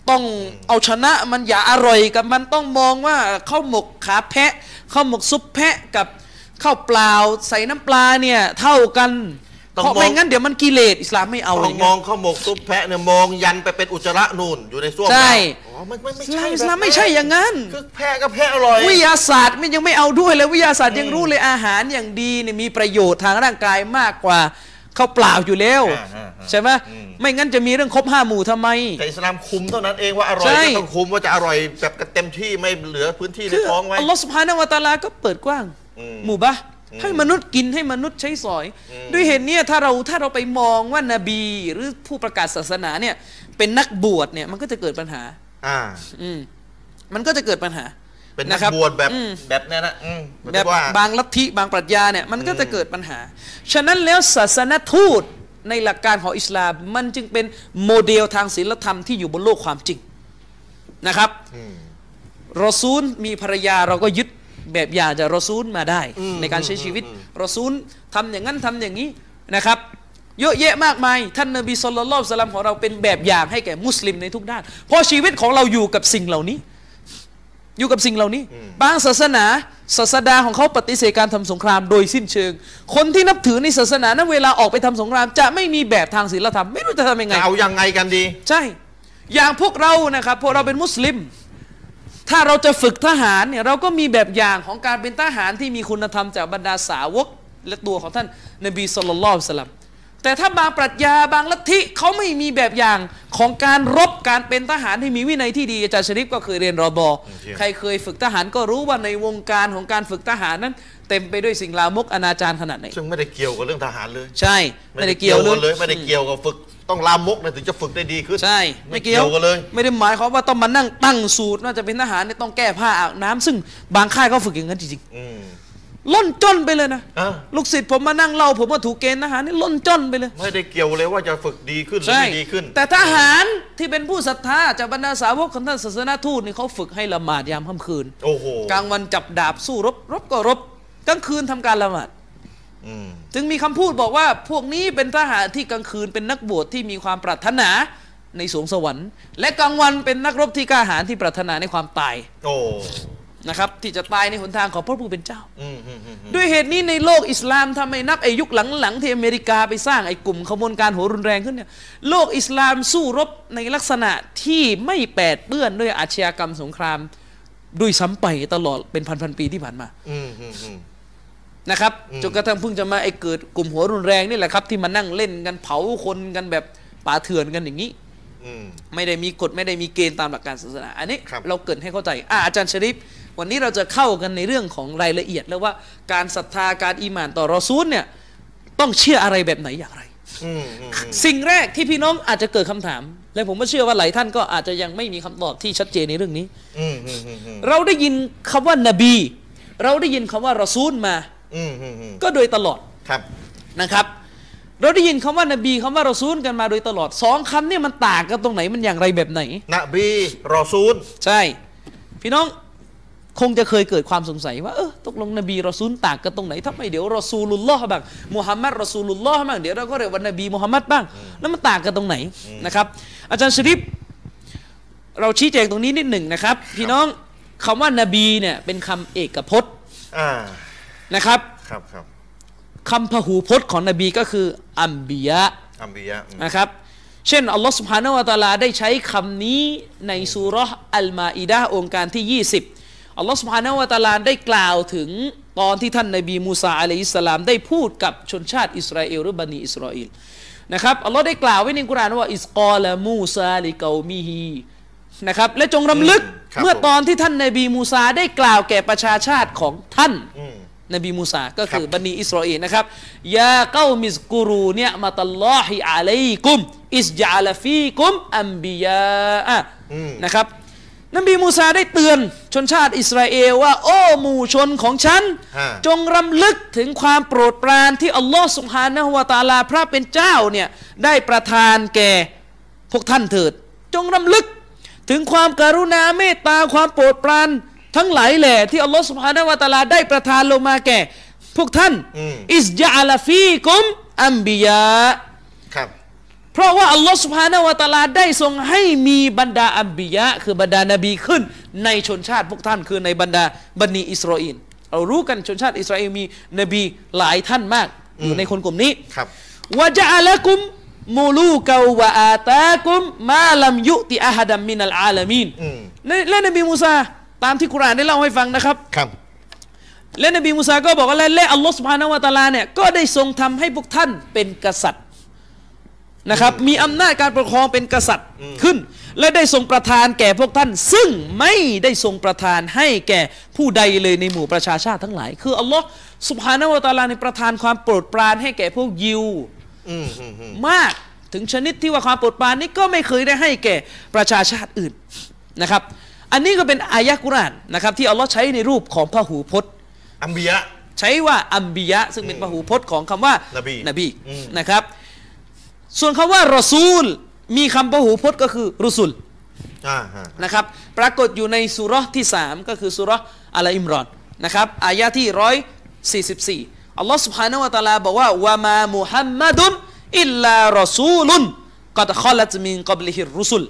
[SPEAKER 2] ต้องเอาชนะมันอย่าอร่อยกับมันต้องมองว่าข้าวหมกขาแพะข้าวหมกซุปแพะกับข้าวเปล่าใส่น้ำปลาเนี่ยเท่ากัน
[SPEAKER 1] ต้อง
[SPEAKER 2] เพราะ
[SPEAKER 1] มอง
[SPEAKER 2] ไม่งั้นเดี๋ยวมันกิเลสอิสลามไม่เอา
[SPEAKER 1] ต้อ
[SPEAKER 2] อ
[SPEAKER 1] งม
[SPEAKER 2] ย่างเงี้
[SPEAKER 1] อย งข้าวหมกซุปแพะเนี่ยมองยันไปเป็นอุจจาระนู่นอยู่ในส้วม
[SPEAKER 2] ใช่
[SPEAKER 1] เราอ๋อมันไม่ไม่
[SPEAKER 2] อิส
[SPEAKER 1] ใช่แบบ
[SPEAKER 2] ลามอิสลามไม่ใช่อย่างนั้น
[SPEAKER 1] คือแพะก็แพะอร่อย
[SPEAKER 2] วิทยาศาสตร์มันยังไม่เอาด้วยเลยวิทยาศาสตร์ยังรู้เลยอาหารอย่างดีเนี่ยมีประโยชน์ทางร่างกายมากกว่าข้าวเปล่าอยู่แล้ว
[SPEAKER 1] อ่าฮะฮะ
[SPEAKER 2] ใช่ไหม
[SPEAKER 1] อืม
[SPEAKER 2] ไม่งั้นจะมีเรื่องครบห้าหมู่ทำไม
[SPEAKER 1] แต่อิสลามคุมเท่านั้นเองว่าอร่อย
[SPEAKER 2] ใช่
[SPEAKER 1] ก็ต้องคุมว่าจะอร่อยแบบกันเต็มที่ไม่เหลือพื้นที่ใน
[SPEAKER 2] คือ
[SPEAKER 1] ท้องไว้
[SPEAKER 2] อัลลอฮ์สุบฮานาวะตะอาลาก็เปิดกว้าง
[SPEAKER 1] อืม
[SPEAKER 2] หมู่บะให้มนุษย์กินให้มนุษย์ใช้สอย
[SPEAKER 1] อืม
[SPEAKER 2] ด้วยเหตุเนี้ยถ้าเราถ้าเราไปมองว่านบีหรือผู้ประกาศศาสนาเนี่ยเป็นนักบวชเนี่ยมันก็จะเกิดปัญหา
[SPEAKER 1] อ่า
[SPEAKER 2] อืมมันก็จะเกิดปัญหา
[SPEAKER 1] เป็นนัก
[SPEAKER 2] ะค
[SPEAKER 1] บวชแบบ
[SPEAKER 2] อืม
[SPEAKER 1] แบบเนี้ยนะอืม
[SPEAKER 2] แบ
[SPEAKER 1] แบบ
[SPEAKER 2] บ
[SPEAKER 1] ว่า
[SPEAKER 2] บางลัทธิบางปรัชญาเนี่ยมันก็จะเกิดปัญหา ฉะนั้นแล้วศาสนทูตในหลักการของอิสลาม มันจึงเป็นโมเดลทางศีลธรรมที่อยู่บนโลกความจริงนะครับ
[SPEAKER 1] อืม
[SPEAKER 2] รอซูลมีภรรยาเราก็ยึดแบบอย่างจากรอซูลมาได้ ในการใช้ชีวิตรอซูลทำอย่างนั้นทำอย่างนี้นะครับ เยอะแยะมากมาย ท่านนบีสุลต่านละสลัมของเราเป็นแบบอย่างให้แก่มุสลิมในทุกด้าน เพราะชีวิตของเราอยู่กับสิ่งเหล่านี้ อยู่กับสิ่งเหล่านี้ บางศาสนา ศาสดาของเขาปฏิเสธการทำสงครามโดยสิ้นเชิง คนที่นับถือในศาสนานั้นเวลาออกไปทำสงคราม จะไม่มีแบบทางศีลธรรม ไม่รู้จะทำยังไง
[SPEAKER 1] จะเอายังไงกันดี
[SPEAKER 2] ใช่ อย่างพวกเรานะครับ พวกเราเป็นมุสลิม ถ้าเราจะฝึกทหารเนี่ยเราก็มีแบบอย่างของการเป็นทหารที่มีคุณธรรมจากบรรดาสาวก และตัวของท่านนบีสุลต่านสลัมแต่ถ้าบางปรัชญาบางลัทธิเขาไม่มีแบบอย่างของการรบการเป็นทหารที่มีวินัยที่ดีอาจารย์ชริปก็เคยเรียนรอบอ
[SPEAKER 1] เยี่ยม
[SPEAKER 2] ใครเคยฝึกทหารก็รู้ว่าในวงการของการฝึกทหารนั้น เต็มไปด้วยสิ่งลามกอนาจารขนาดไหน
[SPEAKER 1] ซึ่งไม่ได้เกี่ยวกับเรื่องทหารเลย
[SPEAKER 2] ใช่ไม่ได้เกี่ยวเล
[SPEAKER 1] นเลย ย ไม่ได้เกี่ยวกับฝึกต้องลามกนะถึงจะฝึกได้ดีขึ้น
[SPEAKER 2] ใช่
[SPEAKER 1] ไม่เกี่ยวกันเลย
[SPEAKER 2] ไม่ได้หมายความว่าต้องมานั่งตั้งสูตรว่าจะเป็นทหารเนี่ยต้องแก้ผ้าอาบน้ำซึ่งบางค่ายเขาฝึกอย่างนั้นจริง
[SPEAKER 1] อืม
[SPEAKER 2] ๆล่นจ้อนไปเลยนะ
[SPEAKER 1] อ่า
[SPEAKER 2] ลูกศิษย์ผมมานั่งเล่าผมว่าถูกเกณฑ์ทหารนี่ล่นจ้อนไปเลย
[SPEAKER 1] ไม่ได้เกี่ยวเลยว่าจะฝึกดีขึ้นหรือ
[SPEAKER 2] ใช่
[SPEAKER 1] ไม่ดีขึ้น
[SPEAKER 2] แต่ทหารที่เป็นผู้ศรัทธาจากบรรดาสาวกของท่านศาสนาทูตนี่เขาฝึกให้ละหมาดยามค่ำคืน
[SPEAKER 1] โอ้โห
[SPEAKER 2] กลางวันจับดาบสู้รบรบก็รบกลางคืนทำการละหมาด
[SPEAKER 1] อืม
[SPEAKER 2] จึงมีคำพูดบอกว่าพวกนี้เป็นทหารที่กลางคืนเป็นนักบวชที่มีความปรารถนาในสวงสวรรค์ และกลางวันเป็นนักรบที่กล้าหาญที่ปรารถนาในความตาย
[SPEAKER 1] โอ้
[SPEAKER 2] นะครับที่จะตายในหนทางของพระผู้เป็นเจ้า
[SPEAKER 1] อืมอืมอืมอืม
[SPEAKER 2] ด้วยเหตุนี้ในโลกอิสลามทำไมนับไอ้ยุคหลังๆที่อเมริกาไปสร้างไอ้กลุ่มขบวนการโหรุนแรงขึ้นเนี่ยโลกอิสลามสู้รบในลักษณะที่ไม่แปดเปื้อนด้วยอาชญากรรมสงครามด้วยซ้ำไปตลอดเป็นพันๆปีที่ผ่านมา
[SPEAKER 1] อืมอืมอืม
[SPEAKER 2] นะครับจนกระทั่งเพิ่งจะมาไอ้เกิดกลุ่มหัวรุนแรงนี่แหละครับ ที่มานั่งเล่นกันเผาคนกันแบบป่าเถื่อนกันอย่างนี้
[SPEAKER 1] อืม
[SPEAKER 2] ไม่ได้มีกฎไม่ได้มีเกณฑ์ตามหลักการศาสนา อันนี้
[SPEAKER 1] ครับ
[SPEAKER 2] เราเกริดให้เข้าใจอ่ะอาจารย์ชริปวันนี้เราจะเข้ากันในเรื่องของรายละเอียด แล้วว่าการศรัทธาการอีหมานต่อรอซูลเนี่ยต้องเชื่ออะไรแบบไหนอย่างไร
[SPEAKER 1] อืมอืมอืม
[SPEAKER 2] สิ่งแรกที่พี่น้องอาจจะเกิดคำถาม และผมก็เชื่อว่าหลายท่านก็อาจจะยังไม่มีคำตอบที่ชัดเจนในเรื่องนี้
[SPEAKER 1] อืมอืมอืมอืม
[SPEAKER 2] เราได้ยินคำว่านบี เราได้ยินคำว่ารอซูลมา
[SPEAKER 1] อืมอืมอืม
[SPEAKER 2] ก็โดยตลอด
[SPEAKER 1] ครับ
[SPEAKER 2] นะครับ เราได้ยินคำว่านบีคำว่ารอซูลกันมาโดยตลอดสองคำเนี่ยมันต่างกันตรงไหนมันอย่างไรแบบไหน
[SPEAKER 1] นบีรอซูล
[SPEAKER 2] ใช่ พี่น้อง คงจะเคยเกิดความสงสัยว่าเออตกลงนบีรอซูลต่างกันตรงไหนทำไมเดี๋ยวรอซูลุลลอฮ์บ้างมูฮัมมัดรอซูลุลลอฮ์บ้างเดี๋ยวเราก็เรียกว่านบีมูฮัมมัดบ้าง แล้วมันต่างกันตรงไหนนะครับ อาจารย์ชริป เราชี้แจงตรงนี้นิดหนึ่งนะครับ พี่น้องคำว่านบีเนี่ยเป็นคำเอกพจน์
[SPEAKER 1] อ่า
[SPEAKER 2] นะครับ
[SPEAKER 1] ครับครับ
[SPEAKER 2] คำพหูพจน์ของนบีก็คืออัมบียะห์
[SPEAKER 1] อัมบียะอืม
[SPEAKER 2] นะครับ เช่น อัลลอฮ์สุบฮานาวะตะอาลาได้ใช้คำนี้ในสุเราะห์อัลมาอิดะห์องค์การที่ 20 อัลลอฮ์สุบฮานาวะตะอาลาได้กล่าวถึงตอนที่ท่านนบีมูซาอะลัยฮิสสลามได้พูดกับชนชาติอิสราเอลหรือบันิอิสราเอลนะครับ อัลลอฮ์ได้กล่าวไว้ในกุรอานว่า อิสกอลมูซาลิกอมิฮีนะครับ และจงรำลึกเมื่อตอนที่ท่านนบีมูซาได้กล่าวแก่ประชาชาติของท่าน
[SPEAKER 1] อืม
[SPEAKER 2] นบีมูซาก็คื
[SPEAKER 1] ค
[SPEAKER 2] อ
[SPEAKER 1] รับ
[SPEAKER 2] บันิอิสราเอลนะครับยาเก้ามิสกุรูเนี่ยมาตัลลอฮิอะลัยกุมอิสจาลฟีกุมอัมบิยาอะนะครับนบีมูซาได้เตือนชนชาติอิสราเอลว่า โอ้หมู่ชนของฉัน
[SPEAKER 1] ฮะ
[SPEAKER 2] จงรำลึกถึงความโปรดปรานที่อัลลอฮ์สุบฮานะฮุวาตะอาลาพระเป็นเจ้าเนี่ยได้ประทานแก่พวกท่านเถิด จงรำลึกถึงความการุณาเมตตาความโปรดปรานทั้งหลายแหล่ที่อัลลอฮ์สุบฮานะฮุวาตะอาลาได้ประทานลงมาแก่ พวกท่าน
[SPEAKER 1] อืม
[SPEAKER 2] อิสยาลาฟีกุมอัมบิยา
[SPEAKER 1] ครับ
[SPEAKER 2] เพราะว่าอัลลอฮ์สุบฮานะฮูวะตะอาลาได้ทรงให้มีบรรดาอัมบิยะห์คือบรรดานบีขึ้น ในชนชาติพวกท่านคือในบรรดาบันิอิสราเอลเรารู้กันชนชาติอิสราเอลมีนบีหลายท่านมากอยู่ในคนกลุ่มนี้
[SPEAKER 1] ครับ
[SPEAKER 2] วะจะอะละกุมมูลูกาวะอาตากุมมาลัมยุติอาฮัดัมมินัลอาลามีน
[SPEAKER 1] อืม
[SPEAKER 2] และนบีมูซาตามที่กุรอานได้เล่าให้ฟังนะครับ
[SPEAKER 1] ครับ
[SPEAKER 2] และนบีมูซาก็บอกว่าและและอัลลอฮ์สุบฮานาวะตะอาลาเนี่ยก็ได้ทรงทำให้พวกท่านเป็นกษัตริย์นะครับ มีอำนาจการปกครองเป็นกษัตริย์ขึ้น และได้ทรงประทานแก่พวกท่าน ซึ่งไม่ได้ทรงประทานให้แก่ผู้ใดเลยในหมู่ประชาชาติทั้งหลาย คืออัลลอฮ์สุบฮานาวะตะอาลาในยประทานความโปรดปรานให้แก่พวกยิว
[SPEAKER 1] อืมอืมอืม
[SPEAKER 2] มากถึงชนิดที่ว่าความโปรดปรานนี้ก็ไม่เคยได้ให้แก่ประชาชาติอื่นนะครับ อันนี้ก็เป็นอายะกุรอานนะครับที่อัลลอฮ์ใช้ในรูปของพหูพจน์
[SPEAKER 1] อัมบียะ
[SPEAKER 2] ใช้ว่าอัมบิยะซึ่งเป็นพหูพจน์ของคำว่าน น
[SPEAKER 1] บีอืม
[SPEAKER 2] นะครับ ส่วนคำว่ารอซูล มีคำพหูพจน์ก็คือรุสุล
[SPEAKER 1] อ่าฮะ
[SPEAKER 2] นะครับ ปรากฏอยู่ในสุเราะห์ที่ 3 ก็คือสุเราะห์อัลอิมรอนนะครับอายะที่ 144 อัลลอฮ์ سبحانه และ تعالى บอกว่าวะมามุฮัมมัดุนอิลลารอซูลุนกัดคอลัตมินกับลิฮิรรุสุล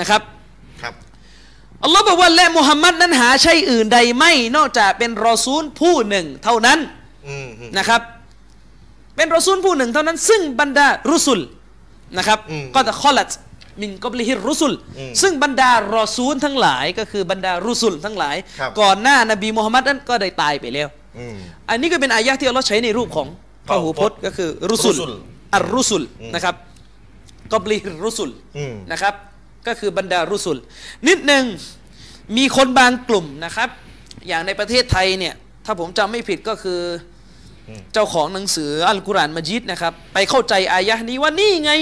[SPEAKER 2] นะครับ
[SPEAKER 1] ครับ
[SPEAKER 2] อัลลอฮ์บอกว่าและมุฮัมมัดนั้นหาใช่อื่นใดไม่ นอกจากเป็นรอซูลผู้หนึ่งเท่านั้น
[SPEAKER 1] อืมอืม
[SPEAKER 2] นะครับเป็นรอซูลผู้หนึ่งเท่านั้น ซึ่งบรรดารุสุลนะครับ
[SPEAKER 1] อืม
[SPEAKER 2] ก็จะคอลัดมินกอบลิฮิรรุสุล
[SPEAKER 1] อืม
[SPEAKER 2] ซึ่งบรรดารอซูลทั้งหลายก็คือบรรดารุสุลทั้งหลาย
[SPEAKER 1] ครับ
[SPEAKER 2] ก่อนหน้านบีมูฮัมมัดนั้นก็ได้ตายไปแล้ว
[SPEAKER 1] อืม
[SPEAKER 2] อันนี้ก็เป็นอายะห์ที่อัลลอฮ์ใช้ในรูปของพหูพจน์ก็คือรุสุล
[SPEAKER 1] รุสุล
[SPEAKER 2] อัรรุสุลนะครับกอบลิฮิรรุสุล
[SPEAKER 1] อืม
[SPEAKER 2] นะครับก็คือบรรดารุสุล นิดหนึ่งมีคนบางกลุ่มนะครับ อย่างในประเทศไทยเนี่ยถ้าผมจำไม่ผิดก็คืออเจ้าของหนังสืออัลกุรอานมะจิดนะครับไปเข้าใจอายะห์นี้ว่านี่ไง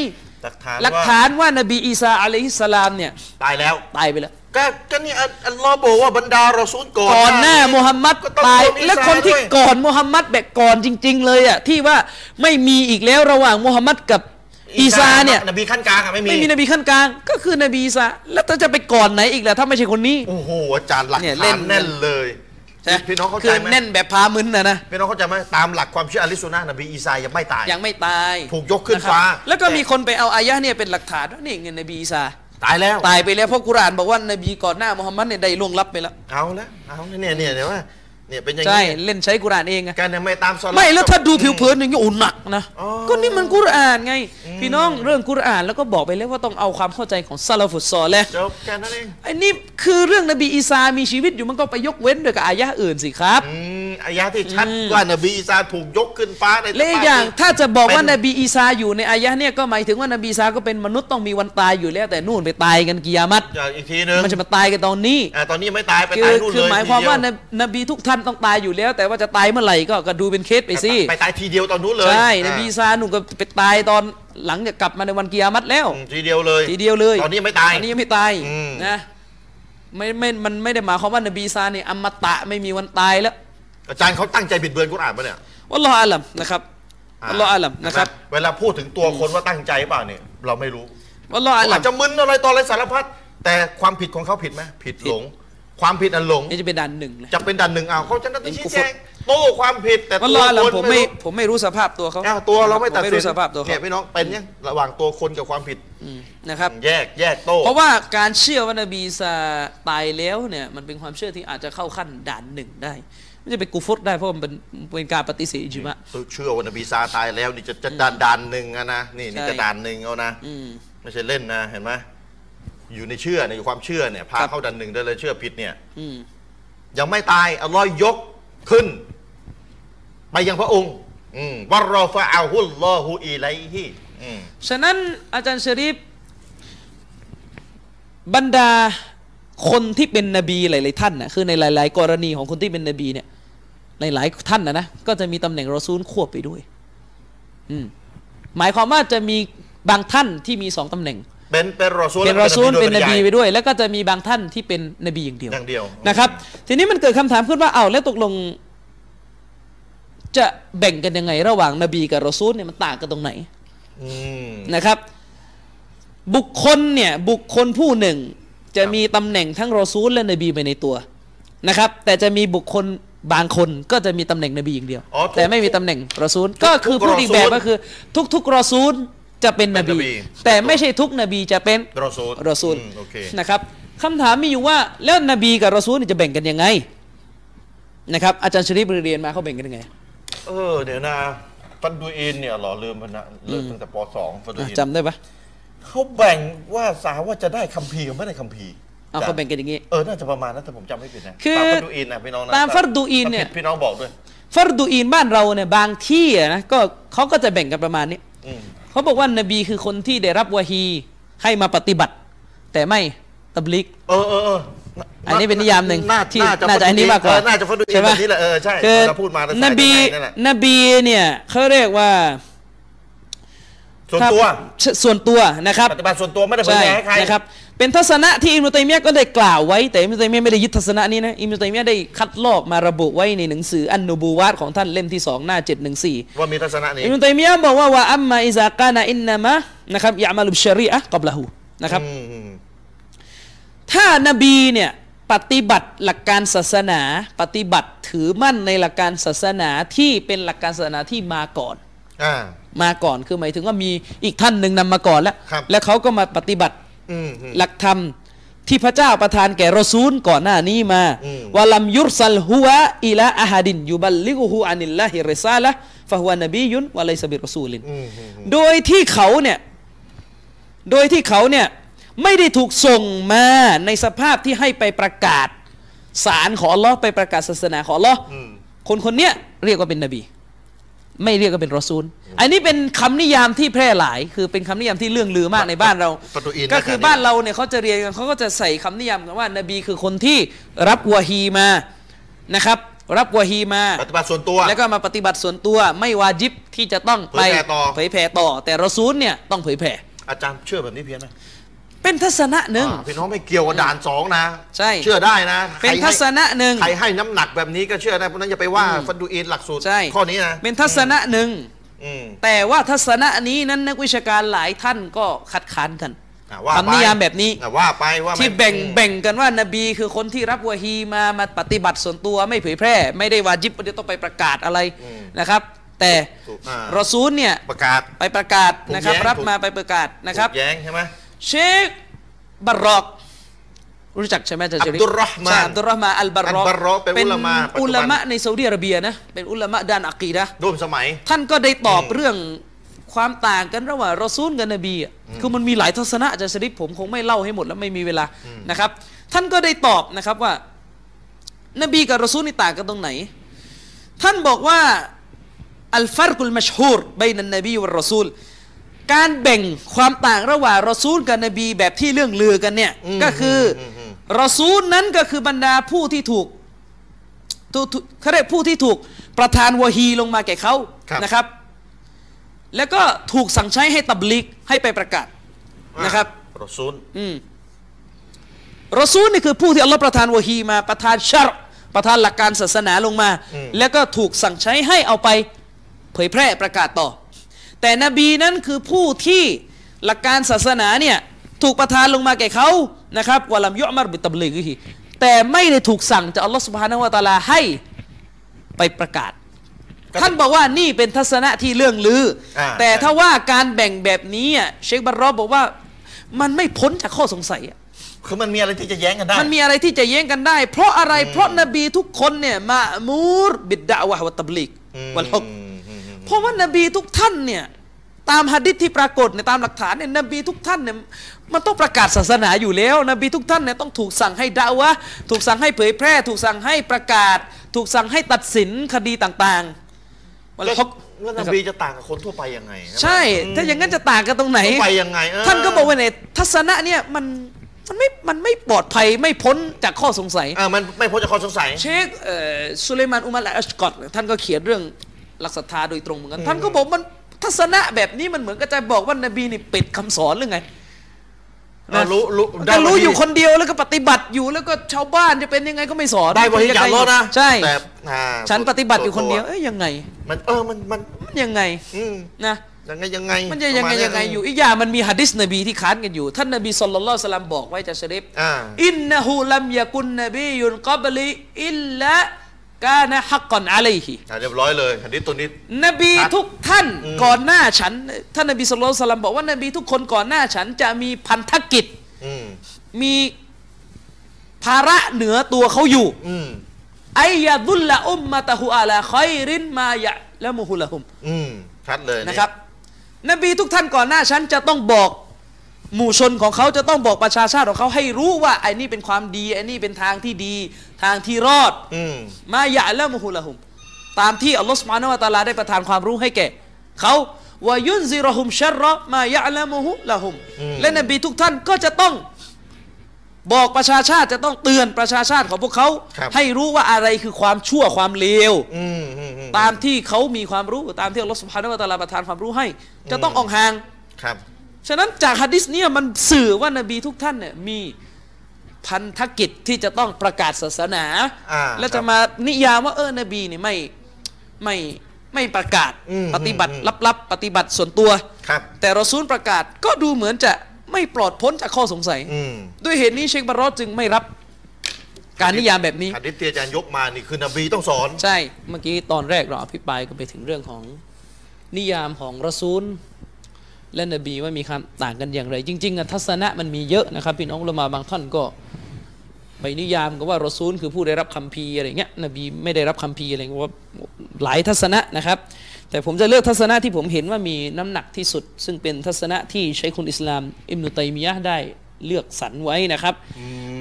[SPEAKER 1] หลักฐาน
[SPEAKER 2] หลัก
[SPEAKER 1] ว่
[SPEAKER 2] ฐานว่านบีอีสาอะลัยฮิสสลามเนี่ย
[SPEAKER 1] ตายแล้ว
[SPEAKER 2] ตายไปแล้ว
[SPEAKER 1] ก็ก็นี่อัลอัลลอฮ์บอกว่าบรรดารอซูลก่อน
[SPEAKER 2] ก่อนหน้ามูฮัมมัด
[SPEAKER 1] ก็อง
[SPEAKER 2] ตาย
[SPEAKER 1] โดนอิสร
[SPEAKER 2] และคนที่
[SPEAKER 1] ด้วย
[SPEAKER 2] ก่อนมูฮัมมัดแบบก่อนจริง ๆ เลยอ่ะที่ว่าไม่มีอีกแล้วระหว่างมูฮัมมัดกับอีซาเนี่ย
[SPEAKER 1] นบีขั้นกลางอะไม่มี
[SPEAKER 2] ไม่มีนบีขั้นกลาง ก็คือนบีอีซาแล้วจะไปก่อนไหนอีกล่ะถ้าไม่ใช่คนนี้
[SPEAKER 1] โอ้โหอาจารย์หลัก
[SPEAKER 2] เนี่ยเล่
[SPEAKER 1] ฐาน
[SPEAKER 2] น
[SPEAKER 1] แน่นเลย
[SPEAKER 2] ใช่ไหม
[SPEAKER 1] พี่น้องเข้า
[SPEAKER 2] คื
[SPEAKER 1] ใจไหม
[SPEAKER 2] แน่นแบบพามึนนะนะ
[SPEAKER 1] พี่น้องเข้าใจไหมตามหลักความเชื่ออะลิสุนนะห์นบีอีสายังไม่ตาย
[SPEAKER 2] ยังไม่ตาย
[SPEAKER 1] ถูกยกขึ้น
[SPEAKER 2] นะครับ
[SPEAKER 1] ฟ้า
[SPEAKER 2] แล้วก็มีคนไปเอาอายะห์เนี่ยเป็นหลักฐานว่านี่ไงนบีอีซา
[SPEAKER 1] ตายแล้ว
[SPEAKER 2] ตายไปแล้วเพราะกุรอานบอกว่านบีก่อนหน้ามูฮัมมัดเนี่ยได้ล่วงลับไปแล้ว
[SPEAKER 1] เอาละเอาละเนี่ยเนี่ยเดี๋ยวว่าเนี่ยเป็นอย่าง
[SPEAKER 2] ใช่
[SPEAKER 1] นี้
[SPEAKER 2] เล่นใช้กุรอานเองอะ
[SPEAKER 1] การเนี่ยไม่ตามสลับ
[SPEAKER 2] ไม่แล้วถ้าดูผิวเผินอย่างนี้ยโอ้หนักนะ
[SPEAKER 1] อ๋อ
[SPEAKER 2] ก็นี่มันกุรอานไง พี่น้องเรื่องกุรอานแล้วก็บอกไปแล้วว่าต้องเอาความเข้าใจของซาลาฟุตซอลแล้ว
[SPEAKER 1] จบแค่นั้นเอง
[SPEAKER 2] ไอ้นี่คือเรื่องนบีอีสามีชีวิตอยู่มันก็ไปยกเว้นด้วยกับอายะห์อื่นสิครับ
[SPEAKER 1] อืมอายะที่ชัดว่านบีอีสาถูกยกขึ้นฟ้าใน
[SPEAKER 2] และอีกอย่างถ้าจะบอกว่า
[SPEAKER 1] เป็น
[SPEAKER 2] บีอีสาอยู่ในอายะห์เนี่ยก็หมายถึงว่านบีอีสาก็เป็นมนุษย์ต้องมีวันตายอยู่แล้วแต่นู่นไปตายกันกิยามัต
[SPEAKER 1] อย่างอีกทีนึง
[SPEAKER 2] มันจะมาตายกันตอนนี้
[SPEAKER 1] อ่าตอนนี้ยังไม่ตายไป
[SPEAKER 2] คื
[SPEAKER 1] ตาย
[SPEAKER 2] อ
[SPEAKER 1] นู่นเลย
[SPEAKER 2] คือหมายความว่า
[SPEAKER 1] ที
[SPEAKER 2] น
[SPEAKER 1] เดี
[SPEAKER 2] บนบีทุกท่านต้องตายอยู่แล้ว แต่ว่าจะตายเมื่อไหร่ก็ก็ดูเป็นเคสไปสิ
[SPEAKER 1] ไปตายทีเดียวตอนนู้นเลย
[SPEAKER 2] ใช่น
[SPEAKER 1] อ่า
[SPEAKER 2] บีอีสาหนูก็ไปตายตอนหลังจากกลับมาในวันกิยามัตแล้ว
[SPEAKER 1] อืมทีเดียวเลย
[SPEAKER 2] ทีเดียวเลย
[SPEAKER 1] ตอนนี้ยังไม่ตาย
[SPEAKER 2] ตอนนี้ยังไม่ตาย
[SPEAKER 1] อืม
[SPEAKER 2] นะไม่ไม่มันไม่ได้หมายความว่านบีซาเนี่ยอมตะไม่มีวันตายแล้ว
[SPEAKER 1] อาจารย์เขาตั้งใจบิดเบือนกุรอานปะเนี่ย
[SPEAKER 2] อัลลอฮฺอาลัมนะครับอัลลอฮฺอาลัมนะครับ
[SPEAKER 1] เห็ไหมเวลาพูดถึงตัวคนว่าตั้งใจเปล่าเนี่ยเราไม่รู้
[SPEAKER 2] อัลลอฮฺอาลั
[SPEAKER 1] อาจ
[SPEAKER 2] ม
[SPEAKER 1] จะมึนอะไรต่ออะไรสารพัดแต่ความผิดของเขาผิดไหมผิดหลง ความผิดอันหลง
[SPEAKER 2] นี่จะเป็นด่านหนึ่งนะ
[SPEAKER 1] จะเป็นดันหนึ่งเอาเขาจะนั่น
[SPEAKER 2] เป็น
[SPEAKER 1] ชี้
[SPEAKER 2] กุฟ
[SPEAKER 1] แจ
[SPEAKER 2] ร
[SPEAKER 1] งโต้ความผิดแต่
[SPEAKER 2] วัน
[SPEAKER 1] ตั
[SPEAKER 2] ร
[SPEAKER 1] ว
[SPEAKER 2] อหลัง
[SPEAKER 1] คน
[SPEAKER 2] ผม
[SPEAKER 1] ไม่
[SPEAKER 2] ไม่
[SPEAKER 1] รู้
[SPEAKER 2] ผมไม่รู้สภาพตัวเขา
[SPEAKER 1] เอ้าตัวเราไม่ตัด
[SPEAKER 2] ผม
[SPEAKER 1] สิน
[SPEAKER 2] ไม่รู้สภาพตัว
[SPEAKER 1] เนี่
[SPEAKER 2] เขา
[SPEAKER 1] ยพี่น้องเป็นยังระหว่างตัวคนกับความผิด
[SPEAKER 2] อืมนะครับ
[SPEAKER 1] แยกแยกโต้
[SPEAKER 2] เพราะว่าการเชื่อว่านบีซาตายแล้วเนี่ยมันเป็นความเชื่อที่อาจจะเข้าขั้นด่านหนึ่งได้ไม่จะไปกูฟตได้เพราะมันเป็นเป็นการปฏิเสธอิจมะ
[SPEAKER 1] เชื่อว่านบีซาตายแล้วนี่จะจะดันดันหนึ่งอะนะนี่นี่
[SPEAKER 2] ใช่
[SPEAKER 1] จะดันหนึ่งเอานะ
[SPEAKER 2] อืม
[SPEAKER 1] ไม่ใช่เล่นนะเห็นไหมอยู่ในเชื่อในยความเชื่อเนี่ยพา
[SPEAKER 2] ครับ
[SPEAKER 1] เข้าดันหนึ่งได้เลยเชื่อผิดเนี่ย
[SPEAKER 2] อืม
[SPEAKER 1] ยังไม่ตายอัลลอฮ์ยกขึ้น ไปยังพระองค์อืมวะรอฟะอาฮุลลอฮุอีไลฮิอืม
[SPEAKER 2] ฉะนั้นอาจารย์ชะริฟบรรดาคนที่เป็นนบีหลาย ๆ ท่านนะคือในหลาย ๆ กรณีของคนที่เป็นนบีเนี่ยในหลายท่านนะนะก็จะมีตำแหน่งรอซูลควบไปด้วย อืมหมายความว่าจะมีบางท่านที่มีสองตำแหน่ง
[SPEAKER 1] เป็นเป็นรอซูล
[SPEAKER 2] เป็นรอซูลเป็นนบีไป
[SPEAKER 1] โดยปริยาย
[SPEAKER 2] ด้วย แล้วก็จะมีบางท่านที่เป็นนบีอย่างเดียว
[SPEAKER 1] อย่างเดียว
[SPEAKER 2] นะครับ ทีนี้มันเกิดคำถามขึ้นว่าเอาวแล้วตกลง จะแบ่งกันยังไง ระหว่างนบีกับรอซูลเนี่ยมันต่างกันตรงไหน
[SPEAKER 1] อืม
[SPEAKER 2] นะครับ บุคคลเนี่ยบุคคลผู้หนึ่ง จะมีตำแหน่งทั้งรอซูลและนบีไปในตัวนะครับ แต่จะมีบุคคลบางคนก็จะมีตำแหน่งนบีอย่างเดียว
[SPEAKER 1] อ๋อทุก
[SPEAKER 2] แต่ไม่มีตำแหน่งรอซูลก็คือ
[SPEAKER 1] ทุก
[SPEAKER 2] พูดอีกแบ
[SPEAKER 1] รอ
[SPEAKER 2] บ
[SPEAKER 1] ซูล
[SPEAKER 2] ก็คือ ทุก ๆ รอซูลจะเป็นนบี
[SPEAKER 1] เป็นนบี
[SPEAKER 2] แต่ไม่ใช่ทุกนบีจะเป็น
[SPEAKER 1] รอซูล
[SPEAKER 2] รอซูล
[SPEAKER 1] อืมโอเค
[SPEAKER 2] นะครับคำถามมีอยู่ว่าแล้วนบีกับรอซูลเนี่ยจะแบ่งกันยังไงนะครับอาจารย์ชริปเรียนมาเขาแบ่งกันยังไง
[SPEAKER 1] เออ เดี๋ยวนะ ฟันดูอินเนี่ยเหรอลืมมันนะเลิกตั้งแต่ปสองฟันดู
[SPEAKER 2] อ่ะ
[SPEAKER 1] อิน
[SPEAKER 2] จำได้ปะ
[SPEAKER 1] เขาแบ่งว่าสาวว่าจะได้คัมภีร์กับไม่ได้คัมภีร์
[SPEAKER 2] เอาเขาแบ่งกันอย่างนี้
[SPEAKER 1] เออ น่าจะประมาณนั้นแต่ผมจำไม่ผิดนะ
[SPEAKER 2] คือ
[SPEAKER 1] ตามฟันดูอินนะพี่น้องนะ
[SPEAKER 2] ตามฟัรดูอินเนี่ย
[SPEAKER 1] ถ้าผิดพี่น้องบอกด้วย
[SPEAKER 2] ฟารดูอีนบ้านเราเนี่ยบางที่อะนะก็เขาก็จะแบ่งกันประมาณนี้
[SPEAKER 1] อืม
[SPEAKER 2] เขาบอกว่านบีคือคนที่ได้รับวะฮีให้มาปฏิบัติ แต่ไม่ตับลิก
[SPEAKER 1] เออเออเออ
[SPEAKER 2] อันนี้เป็นนิยามหนึ่งที่น่าจะอันนี้มากก
[SPEAKER 1] เอ
[SPEAKER 2] ว่า
[SPEAKER 1] อน่าจะฟันดูอิน
[SPEAKER 2] ใช่ไหม
[SPEAKER 1] แบบนี้แหละเออใช่
[SPEAKER 2] คือ
[SPEAKER 1] เราพูดมาตั้งแต่
[SPEAKER 2] นบี
[SPEAKER 1] ไหนนั่นแหละ
[SPEAKER 2] นบีเนี่ยเขาเรียกว่า
[SPEAKER 1] ส่วนตัว
[SPEAKER 2] ส่วนตัวนะครับ
[SPEAKER 1] ปฏิบัติส่วนตัวไม่ได้เผย
[SPEAKER 2] ใช่
[SPEAKER 1] แพร่ให้ใคร
[SPEAKER 2] นะครับ เป็นทัศนะที่อิมนุตัยมียะห์ก็ได้กล่าวไว้ แต่อิมนุตัยมียะห์ไม่ได้ยึดทัศนะนี้นะ อิมนุตัยมียะห์ได้คัดลอกมาระบุไว้ในหนังสืออันนูบูวาตของท่านเล่มที่ 2 หน้า 714
[SPEAKER 1] ว่ามีทัศนะนี้
[SPEAKER 2] อิมนุตัยมียะห์บอกว่าว่าอัมมาอิซากานะอินนามะนะครับยะมาลุบชรีอะห์กับละหูนะครับ
[SPEAKER 1] อืมอืม
[SPEAKER 2] ถ้านบีเนี่ยปฏิบัติหลักการศาสนา ปฏิบัติถือมั่นในหลักการศาสนาที่เป็นหลักการศาสนาที่มาก่อน
[SPEAKER 1] อ่า
[SPEAKER 2] มาก่อนคือหมายถึงว่ามีอีกท่านหนึ่งนำมาก่อนแล้ว
[SPEAKER 1] ครับ
[SPEAKER 2] และเขาก็มาปฏิบัติ
[SPEAKER 1] อืมอืม
[SPEAKER 2] หลักธรรมที่พระเจ้าประทานแก่รอซูลก่อนหน้านี้มา
[SPEAKER 1] อืม
[SPEAKER 2] วะลัมยุรซัลฮุวะอิลาอาฮาดินยูบัลลิกุฮูอานิลลาฮิริซาละฟะฮุวะนบียุนวะไลซะบิรอซูลิน
[SPEAKER 1] อืมอืม
[SPEAKER 2] โดยที่เขาเนี่ย โดยที่เขาเนี่ย ไม่ได้ถูกส่งมาในสภาพที่ให้ไปประกาศสารของอัลลอฮ์ไปประกาศศาสนาของอัลลอฮ์
[SPEAKER 1] อืม
[SPEAKER 2] คนคนเนี้ยเรียกว่าเป็นนบี ไม่เรียกว่าเป็นรอซูล อันนี้เป็นคำนิยามที่แพร่หลาย คือเป็นคำนิยามที่เรื่องลือมากในบ้านเรา
[SPEAKER 1] ปะตูอิน
[SPEAKER 2] ก็คือ
[SPEAKER 1] นะครับ
[SPEAKER 2] บ้านเราเนี่ยเขาจะเรียนกันเขาก็จะใส่คำนิยามกันว่านบีคือคนที่รับวะฮีมานะครับ รับวะฮีมา
[SPEAKER 1] ปฏิบัติส่วนตัว
[SPEAKER 2] แล้วก็มาปฏิบัติส่วนตัวไม่วาจิบที่จะต้องไป
[SPEAKER 1] เผยแผ่ต่อ
[SPEAKER 2] เผยแผ่ต่อ แต่รอซูลเนี่ยต้องเผยแผ่
[SPEAKER 1] อาจารย์เชื่อแบบนี้เพี้ยนไหม
[SPEAKER 2] เป็นทัศนะหนึ่ง
[SPEAKER 1] อ่าพี่น้องไม่เกี่ยวกับด่านสองนะ
[SPEAKER 2] ใช่
[SPEAKER 1] เชื่อได้นะ
[SPEAKER 2] เป็
[SPEAKER 1] ใคร
[SPEAKER 2] น
[SPEAKER 1] ให้
[SPEAKER 2] ทัศนะหนึ่ง
[SPEAKER 1] ใครให้น้ำหนักแบบนี้ก็เชื่อได้เพราะฉะนั้นอย่าไปว่าฟันดูอินหลักสูตร
[SPEAKER 2] ใช่
[SPEAKER 1] ข้อนี้นะ
[SPEAKER 2] เป็นทัศนะหนึ่ง
[SPEAKER 1] อืม
[SPEAKER 2] แต่ว่าทัศนะนี้นั้นนักวิชาการหลายท่านก็คัดค้านกัน
[SPEAKER 1] อ่ะว่าไป
[SPEAKER 2] คำนิยามแบบนี้
[SPEAKER 1] อ่ะว่าไปว่าไม่
[SPEAKER 2] ที่แบ่ง
[SPEAKER 1] อืม
[SPEAKER 2] แบ่งกันว่านบีคือคนที่รับวะฮีมามาปฏิบัติส่วนตัวไม่เผยแพร่ ไม่ได้วาจิบว่าจะต้องไปประกาศอะไรนะครับ แต่
[SPEAKER 1] ถูกอ่าร
[SPEAKER 2] อซูลเนี่ย
[SPEAKER 1] ประกาศ
[SPEAKER 2] ไปประกาศ
[SPEAKER 1] ถูก
[SPEAKER 2] นะครับ
[SPEAKER 1] แย้ง
[SPEAKER 2] รับ
[SPEAKER 1] ถูก
[SPEAKER 2] มาไปประกาศนะครับ
[SPEAKER 1] ถูกแย้งใช่ไหม
[SPEAKER 2] เชคบัรรอกรู้จักใช่ไหมอาจารย์เจ
[SPEAKER 1] อับดุลรอห์มาน
[SPEAKER 2] ใช่อับดุลรอห์มานอัลบัรรอ
[SPEAKER 1] อั
[SPEAKER 2] ก
[SPEAKER 1] ลบัรรอกเป็นอุลามะปัจจุบัน
[SPEAKER 2] อุลามะในซาอุดิอาระเบียนะเป็นอุลามะด้านอะกีดะห์
[SPEAKER 1] ร่วมสมัย
[SPEAKER 2] ท่านก็ได้ตอบ
[SPEAKER 1] อืม
[SPEAKER 2] เรื่องความต่างกันระหว่างรอซูลกับนบีอ่ะคือมันมีหลายทัศนะอาจารย์ชริปผมคงไม่เล่าให้หมดแล้วไม่มีเวลานะครับ ท่านก็ได้ตอบนะครับว่า นบีกับรอซูลนี่ต่างกันตรงไหน ท่านบอกว่าอัลฟารกุลมัชฮูรบนันนบีวะรอซูล การแบ่งความต่างระหว่างรอซูลกับนบีแบบที่เรื่องลือกันเนี่ย
[SPEAKER 1] อืม
[SPEAKER 2] ก็คืออ
[SPEAKER 1] มอืม
[SPEAKER 2] รอซูลนั้นก็คือบรรดาผู้ที่ถูก ถูกถูกเขาเรียกผู้ที่ถูกประทานวะฮีลงมาแก่เขา
[SPEAKER 1] ครับ
[SPEAKER 2] นะครับ แล้วก็ถูกสั่งใช้ให้ตับลิกให้ไปประกาศนะครับ
[SPEAKER 1] รอซูล
[SPEAKER 2] อืมรอซูลนี่คือผู้ที่อัลลอฮ์ประทานวะฮีมาประทานชาร์ประทานหลักการศาสนาลงมา
[SPEAKER 1] อืม
[SPEAKER 2] แล้วก็ถูกสั่งใช้ให้เอาไปเผยแพร่ประกาศต่อ แต่นบีนั้นคือผู้ที่หลักการศาสนาเนี่ยถูกประทานลงมาแก่เขานะครับวะลัมยุอ์มัรบิตับลิกฮิ แต่ไม่ได้ถูกสั่งจากอัลลอฮฺสุบฮานาวะตะอาลาให้ไปประกาศ
[SPEAKER 1] ก็
[SPEAKER 2] ท่านบอกว่านี่เป็นทัศนะที่เรื่องลือ
[SPEAKER 1] อ่า
[SPEAKER 2] แต่ถ้าว่าการแบ่งแบบนี้อ่ะเชคบัรรอบบอกว่ามันไม่พ้นจากข้อสงสัยอ่ะ
[SPEAKER 1] คือมันมีอะไรที่จะแย้งกันได้
[SPEAKER 2] มันมีอะไรที่จะแย้งกันได้ เพราะอะไร เพราะนบีทุกคนเนี่ยมามูรบิดดะวะฮ์วัตตับลิก
[SPEAKER 1] อืม
[SPEAKER 2] วัลฮุก
[SPEAKER 1] อืมอืมอืม
[SPEAKER 2] เพราะว่านบีทุกท่านเนี่ยตามหะดิษที่ปรากฏเนี่ยตามหลักฐานเนี่ยนบีทุกท่านเนี่ยมันต้องประกาศศาสนาอยู่แล้ว นบีทุกท่านเนี่ยต้องถูกสั่งให้ดะวะห์ถูกสั่งให้เผยแพร่ ถูกสั่งให้ประกาศ ถูกสั่งให้ตัดสินคดีต่างๆวัลฮุก
[SPEAKER 1] แล้วน
[SPEAKER 2] นะครับ
[SPEAKER 1] บีจะต่างกับคนทั่วไปยังไง
[SPEAKER 2] ใช่ ถ้าอย่างนั้นจะต่างกันตรงไหน
[SPEAKER 1] ทั่วไปยังไงเ
[SPEAKER 2] ท่านก็บอกว่าเนี่ยทัศนะเนี่ยมันมันไม่มันไม่ปลอดภัยไม่พ้นจากข้อสงสัย
[SPEAKER 1] อ่ามันไม่พ้นจากข้อสงสัย
[SPEAKER 2] เชคเอ่อสุเลมานอุมัรอัลอัชกอตเนี่ยท่านก็เขียนเรื่องหลักศรัทธาโดยตรงเหมือนกัน ท่านก็บอกมันทัศนะแบบนี้มันเหมือนกับจะบอกว่านบีนี่ปิดคำสอนหรือไง
[SPEAKER 1] อ่ารู้รู้ได้
[SPEAKER 2] ก็รู้
[SPEAKER 1] ว่าที่
[SPEAKER 2] อยู่คนเดียวแล้วก็ปฏิบัติอยู่แล้วก็ชาวบ้านจะเป็นยังไงก็ไม่สอน
[SPEAKER 1] ได้บริจาครถนะ
[SPEAKER 2] ใช่
[SPEAKER 1] แต่อ่า
[SPEAKER 2] ฉันปฏิบัติอยู่คนเดียว
[SPEAKER 1] ส่ตั
[SPEAKER 2] เอ้ยยังไง
[SPEAKER 1] มันเออมันมัน
[SPEAKER 2] มันยังไง
[SPEAKER 1] อืม
[SPEAKER 2] นะ
[SPEAKER 1] ยังไงยังไง
[SPEAKER 2] มันจะยังไงยังไงอยู่อีกอย่างมันมีหะดิษนบีที่ค้านกันอยู่ ท่านนบีสุลต่านละสลัมบอกไว้จะชะริฟ
[SPEAKER 1] อ่า
[SPEAKER 2] อินนะฮูลัมยะกุนนบียุนกับลิอิลละกานะฮักกอนอะลัยฮิ
[SPEAKER 1] อ่าเรียบร้อยเลยอันนี้ตัวนี้
[SPEAKER 2] นบี
[SPEAKER 1] ครับ
[SPEAKER 2] ทุกท่าน
[SPEAKER 1] อืม
[SPEAKER 2] ก่อนหน้าฉัน ท่านนบีสุลต่านละสลัมบอกว่านบีทุกคนก่อนหน้าฉันจะมีพันธกิจ
[SPEAKER 1] อืม
[SPEAKER 2] มีภาระเหนือตัวเขาอยู่
[SPEAKER 1] อืม
[SPEAKER 2] ไอยาดุลละอุมมาตะฮูอาลาคอยรินมายะละมุฮุละฮุม
[SPEAKER 1] อืมชัดเลย
[SPEAKER 2] นะครับนบีทุกท่านก่อนหน้าฉันจะต้องบอกหมู่ชนของเขาจะต้องบอกประชาชาติของเขาให้รู้ว่าไอ้นี่เป็นความดีไอ้นี่เป็นทางที่ดี ทางที่รอด
[SPEAKER 1] อืม
[SPEAKER 2] มาหยะละมุฮุละหุม ตามที่อัลลอฮฺสุบฮานาวะตะอาลาได้ประทานความรู้ให้แก่เขาวายุนซิรอฮุมชัรรอมายะละมุฮุละหุม และนบีทุกท่านก็จะต้องบอกประชาชาติจะต้องเตือนประชาชาติของพวกเขา
[SPEAKER 1] ครับ
[SPEAKER 2] ให้รู้ว่าอะไรคือความชั่วความเลว
[SPEAKER 1] อืมอืมอืม
[SPEAKER 2] ตามที่เขามีความรู้ตามที่อัลลอฮฺสุบฮานาวะตะอาลาประทานความรู้ให้ จะต้องออกห่าง
[SPEAKER 1] ครับ
[SPEAKER 2] ฉะนั้นจากฮะดิษเนี่ยมันสื่อว่านบีทุกท่านเนี่ยมีพันธกิจที่จะต้องประกาศศาสนา
[SPEAKER 1] อ่า
[SPEAKER 2] และ
[SPEAKER 1] ครั
[SPEAKER 2] จะ
[SPEAKER 1] บ
[SPEAKER 2] มานิยามว่าเออนบีเนี่ยไม่ไม่ไม่ประกาศ
[SPEAKER 1] อืม
[SPEAKER 2] ปฏิบัติ
[SPEAKER 1] อืม
[SPEAKER 2] ลับๆ ปฏิบัติส่วนตัว
[SPEAKER 1] ครับ
[SPEAKER 2] แต่เราซูลประกาศก็ดูเหมือนจะไม่ปลอดพ้นจากข้อสงสัย
[SPEAKER 1] อืม
[SPEAKER 2] ด้วยเหตุนี้เชคบารอดจึงไม่รับการนิยามแบบนี้
[SPEAKER 1] อันนี้ที่อาจารย์ยกมานี่คือนบีต้องสอน
[SPEAKER 2] ใช่ เมื่อกี้ตอนแรกเราอภิปรายกันไปถึงเรื่องของนิยามของรอซูล และนบีว่ามีความต่างกันอย่างไร จริงๆอะทัศนะมันมีเยอะนะครับพี่น้องอุละมาบางท่านก็ไปนิยามกันว่ารอซูลคือผู้ได้รับคัมภีร์อะไรเงี้ยนบีไม่ได้รับคัมภีร์อะไรเงี้ยว่าหลายทัศนะนะครับ แต่ผมจะเลือกทัศนะที่ผมเห็นว่ามีน้ำหนักที่สุด ซึ่งเป็นทัศนะที่ใช้คุณอิสลาม อิมนุตัยมียะห์ได้เลือกสรรไว้นะครับ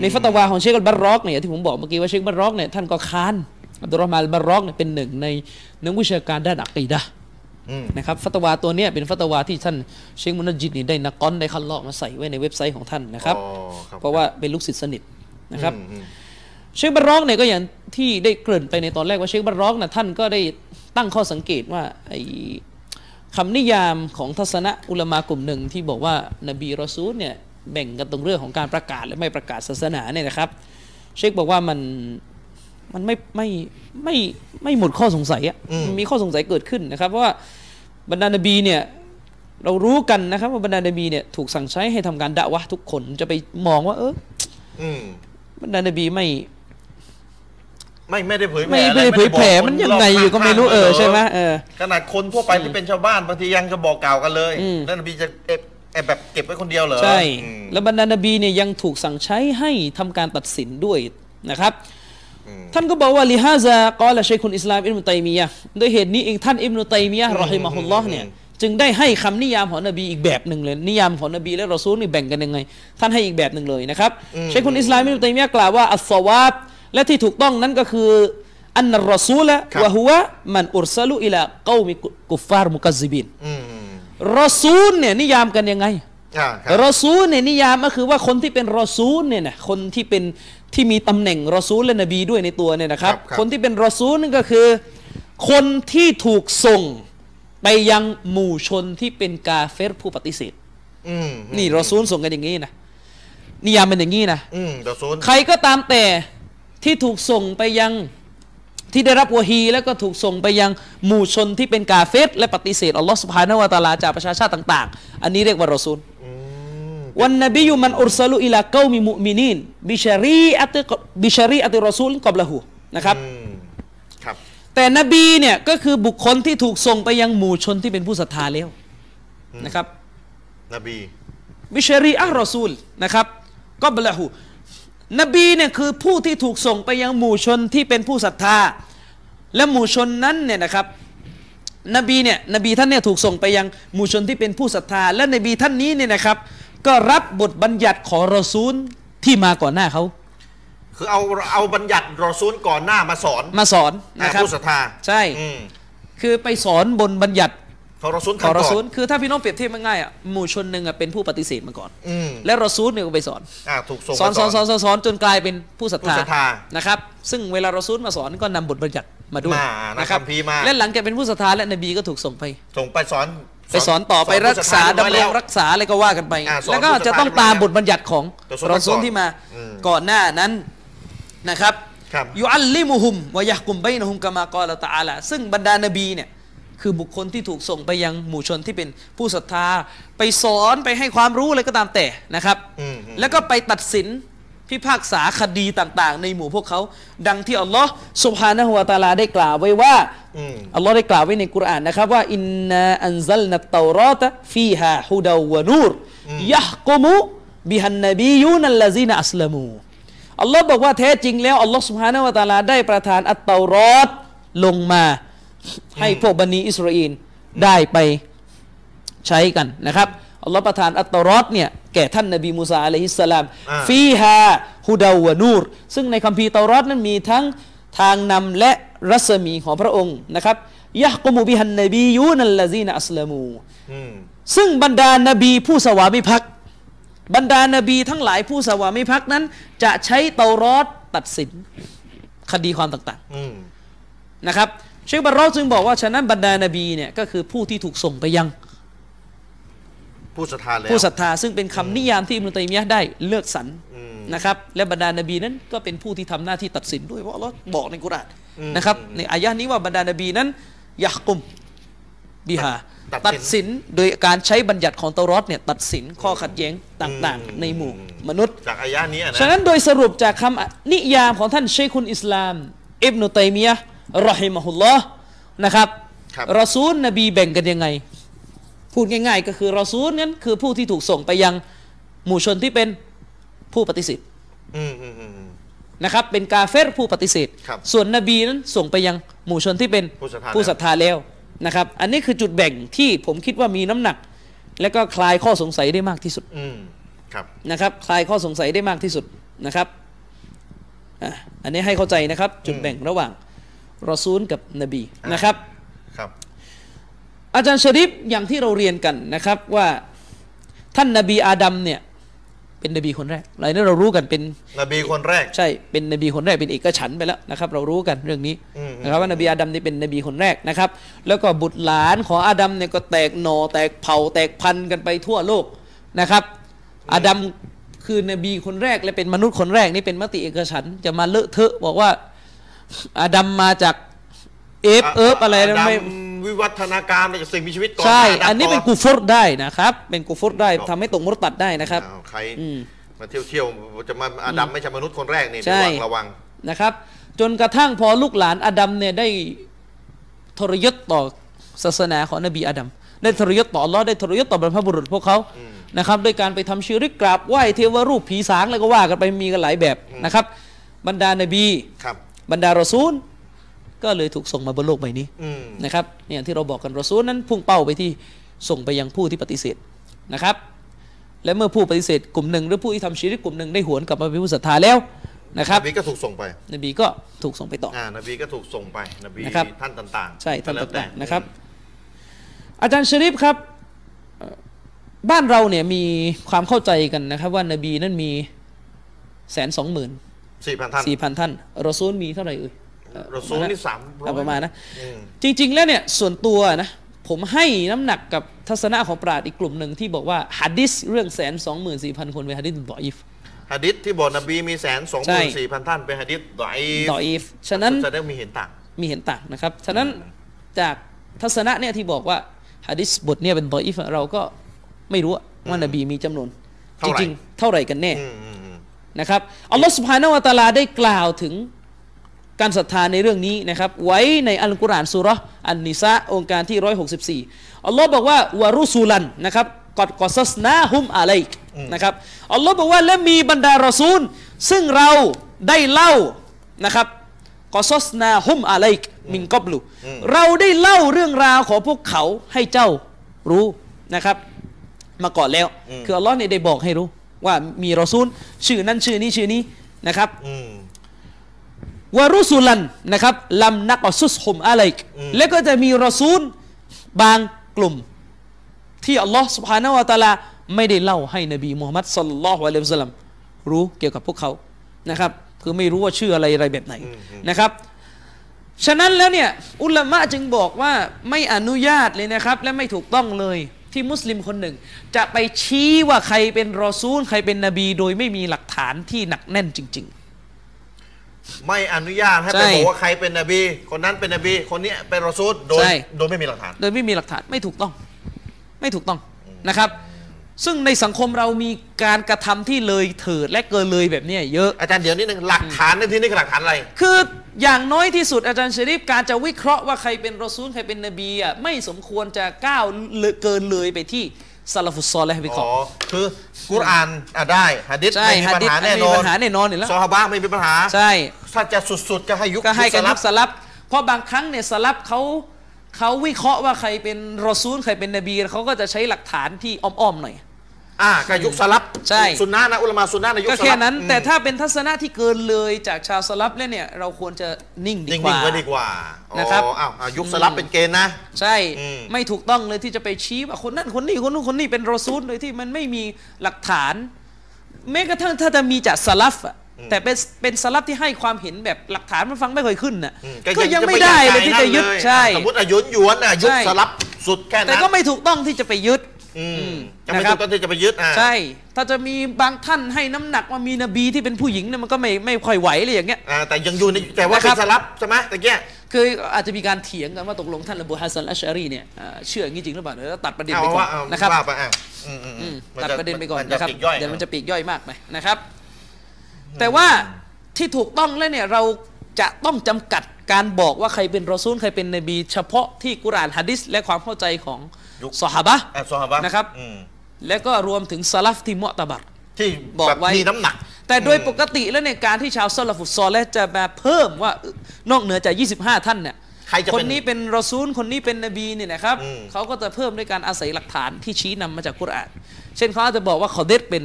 [SPEAKER 2] ในฟัตวาของเชคอัลบารรอกเนี่ยที่ผมบอกเมื่อกี้ว่าเชคบารรอกเนี่ยท่านก็ค้านอับดุลรอฮ์มานอัลบารรอกเนี่ยเป็นหนึ่งในนักวิชาการด้านอักีดะห์
[SPEAKER 1] อืม
[SPEAKER 2] นะครับฟัตวาตัวเนี้ยเป็นฟัตวาที่ท่านเชคมุนจิตนี่ได้นักก้อนได้คัดลอกมาใส่ไว้ในเว็บไซต์ของท่านนะครับ
[SPEAKER 1] อ๋อครับ
[SPEAKER 2] เพราะว่าเป็นลูกศิษย์สนิทนะครับ
[SPEAKER 1] อืมอืม
[SPEAKER 2] เชคบารอกเนี่ยก็อย่างที่ได้เกริ่นไปในตอนแรกว่าเชคบารอกนะท่านก็ได้ตั้งข้อสังเกตว่าไอ้คำนิยามของทัศนะอุลามากลุ่มหนึ่งที่บอกว่านบีรอซูลเนี่ยแบ่งกันตรงเรื่องของการประกาศและไม่ประกาศศาสนาเนี่ยนะครับ เชคบอกว่ามันมันไม่ไม่ไม่ไม่หมดข้อสงสัยอะมันมีข้อสงสัยเกิดขึ้นนะครับเพราะว่าบรรดานบีเนี่ยเรารู้กันนะครับว่าบรรดานบีเนี่ยถูกสั่งใช้ให้ทำการด่าวะห์ทุกคนจะไปมองว่าเออ
[SPEAKER 1] อืม
[SPEAKER 2] บรรดานบีไม่
[SPEAKER 1] ไม่ไม่ได้เผยแผ่
[SPEAKER 2] ไม่
[SPEAKER 1] อะไร
[SPEAKER 2] ไม่ได้เผย
[SPEAKER 1] ด้บอก
[SPEAKER 2] แผ่
[SPEAKER 1] คน
[SPEAKER 2] มันยังไงอยู่ก็ไม่รู้
[SPEAKER 1] รบ
[SPEAKER 2] เอ
[SPEAKER 1] ข้าง
[SPEAKER 2] อ
[SPEAKER 1] ลย
[SPEAKER 2] ใช่ไหมเออ
[SPEAKER 1] ขนาดคนทั่วไปที่เป็นชาวบ้านบางทียังจะบอกกล่าวกันเลย
[SPEAKER 2] อืม
[SPEAKER 1] แล้วนบีจะเอบแอบแบบเก็บไว้คนเดียวเหรอ
[SPEAKER 2] ใช่
[SPEAKER 1] อืม
[SPEAKER 2] แล้วบรรดานบีเนี่ยยังถูกสั่งใช้ให้ทำการตัดสินด้วยนะครับ
[SPEAKER 1] อืม
[SPEAKER 2] ท่านก็บอกว่าลิฮาซากอละชัยคุนอิสลามอิบนุตัยมียะห์ด้วยเหตุนี้เองท่านอิบนุตัยมียะห์รอฮิมะฮุลลอฮ์เนี่ยจึงได้ให้คำนิยามของนบีอีกแบบหนึ่งเลย นิยามของนบีและรอซูลนี่แบ่งกันยังไง ท่านให้อีกแบบหนึ่งเลยนะครับชัยคุนอิสลามอิบนุตัยมียะห์กล่าวว่าอัสซาวาบและที่ถูกต้องนั้นก็คืออันนัรรอซูละ
[SPEAKER 1] ครับ
[SPEAKER 2] วะฮุวะมันอุรซาลุอิลากอมิกุฟฟาร์มุกัซซิบิน
[SPEAKER 1] อืมอืม
[SPEAKER 2] รอซูลเนี่ยนิยามกันยังไง
[SPEAKER 1] อ่าครับ
[SPEAKER 2] รอซูลเนี่ยนิยามก็คือว่าคนที่เป็นรอซูลเนี่ยนะคนที่เป็นที่มีตำแหน่งรอซูลและนบีด้วยในตัวเนี่ยนะครับ คนที่เป็นรอซูลนั่นก็คือ คนที่ถูกส่งไปยังหมู่ชนที่เป็นกาเฟรผู้ปฏิเสธ
[SPEAKER 1] อืม
[SPEAKER 2] นี่รอซูลส่งกันอย่างนี้นะนิยามเป็นอย่างนี้นะ
[SPEAKER 1] อืมรอซูล
[SPEAKER 2] ใครก็ตามแต่ที่ถูกส่งไปยังที่ได้รับวะฮีแล้วก็ถูกส่งไปยังหมู่ชนที่เป็นกาเฟรและปฏิเสธอัลลอฮ์สุบฮานาวะตะอาลาจากประชาชาติต่าง ๆ อันนี้เรียกว่ารอซูล
[SPEAKER 1] อืม
[SPEAKER 2] วันนบียุมันอุรสลุอิลาเกามิมุมินีนบิชารีอัติบิชารีอัติรอซูลกอบละหูนะครับ
[SPEAKER 1] อืมครับ
[SPEAKER 2] แต่นบีเนี่ยก็คือบุคคลที่ถูกส่งไปยังหมู่ชนที่เป็นผู้ศรัทธาแล้วนะครับ
[SPEAKER 1] นบี
[SPEAKER 2] บิชารีอัลรอซูลนะครับก็บละหูนบีเนี่ยคือผู้ที่ถูกส่งไปยังหมู่ชนที่เป็นผู้ศรัทธา และหมู่ชนนั้นเนี่ยนะครับ นบีเนี่ยนบีท่านเนี่ยถูกส่งไปยังหมู่ชนที่เป็นผู้ศรัทธา และนบีท่านนี้เนี่ยนะครับ ก็รับบทบัญญัติของรอซูลที่มาก่อนหน้าเขา
[SPEAKER 1] คือเอาเอาบัญญัติรอซูลก่อนหน้ามาสอน
[SPEAKER 2] มาสอนนะครับ
[SPEAKER 1] อ่าผู้ศรัทธา
[SPEAKER 2] ใช่
[SPEAKER 1] อืม
[SPEAKER 2] คือไปสอนบนบัญญัติ
[SPEAKER 1] ของรอซูล
[SPEAKER 2] ของ
[SPEAKER 1] ทำ
[SPEAKER 2] รอ
[SPEAKER 1] ก่อ
[SPEAKER 2] ซูล
[SPEAKER 1] น
[SPEAKER 2] คือถ้าพี่น้องเปรียบเทียบง่ายๆอ่ะหมู่ชนหนึ่งอ่ะเป็นผู้ปฏิเสธมาก่อน
[SPEAKER 1] อืม
[SPEAKER 2] และรอซูลเนี่ยก็ไปสอน
[SPEAKER 1] อ่าถูกส่ง
[SPEAKER 2] สอน
[SPEAKER 1] มา
[SPEAKER 2] สอนสอนสอนสอนจนกลายเป็นผู้ศรัท
[SPEAKER 1] ผู้
[SPEAKER 2] ธา
[SPEAKER 1] ศรัทธา
[SPEAKER 2] นะครับ ซึ่งเวลาเราซูลมาสอนก็นำบทบัญญัติมาด้วย
[SPEAKER 1] มานำ
[SPEAKER 2] นะครับ
[SPEAKER 1] คัมภีร์มา
[SPEAKER 2] และหลังจากเป็นผู้ศรัทธาและนบีก็ถูกส่งไป
[SPEAKER 1] ส่งไปสอน
[SPEAKER 2] ไปสอนต่อไปรักษา
[SPEAKER 1] ผู้ศทธเยบอ
[SPEAKER 2] ดำรง
[SPEAKER 1] ยแล้ว
[SPEAKER 2] รักษาอะไรก็ว่ากันไป
[SPEAKER 1] อ่าสอน
[SPEAKER 2] แล้วก็จะต้องตามบทบัญญัติของ
[SPEAKER 1] แต่สอน
[SPEAKER 2] เราซูล
[SPEAKER 1] ก่อน
[SPEAKER 2] ที่มา
[SPEAKER 1] อืม
[SPEAKER 2] ก่อนหน้านั้นนะครับ
[SPEAKER 1] ครับ
[SPEAKER 2] ยูอัลลิมุฮุมวะยะฮกุมไบนะฮุมกามากอละตะอาลาซึ่งบรรดานบีเนี่ยคือบุคคลที่ถูกส่งไปยังหมู่ชนที่เป็นผู้ศรัทธา ไปสอนไปให้ความรู้อะไรก็ตามแต่นะครับ
[SPEAKER 1] อืมอืม
[SPEAKER 2] แล้วก็ไปตัดสินพิพากษาคดีต่างๆ ในหมู่พวกเขา ดังที่อัลลอฮ์สุบฮานะฮุวาตะอาลาได้กล่าวไว้ว่า
[SPEAKER 1] อืม
[SPEAKER 2] อัลลอฮ์ได้กล่าวไว้ในกุรอานนะครับว่าอินนาอันซัลนัตเตอรอตะฟีฮาฮุดาวะนูรยะฮ์กุมุบิฮันนบียูนัลลาซีนอัสลามูอัลลอฮ์บอกว่าแท้จริงแล้วอัลลอฮ์สุบฮานะฮุวาตะอาลาได้ประทานอัตเตอรอตลงมา ให้พวกบันีอิสราเอลได้ไป ใช้กันนะครับอัลลอฮ์ประทานอัตเตอรอดเนี่ยแก่ท่านนบีมูซาอะลัยฮิสสลาม
[SPEAKER 1] อ่า
[SPEAKER 2] ฟีฮาฮุดาวะนูร ซึ่งในคัมภีร์เตารอดนั้นมีทั้งทางนำและรัศมีของพระองค์นะครับยะกุมุบิฮันนบียูนัลลาซีนอัสลามู
[SPEAKER 1] อืม
[SPEAKER 2] ซึ่งบรรดานบีผู้สวามิภักดิ์บรรดานบีทั้งหลายผู้สวามิภักดิ์นั้น จะใช้เตารอดตัดสินคดีความต่างๆ
[SPEAKER 1] อืม
[SPEAKER 2] นะครับเชคบารรอดจึงบอกว่าฉะนั้นบรรดานบีเนี่ยก็คือผู้ที่ถูกส่งไปยัง
[SPEAKER 1] ผู้ศรัทธาแล้ว
[SPEAKER 2] ผู้ศรัทธาซึ่งเป็นคำนิยามที่อิบนุตัยมียะห์ได้เลือกสรร
[SPEAKER 1] อืม
[SPEAKER 2] นะครับและบรรดานบีนั้นก็เป็นผู้ที่ทำหน้าที่ตัดสินด้วยเพราะอัลเราะห์บอกในกุรอาน
[SPEAKER 1] อืม
[SPEAKER 2] นะครับในอายะห์นี้ว่าบรรดานบีนั้นยะฮ์กุมบิฮา
[SPEAKER 1] ตัดสิน
[SPEAKER 2] ตัดสินโดยการใช้บัญญัติของเตารอดเนี่ยตัดสินข้อขัดแย้งต่าง
[SPEAKER 1] อืม
[SPEAKER 2] ๆ ในหมู่มนุษย์
[SPEAKER 1] จากอายะนี้อะ
[SPEAKER 2] ฉะ
[SPEAKER 1] นะ
[SPEAKER 2] นั้นโดยสรุปจากคำนิยามของท่านเชคุนอิสลามอิบนุตัยมียะห์รอฮิมะฮุลลอฮ์นะครับ
[SPEAKER 1] ครับ
[SPEAKER 2] รอซูลนบีแบ่งกันยังไง พูดง่าย ๆ ก็คือรอซูลนั้นคือผู้ที่ถูกส่งไปยังหมู่ชนที่เป็นผู้ปฏิเสธ
[SPEAKER 1] อืมอืมอืมอืม
[SPEAKER 2] นะครับเป็นกาเฟรผู้ปฏิเสธ
[SPEAKER 1] ครับ
[SPEAKER 2] ส่วนนบีนั้นส่งไปยังหมู่ชนที่เป็น
[SPEAKER 1] ผู้ศรัทธา
[SPEAKER 2] ศรัทธาแล้วนะครับ อันนี้คือจุดแบ่งที่ผมคิดว่ามีน้ำหนัก และก็คลายข้อสงสัยได้มากที่สุด
[SPEAKER 1] อืมครับ
[SPEAKER 2] นะครับคลายข้อสงสัยได้มากที่สุดนะครับอ่ะอันนี้ให้เข้าใจนะครับ จุดแบ่งระหว่างรอซูลกับนบี
[SPEAKER 1] อ่ะ
[SPEAKER 2] นะครับ
[SPEAKER 1] ครับ
[SPEAKER 2] อาจารย์ชริฟอย่างที่เราเรียนกันนะครับว่าท่านนบีอาดัมเนี่ยเป็นนบีคนแรกหลายนี้เรารู้กันเป็น
[SPEAKER 1] นบีคนแรก
[SPEAKER 2] ใช่เป็นนบีคนแรกเป็นเอกฉันท์ไปแล้วนะครับ เรารู้กันเรื่องนี้
[SPEAKER 1] อืม
[SPEAKER 2] นะครับว่านบีอาดัมนี่เป็นนบีคนแรกนะครับ แล้วก็บุตรหลานของอาดัมเนี่ยก็แตกหนอ่อแตกเผ่าแตกพันธุ์กันไปทั่วโลกนะครับ อาดัมคือนบีคนแรกและเป็นมนุษย์คนแรกนี่เป็นมติเอกฉันท์จะมาเลอะเทอะบอกว่าอาดัมมาจากเอฟเอฟอะไรนะ
[SPEAKER 1] ด
[SPEAKER 2] ไม่
[SPEAKER 1] ำวิวัฒนาการในสิ่งมีชีวิตก่อน
[SPEAKER 2] ใช่
[SPEAKER 1] หาดำ
[SPEAKER 2] อันนี้เป็นกูฟรได้นะครับ เป็นกูฟรได้ทำให้ตกมรตัดได้นะครับ
[SPEAKER 1] อ้าวใคร
[SPEAKER 2] อืม
[SPEAKER 1] มาเที่ยวเที่ยวๆจะมาอาดัมไม่ใช่มนุษย์คนแรกนี่
[SPEAKER 2] ใช่
[SPEAKER 1] ระวังระวัง
[SPEAKER 2] นะครับ จนกระทั่งพอลูกหลานอาดัมเนี่ยได้ทรยศต่อศาสนาของนบีอาดัม ได้ทรยศต่ออัลลอฮ์ได้ทรยศต่อบรรพบุรุษพวกเขา นะครับ ด้วยการไปทำชีริกกราบไหว้เทวรูปผีสางแล้วก็ว่ากันไปมีกันหลายแบบนะครับ บรรดานบี
[SPEAKER 1] ครับ
[SPEAKER 2] บรรดารอซูล ก็เลยถูกส่งมาบนโลกใบนี้
[SPEAKER 1] อืม
[SPEAKER 2] นะครับเนี่ยที่เราบอกกันรอซูลนั้นพุ่งเป้าไปที่ส่งไปยังผู้ที่ปฏิเสธนะครับ และเมื่อผู้ปฏิเสธกลุ่มหนึ่งหรือผู้ที่ทำชีริกกลุ่มหนึ่งได้หวนกลับมาเป็นผู้ศรัทธาแล้วนะครับ
[SPEAKER 1] นบีก็ถูกส่งไป
[SPEAKER 2] นบีก็ถูกส่งไปต่อ
[SPEAKER 1] อ่า นบีก็ถูกส่งไป นบี
[SPEAKER 2] นะครับ
[SPEAKER 1] ท่านต่างๆ
[SPEAKER 2] ใช่ท่าน
[SPEAKER 1] ก็แล้ว
[SPEAKER 2] ต่างๆนะครับ อาจารย์ชริฟครับเอ่อบ้านเราเนี่ยมีความเข้าใจกันนะครับว่านบีนั้นมีแสนสองหมื่น
[SPEAKER 1] สี่พันท่าน
[SPEAKER 2] สี่พันท่านรอซูลมีเท่าไหร่เอ่ยเอ่อ
[SPEAKER 1] รอซูลนี่สามอย
[SPEAKER 2] เอาประมาณนะ
[SPEAKER 1] อืม
[SPEAKER 2] จริงๆ แล้วเนี่ยส่วนตัวนะผมให้น้ำหนักกับทัศนะของปราดอีกกลุ่มหนึ่งที่บอกว่าฮัดดิสเรื่องแสนสองหมื่นสี่พันคนเป็นฮัดดิสดออีฟ
[SPEAKER 1] ฮะดิษที่บอกนบีมีแสนสองห
[SPEAKER 2] ใช่
[SPEAKER 1] มื่นสี่พันท่านเป็นฮะดิษดอย
[SPEAKER 2] ดออีฟฉะนั้น
[SPEAKER 1] จะได้มีเห็นต่าง
[SPEAKER 2] มีเห็นต่างนะครับ ฉะนั้นจากทัศนะเนี่ยที่บอกว่าฮัดดิสบทเนี่ยเป็นดออีฟเราก็ไม่รู้ว่าว่านบีมีจำนวน
[SPEAKER 1] เท่า
[SPEAKER 2] จ
[SPEAKER 1] ไหร่
[SPEAKER 2] ริงๆ เท่าไหร่กันแน่
[SPEAKER 1] อืมอืมอืม
[SPEAKER 2] นะครับอัลลอฮ์สุบฮานาวะตะอาลาได้กล่าวถึงการศรัทธาในเรื่องนี้นะครับ ไว้ในอัลกุรอานสุเราะห์อันนิซะห์องค์การที่ 164 อัลลอฮ์บอกว่าวารุซูลันนะครับกอดกอซัสนาฮุมอะลัยก
[SPEAKER 1] อืม
[SPEAKER 2] นะครับอัลลอฮ์บอกว่าและมีบรรดารอซูล ซึ่งเราได้เล่านะครับกอซัสนาฮุมอะลัยกมินกอบลูเราได้เล่าเรื่องราวของพวกเขาให้เจ้ารู้นะครับ มาก่อนแล้ว คืออัลลอฮ์เนี่ยได้บอกให้รู้ ว่ามีรอซูล ชื่อนั้นชื่อนี้ชื่อนี้นะครับ
[SPEAKER 1] อืม
[SPEAKER 2] วารุสุลันนะครับลำนักอซุสฮุมอะไรก
[SPEAKER 1] อืม
[SPEAKER 2] แล้วก็จะมีรอซูลบางกลุ่ม ที่อัลลอฮ์สุบฮานาวะตะอาลาไม่ได้เล่าให้นบีมูฮัมมัดสัลลัลลอฮุอะลัยฮิวะสัลลัมรู้เกี่ยวกับพวกเขานะครับคือไม่รู้ว่าชื่ออะไรอะไรแบบไหนนะครับ ฉะนั้นแล้วเนี่ยอุลามะจึงบอกว่าไม่อนุญาตเลยนะครับ และไม่ถูกต้องเลยที่มุสลิมคนหนึ่ง จะไปชี้ว่าใครเป็นรอซูล ใครเป็นนบี โดยไม่มีหลักฐานที่หนักแน่นจริง
[SPEAKER 1] ไม่อนุญาตให้ไป
[SPEAKER 2] ใช่
[SPEAKER 1] บอกว่าใครเป็นนบี คนนั้นเป็นนบี คนนี้เป็นรอซูลโดย
[SPEAKER 2] ใช่
[SPEAKER 1] โดยไม่มีหลักฐาน
[SPEAKER 2] โดยไม่มีหลักฐานไม่ถูกต้อง ไม่ถูกต้องนะครับ ซึ่งในสังคมเรามีการกระทำที่เลยเถิดและเกินเลยแบบเนี้ยเยอะ
[SPEAKER 1] อาจารย์เดี๋ยวนิดนึงหลักฐานในที่นี่คือหลักฐานอะไร
[SPEAKER 2] คืออย่างน้อยที่สุดอาจารย์ชริฟการจะวิเคราะห์ว่าใครเป็นรอซูลใครเป็นนบีอ่ะไม่สมควรจะก้าวเลยเกินเลยไปที่ซาลาฟุซซอลและฮะบิค
[SPEAKER 1] อ๋
[SPEAKER 2] อ
[SPEAKER 1] อ คือกุรอานอ่ะได้หะดิษ
[SPEAKER 2] ใช่
[SPEAKER 1] ไม่มีปัญหา
[SPEAKER 2] หะดีษ
[SPEAKER 1] แน่นอน
[SPEAKER 2] ไม่มีปัญหาแน่นอนอยู่แล้ว
[SPEAKER 1] ซอฮาบะไม่มีปัญหา
[SPEAKER 2] ใช่
[SPEAKER 1] ถ้าจะสุดๆ ก็ให้ยุค
[SPEAKER 2] ก็ให้
[SPEAKER 1] ส
[SPEAKER 2] กัน
[SPEAKER 1] ลั
[SPEAKER 2] ยุ
[SPEAKER 1] บ
[SPEAKER 2] คสลับ เพราะบางครั้งเนี่ยสลับเขาเขาวิเคราะห์ว่าใครเป็นรอซูลใครเป็นนบีเขาก็จะใช้หลักฐานที่อ้อมๆหน่อย
[SPEAKER 1] อ่าก็ยุคสลับ
[SPEAKER 2] ใช่
[SPEAKER 1] สุนนะนะอุลามาสุนนะในยุค
[SPEAKER 2] ก็
[SPEAKER 1] สลับ
[SPEAKER 2] แค่นั้น
[SPEAKER 1] อืม
[SPEAKER 2] แต่ถ้าเป็นทัศนะที่เกินเลยจากชาวสลับแล้วเนี่ยเราควรจะนิ่งดี
[SPEAKER 1] นิ่
[SPEAKER 2] กว่า
[SPEAKER 1] งๆไว้ดีกว่านะ
[SPEAKER 2] นะครับ
[SPEAKER 1] อ้าวอ่ะยุคสลับเป็นเกณฑ์นะ
[SPEAKER 2] ใช่
[SPEAKER 1] อืม
[SPEAKER 2] ไม่ถูกต้องเลยที่จะไปชี้ว่าคนนั้นคนนี้คนนู้นคนนี้เป็นรอซูลโดยที่มันไม่มีหลักฐาน แม้กระทั่งถ้าจะมีจากสลับอะแต่เป็นเป็นสลับที่ให้ความเห็นแบบหลักฐานมันฟังไม่ค่อยขึ้นน่ะ
[SPEAKER 1] อืม
[SPEAKER 2] ก็ยังไม่ได้เลยที่จะยึด
[SPEAKER 1] นั่นเล
[SPEAKER 2] ใช่
[SPEAKER 1] สมมติอายุนหยวนอ่ะยุค
[SPEAKER 2] ใช่
[SPEAKER 1] สลับสุดแค่นั้น
[SPEAKER 2] แต่ก็ไม่ถูกต้องที่จะไปยึด
[SPEAKER 1] อืมจะ
[SPEAKER 2] นะ
[SPEAKER 1] ไม่
[SPEAKER 2] ครั
[SPEAKER 1] ถู
[SPEAKER 2] บ
[SPEAKER 1] กต้องที่จะไปยึดอ่ะ
[SPEAKER 2] ใช่ ถ้าจะมีบางท่านให้น้ำหนักว่ามีนบีที่เป็นผู้หญิงเนี่ยมันก็ไม่ไม่ค่อยไหวเลยอย่างเงี้ย
[SPEAKER 1] อ่าแต่ยังอยู่ในแต่ว่าเป็
[SPEAKER 2] นะครั
[SPEAKER 1] น
[SPEAKER 2] บ
[SPEAKER 1] สลับใช่ไหมตะเกีย
[SPEAKER 2] คืออาจจะมีการเถียงกันว่าตกลงท่านอบูฮัสซันอัชอารีเนี่ยอ่าเชื่ออย่างนี้จริงหรือเปล่าเดี๋ยวเราตัดประเด็น
[SPEAKER 1] เอา
[SPEAKER 2] ไปก่อ
[SPEAKER 1] ว่าน เอา
[SPEAKER 2] นะครับ
[SPEAKER 1] ว่าไปอ่ะอืมอืมอื
[SPEAKER 2] อื
[SPEAKER 1] ม
[SPEAKER 2] ม
[SPEAKER 1] มั
[SPEAKER 2] ตัดประเด็นไปก่อน
[SPEAKER 1] มัจ
[SPEAKER 2] นะครับ
[SPEAKER 1] ปลีย่อย
[SPEAKER 2] เดี๋ยวมัน
[SPEAKER 1] อ่ะ
[SPEAKER 2] จะปีกย่อยมากไปนะครับ แต่ว่าที่ถูกต้องแล้วเนี่ยเราจะต้องจำกัดการบอกว่าใครเป็นรอซูลใครเป็นนบี เฉพาะที่กุรอานฮะดิษและความเข้าใจของ
[SPEAKER 1] ยุค
[SPEAKER 2] ซอฮาบะห์
[SPEAKER 1] อ่ะซอฮาบะ
[SPEAKER 2] นะครับ
[SPEAKER 1] อืม
[SPEAKER 2] และก็รวมถึงสลัฟที่มุอ์ตะบัด
[SPEAKER 1] ที่
[SPEAKER 2] บอก
[SPEAKER 1] แบบ
[SPEAKER 2] ไว้
[SPEAKER 1] มีน้ำหนัก
[SPEAKER 2] แต่โดยปกติแล้วในยการที่ชาวซอลาฟุตซอลและจะมาเพิ่มว่านอกเหนือจาก 25 ท่านเนี่ย
[SPEAKER 1] ใครจะเป็น
[SPEAKER 2] นนี้เป็นรอซูล คนนี้เป็นนบีเนี่ยนะครับ
[SPEAKER 1] อืม
[SPEAKER 2] เขาก็จะเพิ่มด้วยการอาศัยหลักฐานที่ชี้นำมาจากกุรอาน เช่นเขาอาจจะบอกว่าขอเดดเป็น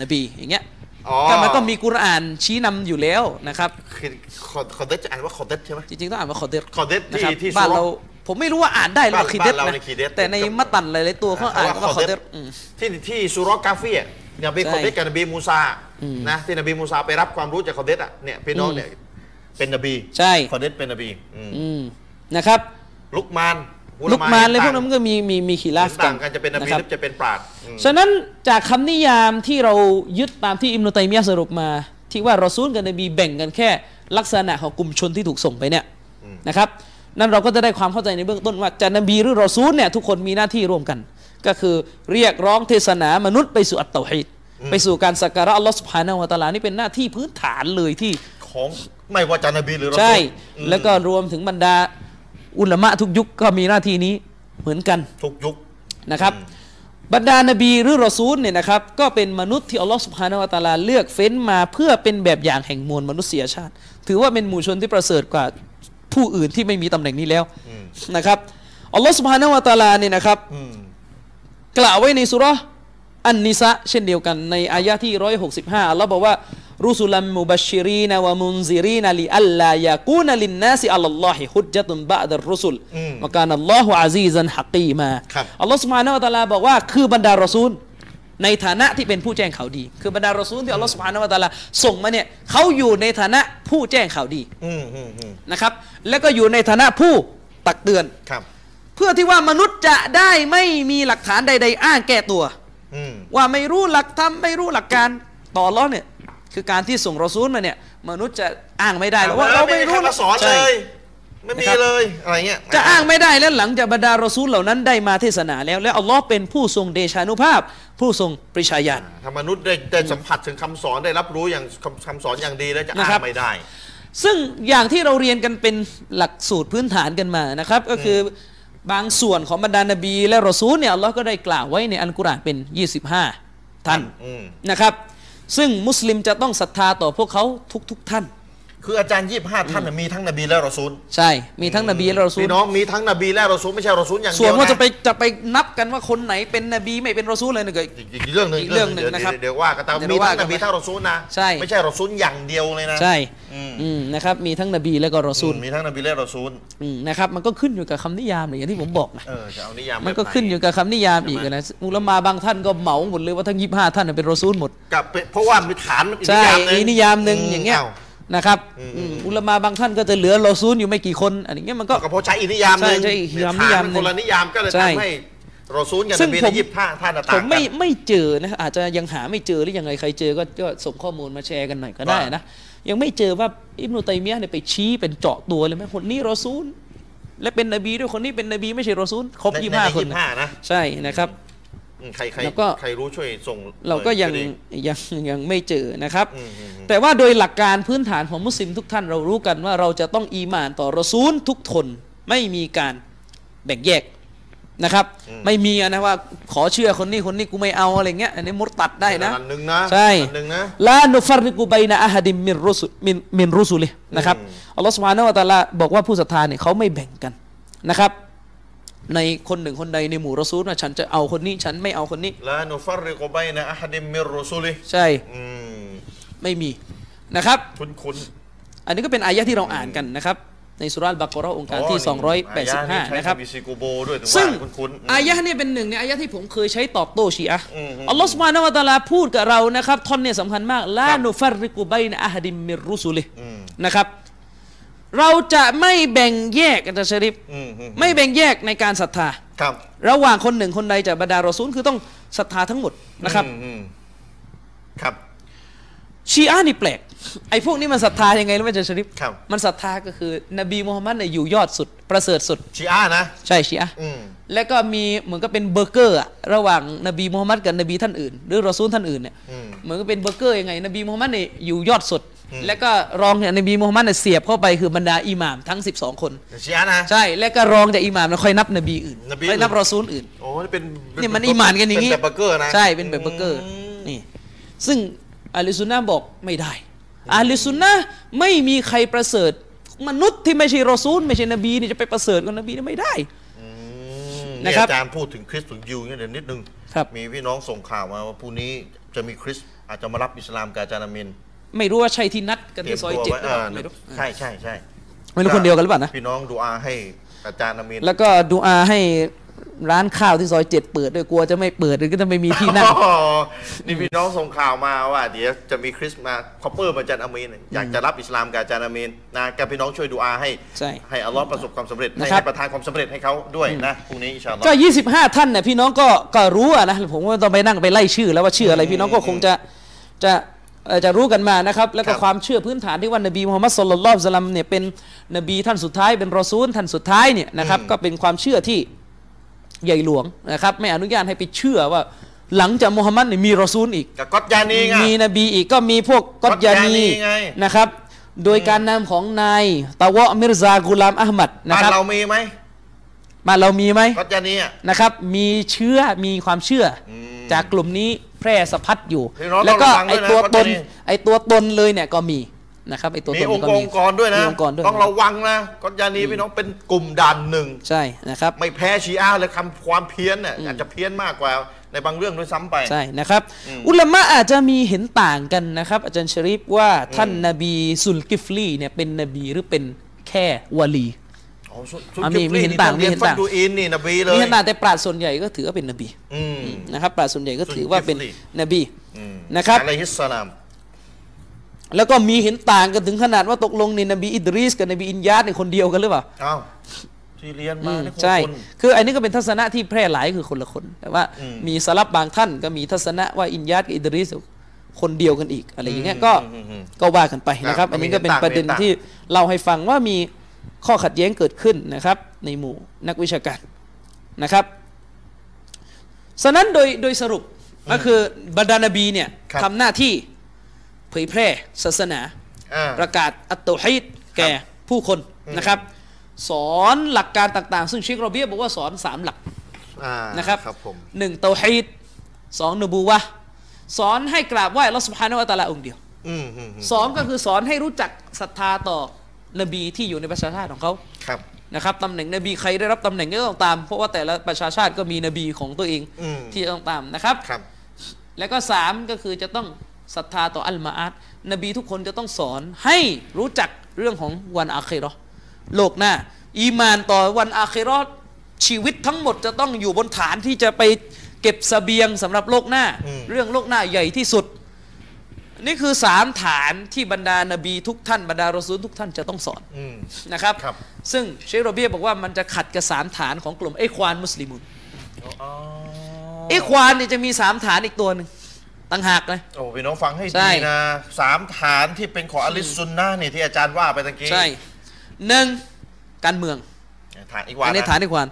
[SPEAKER 2] นบีอย่างเงี้ย
[SPEAKER 1] อ๋อ
[SPEAKER 2] แต่มันก็มีกุรอานชี้นำอยู่แล้วนะครับ
[SPEAKER 1] คือคอคอเดสอ่านว่าคอเดสใช่ไหม
[SPEAKER 2] จริงๆต้องอ่านว่าขอเดด
[SPEAKER 1] ขอเดดที่
[SPEAKER 2] นะครับ
[SPEAKER 1] ที่
[SPEAKER 2] บ้าน
[SPEAKER 1] สุราษฎร์
[SPEAKER 2] เราผมไม่รู้ว่าอ่านได้หรือเปล่า
[SPEAKER 1] บ้าน
[SPEAKER 2] คีเดด
[SPEAKER 1] เรา
[SPEAKER 2] นะ
[SPEAKER 1] ในคีเดด
[SPEAKER 2] แต่ในมัตตันหลายๆตัวเขาอ่านว่าขอเดดอืม
[SPEAKER 1] ที่ที่ซูเรอกาฟีอ่ะนบีค
[SPEAKER 2] ใช่
[SPEAKER 1] อเดสกับนบีมูซานะที่นบีมูซาไปรับความรู้จากคอเดสอ่ะเนี่ยพี่น้องเนี่ยเป็นนบี
[SPEAKER 2] ใช่
[SPEAKER 1] คอเดสเป็นนบีอืม
[SPEAKER 2] อืมนะครับ
[SPEAKER 1] ลุกมานอุ
[SPEAKER 2] ลุกมานเลยพ
[SPEAKER 1] ต่
[SPEAKER 2] วกนั้นมันก็มีมีมีขีลาฟ
[SPEAKER 1] ต่างกันจะเป็นนบีห
[SPEAKER 2] ครับ
[SPEAKER 1] รือจะเป็นปราดอืม
[SPEAKER 2] ฉะนั้นจากคำนิยามที่เรายึดตามที่อิมนุตัยมียะห์สรุปมา ที่ว่ารอซูลกับนบีแบ่งกันแค่ ลักษณะของกลุ่มชนที่ถูกส่งไปเนี่ยนะครับ นั่นเราก็จะได้ความเข้าใจในเบื้องต้นว่าจะนบีหรือรอซูลเนี่ยทุกคนมีหน้าที่ร่วมกัน ก็คือเรียกร้องเทศนามนุษย์ไปสู่อัตเตาฮีดไปสู่การสักการะอัลลอฮ์สุบฮานะฮูวะตะอาลานี่เป็นหน้าที่พื้นฐานเลยที่
[SPEAKER 1] ของไม่ว่าจะนบีหรือรอซูล
[SPEAKER 2] ใช่
[SPEAKER 1] อืม
[SPEAKER 2] แล้วก็รวมถึงบรรดาอุลามะทุกยุคก็มีหน้าที่นี้เหมือนกัน
[SPEAKER 1] ทุกยุค
[SPEAKER 2] นะครับบรรดานบีหรือรอซูลเนี่ยนะครับก็เป็นมนุษย์ที่อัลลอฮ์สุบฮานาวะตะอาลาเลือกเฟ้นมาเพื่อเป็นแบบอย่างแห่งมวลมนุษยชาติ ถือว่าเป็นหมู่ชนที่ประเสริฐกว่าผู้อื่นที่ไม่มีตำแหน่งนี้แล้วนะครับอัลลอฮ์สุบฮานาวะตะอาลาเนี่ยนะครับ
[SPEAKER 1] อืม
[SPEAKER 2] กล่าวไว้ในสุเราะห์อันนิสะห์เช่นเดียวกันในอายะที่ 165อัลลอฮ์บอกว่ารุสุลัมมุบัชชิรีนวะมุนซิรีนลิอัลลายากูนลินนาซิอัลลอฮิฮุจญะตุนบะดัรรุสุล
[SPEAKER 1] อืม
[SPEAKER 2] มะกานัลลอฮุอาซีซันฮักกีมา
[SPEAKER 1] ครับ
[SPEAKER 2] อัลลอฮ์สุบฮานะฮูวะตะอาลาบอกว่าคือบรรดารอซูล ในฐานะที่เป็นผู้แจ้งข่าวดี คือบรรดารอซูลที่อัลลอฮ์สุบฮานะฮูวะตะอาลาส่งมาเนี่ยเขาอยู่ในฐานะผู้แจ้งข่าวดี
[SPEAKER 1] อืมอืมอืม
[SPEAKER 2] นะครับ แล้วก็อยู่ในฐานะผู้ตักเตือน
[SPEAKER 1] ครับ
[SPEAKER 2] เพื่อที่ว่ามนุษย์จะได้ไม่มีหลักฐานใด ๆ อ้างแก้ตัว
[SPEAKER 1] อืม
[SPEAKER 2] ว่าไม่รู้หลักธรรมไม่รู้หลักการต่ออัลล้อฮ์เนี่ยคือการที่ส่งรอซูลมาเนี่ยมนุษย์จะอ้างไม่ได้หรอกว่าเราไม่รู้
[SPEAKER 1] ใคมาสอน
[SPEAKER 2] ใช่
[SPEAKER 1] เลย ไม่
[SPEAKER 2] นะ
[SPEAKER 1] มี
[SPEAKER 2] ครับ
[SPEAKER 1] เลยอะไรเงี้ย
[SPEAKER 2] จะอ้างไม่ได้แล้วหลังจากบรรดารอซูลเหล่านั้นได้มาเทศนาแล้ว และอัลลอฮ์เป็นผู้ทรงเดชานุภาพ ผู้ทรงปริชาญาณ
[SPEAKER 1] ถ้ามนุษย์ได้ได้สัมผัสถึงคำสอนได้รับรู้อย่างคำคำสอนอย่างดีแล้วจะ
[SPEAKER 2] นะ
[SPEAKER 1] อ้า
[SPEAKER 2] ครับ
[SPEAKER 1] งไม่ได้
[SPEAKER 2] ซึ่งอย่างที่เราเรียนกันเป็นหลักสูตรพื้นฐานกันมานะครับ ก็คือบางส่วนของบรรดานบี และรอซูลเนี่ยอัลลอฮ์ก็ได้กล่าวไว้ในอัลกุรอานเป็น 25 ท่าน
[SPEAKER 1] อืม
[SPEAKER 2] นะครับ ซึ่งมุสลิมจะต้องศรัทธาต่อพวกเขาทุกๆทท่าน
[SPEAKER 1] คืออาจารย์ยี่ห้าท่านน่ะมีทั้งนบีและรอซูล
[SPEAKER 2] ใช่ มีทั้งนบีและรอซูล
[SPEAKER 1] พี่น้องมีทั้งนบีและรอซูลไม่ใช่รอซูลอย่างเดี
[SPEAKER 2] ส่
[SPEAKER 1] ย
[SPEAKER 2] วน
[SPEAKER 1] ว
[SPEAKER 2] ว่าจะ
[SPEAKER 1] นะ
[SPEAKER 2] ไปจะไปนับกันว่าคนไหนเป็นนบีไม่เป็นรอซูลเลยนะเกิด
[SPEAKER 1] อีกอีกอีกเรื่องหนึ่ง
[SPEAKER 2] อีกเรื่องหนึ่ง
[SPEAKER 1] ดี๋ยว
[SPEAKER 2] นะครับ
[SPEAKER 1] เดี๋ยวว่ากันตาม
[SPEAKER 2] เดี๋ยว
[SPEAKER 1] มีทั้
[SPEAKER 2] ว่าง กัน
[SPEAKER 1] นบี
[SPEAKER 2] ไป
[SPEAKER 1] ทั้งรอซูลนะ
[SPEAKER 2] ใช่
[SPEAKER 1] ไม่ใช่รอซูลอย่างเดียวเลยนะ
[SPEAKER 2] ใช่
[SPEAKER 1] อืม
[SPEAKER 2] อืมนะครับ มีทั้งนบีและก็รอ
[SPEAKER 1] อื
[SPEAKER 2] ซู
[SPEAKER 1] ม
[SPEAKER 2] ล
[SPEAKER 1] มีทั้งนบีและรอซูล
[SPEAKER 2] อืมนะครับ มันก็ขึ้นอยู่กับคำนิยามเนี่ยอย่างที่ผมบอกนะ
[SPEAKER 1] เออจะเอานิยาม
[SPEAKER 2] มันก็
[SPEAKER 1] แบบไห
[SPEAKER 2] ขึ้นอยู่กับคำนิยามอีกนะอุลามาบางท่านก็เหมาหมดเลยว่าทั้งยี่ห้าท่านนะเป็นรอซูลหมด
[SPEAKER 1] กับเป็นเพราะว่ามีฐานมันอีก
[SPEAKER 2] ใช่
[SPEAKER 1] นิยามหนึ่ง
[SPEAKER 2] อีนิยามหนึ่งอย่างเงี้ย
[SPEAKER 1] อ้ว
[SPEAKER 2] นะครับอืมอุลามาบางท่านก็จะเหลือรอซูลอยู่ไม่กี่คนอันอย่างเงี้ยมันก็
[SPEAKER 1] ก็เพราะใช้อินิยามหนึ่ง
[SPEAKER 2] ใช่ใช่อีกนิยามนิยามหนึ่
[SPEAKER 1] ฐค
[SPEAKER 2] ง
[SPEAKER 1] นละนิยามก็เลย
[SPEAKER 2] ใช่
[SPEAKER 1] ทำให้เราซูนกัน
[SPEAKER 2] ซึ่ง
[SPEAKER 1] เป็น
[SPEAKER 2] ผม
[SPEAKER 1] ยิบท่าท่าต่าง
[SPEAKER 2] ผ
[SPEAKER 1] กั
[SPEAKER 2] ม
[SPEAKER 1] น
[SPEAKER 2] ไม่ไม่เจอนะอาจจะยังหาไม่เจอหรือยังไงใครเจอก็ก็ส่งข้อมูลมาแชร์กันหน่อยก็ได้
[SPEAKER 1] ว่า
[SPEAKER 2] นะยังไม่เจอว่าอิบนุตัยมียะห์เนี่ยไปชี้เป็นเจาะตัวเลยไหมคนนี้รอซูล และเป็นนบีด้วยคนนี้เป็นนบีไม่ใช่รอซูลครบ
[SPEAKER 1] ใน
[SPEAKER 2] ยี่
[SPEAKER 1] ใน
[SPEAKER 2] ห้า
[SPEAKER 1] ใน
[SPEAKER 2] คน
[SPEAKER 1] ยี่
[SPEAKER 2] นะ
[SPEAKER 1] ห้านะ
[SPEAKER 2] ใช่นะครับ
[SPEAKER 1] อืมใครใคร
[SPEAKER 2] แล้วก็
[SPEAKER 1] ใครรู้ช่วยส่ง
[SPEAKER 2] เราก็
[SPEAKER 1] หน่อ
[SPEAKER 2] ยัง
[SPEAKER 1] จะดี
[SPEAKER 2] ยัง ยังไม่เจอนะครับ
[SPEAKER 1] อืมอืมอืม
[SPEAKER 2] แต่ว่าโดยหลักการพื้นฐานของมุสลิมทุกท่านเรารู้กันว่าเราจะต้องอีหมานต่อรอซูลทุกทนไม่มีการแบ่งแยกนะครับ ไม่มีอะนะว่าขอเชื่อคนนี้คนนี้กูไม่เอาอะไรเงี้ยอันนี้มุตตัดได้นะ
[SPEAKER 1] อันหนึ่งนะ
[SPEAKER 2] ใช่
[SPEAKER 1] อันหนึ่งนะ
[SPEAKER 2] ลานุฟัรริกูไบนะอาฮดิมมินรุสุมินมินรุสุลิห์นะครับ
[SPEAKER 1] อืม
[SPEAKER 2] อัลลอฮฺสุบฮานะฮูวะตะอาลาบอกว่าผู้ศรัทธาเนี่ยเขาไม่แบ่งกันนะครับ ในคนหนึ่งคนใดในหมู่รอซูลว่าฉันจะเอาคนนี้ฉันไม่เอาคนนี้
[SPEAKER 1] ลานุฟัรริกบัยนะอะฮัดิมมิรรุซุลิ
[SPEAKER 2] ใช่
[SPEAKER 1] อืม
[SPEAKER 2] ไม่มีนะครับ
[SPEAKER 1] คุณคุณ
[SPEAKER 2] อันนี้ก็เป็นอายะที่เราอ่านกันนะครับ ในสุราะห์อัลบักเราะห์องค์การที่ 285 นะครับ
[SPEAKER 1] บิซิกูโบด้วยถึ
[SPEAKER 2] ซึ่ง
[SPEAKER 1] ว่าคุณคุณ
[SPEAKER 2] อายะเนี่ยเป็นหนึ่งในอายะที่ผมเคยใช้ตอบโต้ชีอะห์
[SPEAKER 1] อืมอืม
[SPEAKER 2] อัลลอฮฺสุบฮานาวะตะอาลาพูดกับเรานะครับท่อนเนี่ยสำคัญมากลานุฟัรริกุบัยนะอาฮดิมมิรรุสุลิห์
[SPEAKER 1] อืม
[SPEAKER 2] นะครับ เราจะไม่แบ่งแยกอาจารย์ชะริฟ
[SPEAKER 1] อืมอืม
[SPEAKER 2] ไม่แบ่งแยกในการศรัทธา
[SPEAKER 1] ครับ
[SPEAKER 2] ระหว่างคนหนึ่งคนใดจากบรรดารอซูลคือต้องศรัทธาทั้งหมดนะครับ
[SPEAKER 1] อืมอืมครับ
[SPEAKER 2] ชีอะห์นี่แปลกไอ้พวกนี้มันศรัทธายังไงรู้ไหมอาจารย์ชะริฟ
[SPEAKER 1] ครับ
[SPEAKER 2] มันศรัทธาก็คือนบีมูฮัมมัดเนี่ยอยู่ยอดสุด ประเสริฐสุด
[SPEAKER 1] ชีอานะ
[SPEAKER 2] ใช่ชีอะห์
[SPEAKER 1] อืม
[SPEAKER 2] แล้วก็มีเหมือนก็เป็นเบอร์เกอร์อะระหว่างนบีมูฮัมมัดกับนบีท่านอื่น หรือรอซูลท่านอื่นเนี่ย
[SPEAKER 1] อืม
[SPEAKER 2] เหมือนก็เป็นเบอร์เกอร์ยังไง นบีมูฮัมมัดเนี่ยอยู่ยอดสุด แล้วก็รองเนี่ยนบีมูฮัมมัดเนี่ยเสียบเข้าไปคือบรรดาอิหม่ามทั้ง 12 คน
[SPEAKER 1] ชีอานะ
[SPEAKER 2] ใช่แล้วก็รองจากอิหม่ามแล้วค่อยนับนบีอื่น
[SPEAKER 1] นบี
[SPEAKER 2] ค่อยนับ
[SPEAKER 1] อื่น
[SPEAKER 2] รอซูลอื่น
[SPEAKER 1] โอ้นี่เป็น
[SPEAKER 2] นี่มันอิหมานกันอย่าง
[SPEAKER 1] นี้
[SPEAKER 2] นี้
[SPEAKER 1] เป็นแบบเบอร์เกอร์นะ
[SPEAKER 2] ใช่เป็นแบบเบอร์เกอร์
[SPEAKER 1] ม
[SPEAKER 2] นี่ซึ่งอาลิซุนนาบอกไม่ได้อาลิซุนนาไม่มีใครประเสริฐ มนุษย์ที่ไม่ใช่รอซูล ไม่ใช่นบีนี่จะไปประเสริฐกับนบีนี่ไม่ได้
[SPEAKER 1] นะ
[SPEAKER 2] นะ
[SPEAKER 1] ค
[SPEAKER 2] ค
[SPEAKER 1] รั
[SPEAKER 2] รั
[SPEAKER 1] บบ อาจารย์พูดถึงคริสต์ถึงยิวเนี่ยเดี๋ยวนิดนึง
[SPEAKER 2] ครับ
[SPEAKER 1] มีพี่น้องส่งข่าวมาว่าพรุ่งนี้จะมีคริสต์อาจจะมารับอิสลามกับอาจารย์อามิน
[SPEAKER 2] ไม่รู้ว่าใช่ที่นัดกัน
[SPEAKER 1] เตรีย
[SPEAKER 2] ที่
[SPEAKER 1] ม
[SPEAKER 2] ซอย
[SPEAKER 1] ตัว
[SPEAKER 2] เจ็ด
[SPEAKER 1] ไว้
[SPEAKER 2] หรื
[SPEAKER 1] เออ
[SPEAKER 2] อเปล่าไม่รู้
[SPEAKER 1] ใช่ใช่ใช่
[SPEAKER 2] ไม่รู้คนเดียวกันหรือเปล่านะ
[SPEAKER 1] พี่น้องดูอาให้อาจารย์อามิน
[SPEAKER 2] แล้วก็ดูอาให้ร้านข้าวที่ซอยเจ็ดเปิดด้วยกลัวจะไม่เปิดหรือก็จะไม่มีที่นั่ง
[SPEAKER 1] อ๋อนี่พี่น้องส่งข่าวมาว่า เดี๋ยวจะมีคริสต์มาคอปเปอร์มาอาจารย์อามินอยากจะรับอิสลามกับอาจารย์อามินนะกับพี่น้องช่วยดูอาให้
[SPEAKER 2] ใช่
[SPEAKER 1] ให้อัลลอฮ์ประสบความสำเร็จให้
[SPEAKER 2] นะครับ
[SPEAKER 1] ให้ประทานความสำเร็จให้เขาด้วยนะพรุ่งนี้อินชาอัลลอฮ์
[SPEAKER 2] ก็ 25 ท่านเนี่ยพี่น้องก็ก็รู้อะนะผมว่าต้องไปนั่งไปไล่ชื่อ แล้วว่าชื่ออะไรพี่น้องก็คงจะจะเอ่อจะรู้กันมานะครับ แล้วก็
[SPEAKER 1] ครับ
[SPEAKER 2] ความเชื่อพื้นฐานที่ว่านบีมูฮัมมัดสุลลัลลอฮุอะลัยฮิวะซัลลัมเนี่ยเป็นนบีท่านสุดท้ายเป็นรอซูลท่านสุดท้ายเนี่ยนะครับ
[SPEAKER 1] อืม
[SPEAKER 2] ก็เป็นความเชื่อที่ใหญ่หลวงนะครับไม่อนุญาตให้ไปเชื่อว่าหลังจากมูฮัมมัดเนี่ยมีรอซูลอีก
[SPEAKER 1] กับก็อตยานีไง
[SPEAKER 2] มีนบีอีกก็มีพวกกอตยา
[SPEAKER 1] ก็อตยานี
[SPEAKER 2] นี
[SPEAKER 1] ไง
[SPEAKER 2] นะครับ โดยการนำของนายตะวะมิรซากุลามอัมัดนะ
[SPEAKER 1] บ้าน
[SPEAKER 2] ครับ
[SPEAKER 1] เรามีไหม
[SPEAKER 2] บ้านเรามีไหม
[SPEAKER 1] ก็อตยานีอ่ะ
[SPEAKER 2] นะครับมีเชื้อมีความเชื่ออ
[SPEAKER 1] ม
[SPEAKER 2] จากกลุ่มนี้แพร่สะพัดอยู่
[SPEAKER 1] พี่น้อง
[SPEAKER 2] แล้วก็
[SPEAKER 1] ต้องระวัง
[SPEAKER 2] ไอ
[SPEAKER 1] ด้วยนะ
[SPEAKER 2] ตัวต
[SPEAKER 1] เพราะตอ
[SPEAKER 2] น
[SPEAKER 1] นนี้
[SPEAKER 2] ไอตัวตนเลยเนี่ยก็มีนะครับไอตัว
[SPEAKER 1] มี
[SPEAKER 2] ตน
[SPEAKER 1] องค์
[SPEAKER 2] ก็
[SPEAKER 1] กร
[SPEAKER 2] มี
[SPEAKER 1] องค์กรด้วยนะ
[SPEAKER 2] มีองค์กรด้วย
[SPEAKER 1] ต้องระวังนะกอนยานีพี่น้องเป็นกลุ่มด่านหนึ่ง
[SPEAKER 2] ใช่นะครับ
[SPEAKER 1] ไม่แพ้ชีอาเลยคำความเพี้ยนเนี่ยอาจจะเพี้ยนมากกว่าในบางเรื่องด้วยซ้ำไป
[SPEAKER 2] ใช่นะครับ อุลามะอาจจะมีเห็นต่างกันนะครับ อาจารย์ชะริฟว่าท่านนบีซุลกิฟลีเนี่ยเป็นนบีหรือเป็นแค่วาลี
[SPEAKER 1] อ๋อสุสุ
[SPEAKER 2] อ่ะมี
[SPEAKER 1] กิบ
[SPEAKER 2] มี
[SPEAKER 1] ลี่
[SPEAKER 2] เห็น
[SPEAKER 1] นี่
[SPEAKER 2] ต่าง
[SPEAKER 1] ต้องเรีย
[SPEAKER 2] มี
[SPEAKER 1] น
[SPEAKER 2] เห็น
[SPEAKER 1] ฟัด
[SPEAKER 2] ต่าง
[SPEAKER 1] ดูอินนี่นบีเลย
[SPEAKER 2] มีขนาดแต่ปราชญ์ส่วนใหญ่ก็ถือว่าเป็นนบี
[SPEAKER 1] อืม
[SPEAKER 2] นะครับปราชญ์ส่วนใหญ่ก็ถือว่าเป็น
[SPEAKER 1] ซุลกิฟลี
[SPEAKER 2] นบี
[SPEAKER 1] อืม
[SPEAKER 2] นะครับ
[SPEAKER 1] อะลัยฮิสสลาม
[SPEAKER 2] แล้วก็มีเห็นต่างกันถึงขนาดว่าตกลงในนบีอิดริสกับนบีอินยาสเนี่ยคนเดียวกันหรือเปล่า
[SPEAKER 1] เอ้าที่เรียนมา
[SPEAKER 2] อืม
[SPEAKER 1] นี่คน
[SPEAKER 2] ใช่
[SPEAKER 1] คน
[SPEAKER 2] คืออันนี้ก็เป็นทัศนะที่แพร่หลายคือคนละคน แต่ว่า
[SPEAKER 1] อืม
[SPEAKER 2] มีสลับบางท่านก็มีทัศนะว่าอินยัดกับอิดริสคนเดียวกันอีกอะไรอย่างเงี้ยก็
[SPEAKER 1] อืมอืมอืม
[SPEAKER 2] ก็ว่ากันไปนะค
[SPEAKER 1] ครั
[SPEAKER 2] รั
[SPEAKER 1] บบ
[SPEAKER 2] อันนี้ก็เป็น
[SPEAKER 1] มันมี
[SPEAKER 2] ประเด็น
[SPEAKER 1] ต่าง
[SPEAKER 2] ที่เราให้ฟังว่ามี ข้อขัดแย้งเกิดขึ้นนะครับ ในหมู่นักวิชาการนะครับฉะนั้นโดยโดยสรุปก็คือบรรดานบีเนี่ย
[SPEAKER 1] ครับ
[SPEAKER 2] ทำหน้าที่เผยแพร่ศาสนา
[SPEAKER 1] อ่า
[SPEAKER 2] ประกาศอัตโตฮิดแก่ผู้คน
[SPEAKER 1] อืม
[SPEAKER 2] นะครับ สอนหลักการต่างๆ ซึ่งเชคโรเบียบอกว่าสอนสามหลัก
[SPEAKER 1] อ่า
[SPEAKER 2] นะครับ
[SPEAKER 1] ครับผม
[SPEAKER 2] หนึ่งเตาฮีดสองนบูวะห์สอนให้กราบไหว้อัลลอฮ์สุบฮานะฮูวะตะอาลาองค์เดียว
[SPEAKER 1] อืมอืมอืม
[SPEAKER 2] สองก็คือสอนให้รู้จักศรัทธาต่อนบีที่อยู่ในประชาชาติของเขา
[SPEAKER 1] ครับ
[SPEAKER 2] นะครับตำแหน่งนบีใครได้รับตำแหน่งก็ต้องตาม เพราะว่าแต่ละประชาชาติก็มีนบีของตัวเอง
[SPEAKER 1] อืม
[SPEAKER 2] ที่จะต้องตามนะครับ
[SPEAKER 1] ครับ
[SPEAKER 2] แล้วก็สามก็คือจะต้องศรัทธาต่ออัลมาอัดนบีทุกคนจะต้องสอนให้รู้จักเรื่องของวันอาเคเราะห์โลกหน้า อีมานต่อวันอาเคเราะห์ชีวิตทั้งหมดจะต้องอยู่บนฐานที่จะไปเก็บเสบียงสำหรับโลกหน้า เรื่องโลกหน้าใหญ่ที่สุด นี่คือสามฐานที่บรรดานบีทุกท่านบรรดารอซูลทุกท่านจะต้องสอน
[SPEAKER 1] อืม
[SPEAKER 2] นะครับ
[SPEAKER 1] ครับ
[SPEAKER 2] ซึ่งเชคโรเบียบอกว่ามันจะขัดกับสามฐานของกลุ่มไอควานมุสลิมุน
[SPEAKER 1] อ๋อ
[SPEAKER 2] ไอควานเนี่ยจะมีสามฐานอีกตัวหนึ่งต่างหากเลย
[SPEAKER 1] โอ้พี่น้องฟังให้
[SPEAKER 2] ใช่
[SPEAKER 1] ดีนะสามฐานที่เป็นของอลิสซุนนะห์เนี่ยที่อาจารย์ว่าไปตะกี้
[SPEAKER 2] ใช่หนึ่งการเมือง
[SPEAKER 1] ฐานอีกวา
[SPEAKER 2] อันนี้
[SPEAKER 1] นะ
[SPEAKER 2] ฐานที่ควาน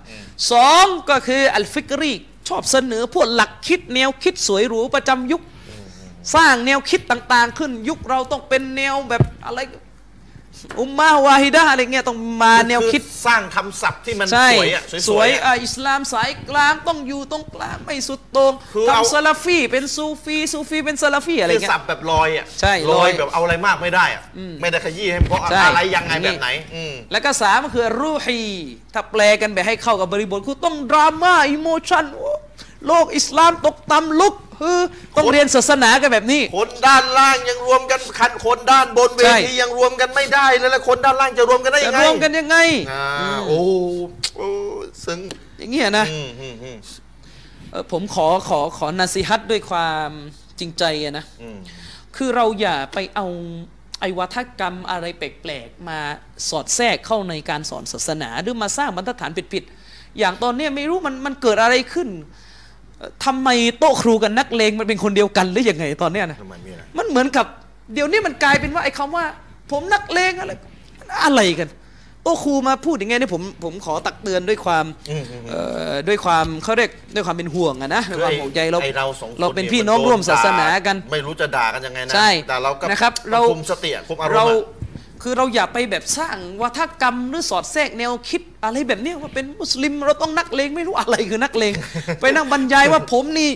[SPEAKER 2] สองก็คืออัลฟิกรีชอบเสนอพวกหลักคิดแนวคิดสวยหรูประจำยุค สร้างแนวคิดต่างๆ ขึ้นยุคเราต้องเป็นแนวแบบอะไร อุมมาวาฮิดะห์อะไรเงี้ยต้องมาแนวคิด
[SPEAKER 1] อสร้างคำศัพท์ที่มัน
[SPEAKER 2] ใช่
[SPEAKER 1] สวยอ่ะสวย
[SPEAKER 2] สวย
[SPEAKER 1] ๆอ่ะ
[SPEAKER 2] อ่ะอิสลามสายกลางต้องอยู่ตรงกลางไม่สุดโตรง
[SPEAKER 1] คือเอา
[SPEAKER 2] ทำซาลาฟีเป็นซูฟีซูฟีเป็นซาลาฟีอะไร
[SPEAKER 1] คือ
[SPEAKER 2] เงี้
[SPEAKER 1] ศั
[SPEAKER 2] ย
[SPEAKER 1] พท์แบบลอยอ่ะ
[SPEAKER 2] ใช่
[SPEAKER 1] ล
[SPEAKER 2] ล
[SPEAKER 1] อ
[SPEAKER 2] อย ย
[SPEAKER 1] แบบเอาอะไรมากไม่ได้อ่ะไม่ได้ขยี้ให้เพราะ
[SPEAKER 2] ใช่
[SPEAKER 1] อะไรยังไง
[SPEAKER 2] อย่า
[SPEAKER 1] แบ
[SPEAKER 2] งนี้
[SPEAKER 1] บไหน อืม
[SPEAKER 2] แล้วก็สามก็คือรูฮีถ้าแปลกันแบบให้เข้ากับบริบทคือต้องดราม่าอิโมชันโอ้โลกอิสลามตกต่ำลุกคือต้อง
[SPEAKER 1] คน
[SPEAKER 2] เรียนศาสนากันแบบนี้
[SPEAKER 1] คนด้านล่างยังรวมกันคันคนด้านบนเว
[SPEAKER 2] ใช่
[SPEAKER 1] ทียังรวมกันไม่ได้แล้วแล้วคนด้านล่างจะรวมกันได้
[SPEAKER 2] จะ
[SPEAKER 1] ยังไง
[SPEAKER 2] รวมกันยังไง
[SPEAKER 1] อ่าโอ้โอ้ซึ้ง
[SPEAKER 2] อย่างเงี้ยนะ
[SPEAKER 1] อืมอืมอืม
[SPEAKER 2] เอ่อผมขอขอขอนาซีฮัตด้วยความจริงใจอะนะ
[SPEAKER 1] อืม
[SPEAKER 2] คือเราอย่าไปเอาไอวัฒกรรมอะไรแปลกๆ มาสอดแทรกเข้าในการสอนศาสนา หรือมาสร้างบรรทัดฐานผิดๆ อย่างตอนเนี้ยไม่รู้มันมันเกิดอะไรขึ้นเอ่อทำไมโต๊ะครูกับนักเลงมันเป็นคนเดียวกันหรือยังไงตอนเนี้ยนะ
[SPEAKER 1] ทำไมมีอะไร
[SPEAKER 2] มันเหมือนกับเดี๋ยวนี้มันกลายเป็นว่าไอ้คำว่า ผมนักเลงอะไรอะไรกัน โอ้ครูมาพูดอย่างเงี้ยนี่ผมผมขอตักเตือนด้วยความ
[SPEAKER 1] อืมอืม
[SPEAKER 2] เอ่อด้วยความเขาเรียกด้วยความเป็นห่วงอะนะด้วยความห่วงใยเรา
[SPEAKER 1] ไอ้เราสองค
[SPEAKER 2] เราเป็นพี่น้อง
[SPEAKER 1] ย
[SPEAKER 2] ร่วมศาสนากัน
[SPEAKER 1] ไม่รู้จะด่ากันยังไงนะ
[SPEAKER 2] ใช่
[SPEAKER 1] แต่เราก็
[SPEAKER 2] นะครับเรา
[SPEAKER 1] คุมสติอะคุมอารมณ์
[SPEAKER 2] เรา
[SPEAKER 1] อะ
[SPEAKER 2] คือเราอย่าไปแบบสร้างวัฒกรรมหรือสอดแทรกแนวคิดอะไรแบบเนี้ยว่าเป็นมุสลิมเราต้องนักเลงไม่รู้อะไรคือนักเล ง ไปนั่งบรรยายว่าผมนี่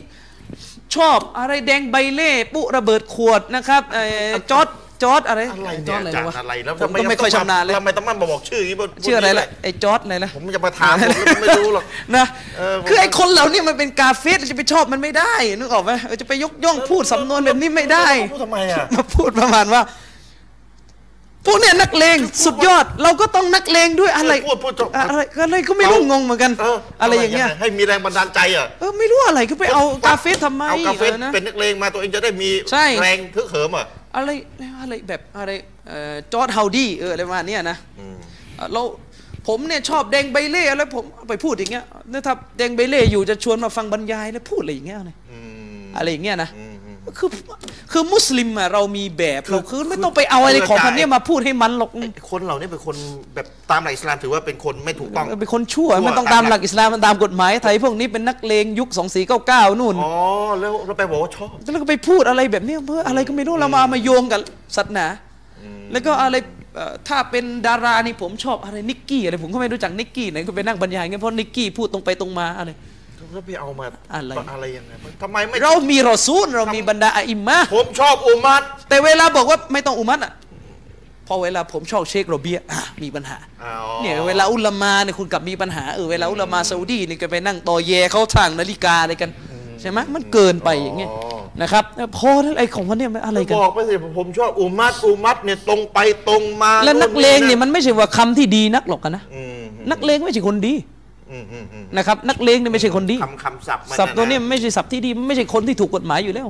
[SPEAKER 2] ชอบอะไรแดงใบเล่ปุระเบิดขวดนะครับเอ่อจอดจอดอะไร
[SPEAKER 1] อะไร
[SPEAKER 2] จ
[SPEAKER 1] เนี่
[SPEAKER 2] อย ดอะไร
[SPEAKER 1] จาก
[SPEAKER 2] วะ
[SPEAKER 1] อะไรแล้ว
[SPEAKER 2] ผมก็ไม่ค่อยชำนาญเลย
[SPEAKER 1] ทำไมต้องมาบอกชื่ออย่างนี้บน
[SPEAKER 2] ชื่ออะไร
[SPEAKER 1] บนนี้
[SPEAKER 2] ล่ะไอ้จอดอะไรล่ะ
[SPEAKER 1] ผมจะมาถามผมแล้วผมไม่รู้หรอก
[SPEAKER 2] นะ
[SPEAKER 1] เออผม
[SPEAKER 2] คือไอ้คนเหล่านี้มันเป็นกาเฟสจะไปชอบมันไม่ได้นึกออกไหมเออจะไปยกย่อง พูดสำนวนแบบนี้ไม่ได้
[SPEAKER 1] พูดทำไมอะ
[SPEAKER 2] มาพูดประมาณว่า พวกเนี่ยนักเลงสุดยอด เราก็ต้องนักเลงด้วยอะไร
[SPEAKER 1] พูดพูดจบ
[SPEAKER 2] อะอะไรอะไรก็ไม่รู้งงเหมือนกัน
[SPEAKER 1] เออ
[SPEAKER 2] อะไรอย่างเงี้ย
[SPEAKER 1] ให้มีแรงบันดาลใจอ่ะ
[SPEAKER 2] เออไม่รู้อะไรก็ไปเอากาเฟสทำไม
[SPEAKER 1] เอากาเฟส
[SPEAKER 2] ออนะ
[SPEAKER 1] เป็นนักเลงมาตัวเองจะได้มี
[SPEAKER 2] ใช่
[SPEAKER 1] แรงฮึกเหิมอ่ะ
[SPEAKER 2] อะไรอะไรแบบอะไรเอ่อจอร์ดฮาวดี้เอออะไรประมาณเนี้ยนะเอ่อเราผมเนี่ยชอบแดงใบเล่อะไรผมไปพูดอย่างเงี้ยเนี่ยถ้าแดงใบเล่อยู่จะชวนมาฟังบรรยายแล้วพูดอะไรอย่างเงี้ยเนี่ย
[SPEAKER 1] อืม
[SPEAKER 2] อะไรอย่างเงี้ยนะ
[SPEAKER 1] อืมอืม
[SPEAKER 2] คือคือมุสลิมอะเรามีแบบ
[SPEAKER 1] คือ
[SPEAKER 2] เราคือไม่ต้องไปเอาอะไร
[SPEAKER 1] คือ
[SPEAKER 2] ของพันเนี้ยมาพูดให้มันหรอก
[SPEAKER 1] คนเหล่านี้เป็นคนแบบตามหลักอิสลามถือว่าเป็นคนไม่ถูกต้อง
[SPEAKER 2] เป็นคนชั่ว
[SPEAKER 1] ชั่ว
[SPEAKER 2] มันต้อง
[SPEAKER 1] ตา
[SPEAKER 2] ตาม ม
[SPEAKER 1] ห
[SPEAKER 2] ห
[SPEAKER 1] ลั
[SPEAKER 2] ลั
[SPEAKER 1] ก
[SPEAKER 2] กอิสลามมันตามกฎหมายไทยพวกนี้เป็นนักเลงยุค 2499 นู่น
[SPEAKER 1] อ๋อแล้วเราไปบอกว่าชอบ
[SPEAKER 2] แล้วก็ไปพูดอะไรแบบเนี้ยเพื่ออะไรก็ไม่รู้เรามามาโยงกับศาสนา แล้วก็อะไรเอ่อถ้าเป็นดารานี่ผมชอบอะไรนิกกี้อะไรผมก็ไม่รู้จักนิกกี้ไหนก็ไปนั่งบรรยายเงี้ยเพราะนิกกี้พูดตรงไปตรงมาอะไร
[SPEAKER 1] แล้วไปเอามา
[SPEAKER 2] อะไร
[SPEAKER 1] อะไรยังไงทำไมไม่
[SPEAKER 2] เรามีรอซูลเรามีบรรดาอิมมะห์
[SPEAKER 1] ผมชอบอุมัด
[SPEAKER 2] แต่เวลาบอกว่าไม่ต้องอุมัตอ่ะ พอเวลาผมชอบเชคโรเบียอ่ะมีปัญหา
[SPEAKER 1] อ๋อ
[SPEAKER 2] เนี่ยเวลาอุลามาเนี่ยคุณกลับมีปัญหาเออเวลาอุลามาซาอุดีเนี่ยก็ไปนั่งต่อแยเขาทางนาฬิกาอะไรกัน ใช่ไหมมันเกินไปอย่างเงี้ยนะครับเออพอแล้วไอ้ของมันเนี่ยมันอะไรกัน
[SPEAKER 1] บอกไปสิผมชอบอุมัดอุมัดเนี่ยตรงไปตรงมา
[SPEAKER 2] และนักเลงเนี่ยมันไม่ใช่ว่าคำที่ดีนักหรอกนะ
[SPEAKER 1] อืม
[SPEAKER 2] นักเลงไม่ใช่คนดี
[SPEAKER 1] อืมอืมอืม
[SPEAKER 2] นะครับ นักเลงเนี่ยไม่ใช่คนดี
[SPEAKER 1] คำคำศัพท์มั
[SPEAKER 2] ศัพท์ตัวเนี้
[SPEAKER 1] ะะ
[SPEAKER 2] ไม่ใช่ศัพท์ที่ดีไม่ใช่คนที่ถูกกฎหมายอยู่แล้ว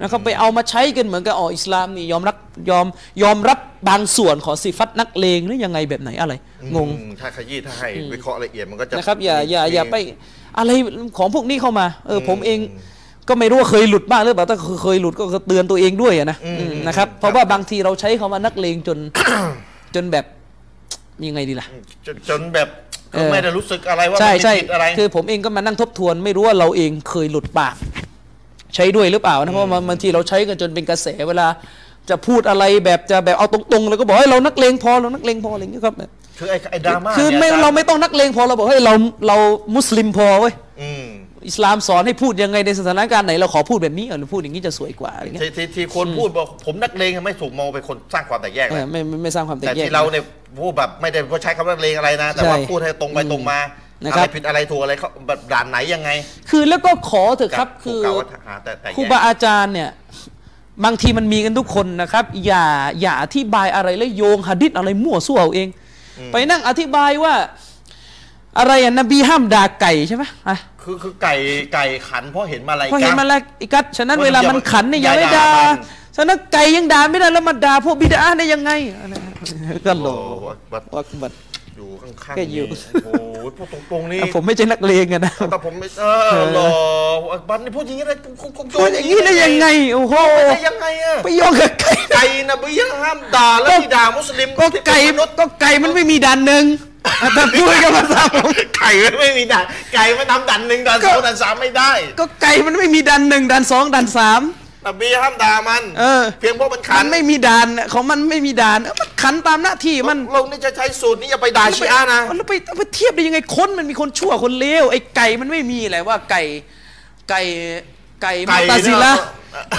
[SPEAKER 2] นะครับไปเอามาใช้กันเหมือนกับอ๋ออิสลามนี่ยอมรับยอมยอมรับบางส่วนของสิฟัตนักเลงหรือยังไงแบบไหนอะไร งง
[SPEAKER 1] อืมถ้าขยี้ถ้าให้วิเคราะห์ละเอียดมันก็จะ
[SPEAKER 2] นะครับอย่าอย่า
[SPEAKER 1] มี
[SPEAKER 2] อย่าไปอะไรของพวกนี้เข้ามาเอออผมเองก็ไม่รู้ว่าเคยหลุดบ้างหรือเปล่าถ้าเคยหลุดก็เตือนตัวเอง ด้วยอะนะอืมนะครับเพราะว่าบางทีเราใช้คำว่านักเลงจน จนแบบ ยังไงดีล่ะ
[SPEAKER 1] จนจนแบบก็
[SPEAKER 2] เออ
[SPEAKER 1] ไม่ได้รู้สึกอะไรว่า
[SPEAKER 2] ใช่
[SPEAKER 1] มัน
[SPEAKER 2] ใช่
[SPEAKER 1] ผิดอะไร
[SPEAKER 2] คือผมเองก็มานั่งทบทวนไม่รู้ว่าเราเองเคยหลุดปาก ใช้ด้วยหรือเปล่านะเพราะว่าบางทีเราใช้กันจนเป็นกระแสเวลา จะพูดอะไรแบบจะแบบเอาตรงๆ แล้วก็บอกให้ยเรานักเลงพอเรานักเลงพออะไรอย่างเงี้ยครับ
[SPEAKER 1] คือไอ้ไอ้ดราม่า
[SPEAKER 2] คือ
[SPEAKER 1] นี่ย
[SPEAKER 2] ไม่
[SPEAKER 1] จย์
[SPEAKER 2] เราไม่ต้องนักเลงพอเราบอกให้ยเราเรามุสลิมพอเว้ย
[SPEAKER 1] อืม
[SPEAKER 2] อิสลามสอนให้พูดยังไงในสถานการณ์ไหนเราขอพูดแบบนี้เออเราพูดอย่างนี้จะสวยกว่าอะไรเงี้ย
[SPEAKER 1] ที่ที่ที่คนพูดบอกผมนักเลงไม่ถูกมองเป็นคนสร้างความแตกแยก
[SPEAKER 2] เอ
[SPEAKER 1] นะ
[SPEAKER 2] อไม่ไม่ไม่สร้างความแตก
[SPEAKER 1] แต่
[SPEAKER 2] แยก
[SPEAKER 1] ที่เราเนี่ยพูดแบบไม่ได้ว่าใช้คำว่านักเลงอะไรนะ แต่ว่า
[SPEAKER 2] ใช่
[SPEAKER 1] พูดให้ตรงไปตรงมา
[SPEAKER 2] นะ
[SPEAKER 1] อะ
[SPEAKER 2] ครั
[SPEAKER 1] ไร
[SPEAKER 2] บ
[SPEAKER 1] ผิดอะไรถูกอะไรเขาแบบด่านไหนยังไง
[SPEAKER 2] คือแล้วก็ขอเถอะครับ
[SPEAKER 1] ถู
[SPEAKER 2] คื
[SPEAKER 1] กก
[SPEAKER 2] อ
[SPEAKER 1] ล่าวว่าหาแต่แต่แย
[SPEAKER 2] ครู
[SPEAKER 1] ก
[SPEAKER 2] บาอาจารย์เนี่ยบางทีมันมีกันทุกคนนะครับ อย่าอย่าอธิบายอะไรแล้วโยงหะดิษอะไรมั่วซั่วเอาเอง ไปนั่งอธิบายว่า อะไรอะนบีห้ามด่าไก่ใช่ไหมอ่ะ
[SPEAKER 1] คือคือไก่ไก่ขันเพราะเห็นมาลาย
[SPEAKER 2] เพราะเห็น
[SPEAKER 1] กะ
[SPEAKER 2] มาแล้วอีกัดฉะนั้น
[SPEAKER 1] ว่า
[SPEAKER 2] เวลา
[SPEAKER 1] อย่า
[SPEAKER 2] มันขันเนี่ยอย่า
[SPEAKER 1] อย่า
[SPEAKER 2] ไปด่า
[SPEAKER 1] ด่ามัน
[SPEAKER 2] ฉะนั้นไก่ยังด่าไม่ได้แล้วมาด่าพวกบิดาได้ยังไงอะไรก็โหล
[SPEAKER 1] โอ้โหวัด
[SPEAKER 2] วักบัด
[SPEAKER 1] อยู่ข้างๆ
[SPEAKER 2] ก็อยู่
[SPEAKER 1] นี่โอ้โหพูดตรงๆนี่
[SPEAKER 2] ผมไม่ใช่นักเลงอะนะ
[SPEAKER 1] แต่ผมไม่เออหรอบันนี่พูดอย่างนี้ได้คุณคุณ
[SPEAKER 2] พูดอย่างนี้ได้ยังไงโอ้โห
[SPEAKER 1] พูดได้ยังไงอะ
[SPEAKER 2] ไปโยงกับไก่
[SPEAKER 1] ไก่นบีห้ามด่าแล้วที่ด่ามุสลิม
[SPEAKER 2] ก็ไก่ก็ไก่มันไม่มีดันหนึ่งแต่พูดกับภาษาผม
[SPEAKER 1] ไก่ไม่มีด่าไก่ไม่ทำดันหนึ่งดันสองดันสามไม่ได้
[SPEAKER 2] ก็ไก่มันไม่มีดันหนึ่งดันสองดันสาม
[SPEAKER 1] นบีห้ามด่ามัน
[SPEAKER 2] เออ
[SPEAKER 1] เพียงเพราะมันขั
[SPEAKER 2] มัน นไม่มีดันของมันไม่มีดันเอ้ามันขันตามหน้าที่มัน
[SPEAKER 1] เรานี่จะใช้สูตรนี้อย่าไปด่าชีอะห์นะ
[SPEAKER 2] แล้วไปแล้วไปเทียบได้ยังไงคนมันมีคนชั่วคนเลวไอ้ไก่มันไม่มีอะไรว่าไก่ไก่ไก่มาตาซิ ละ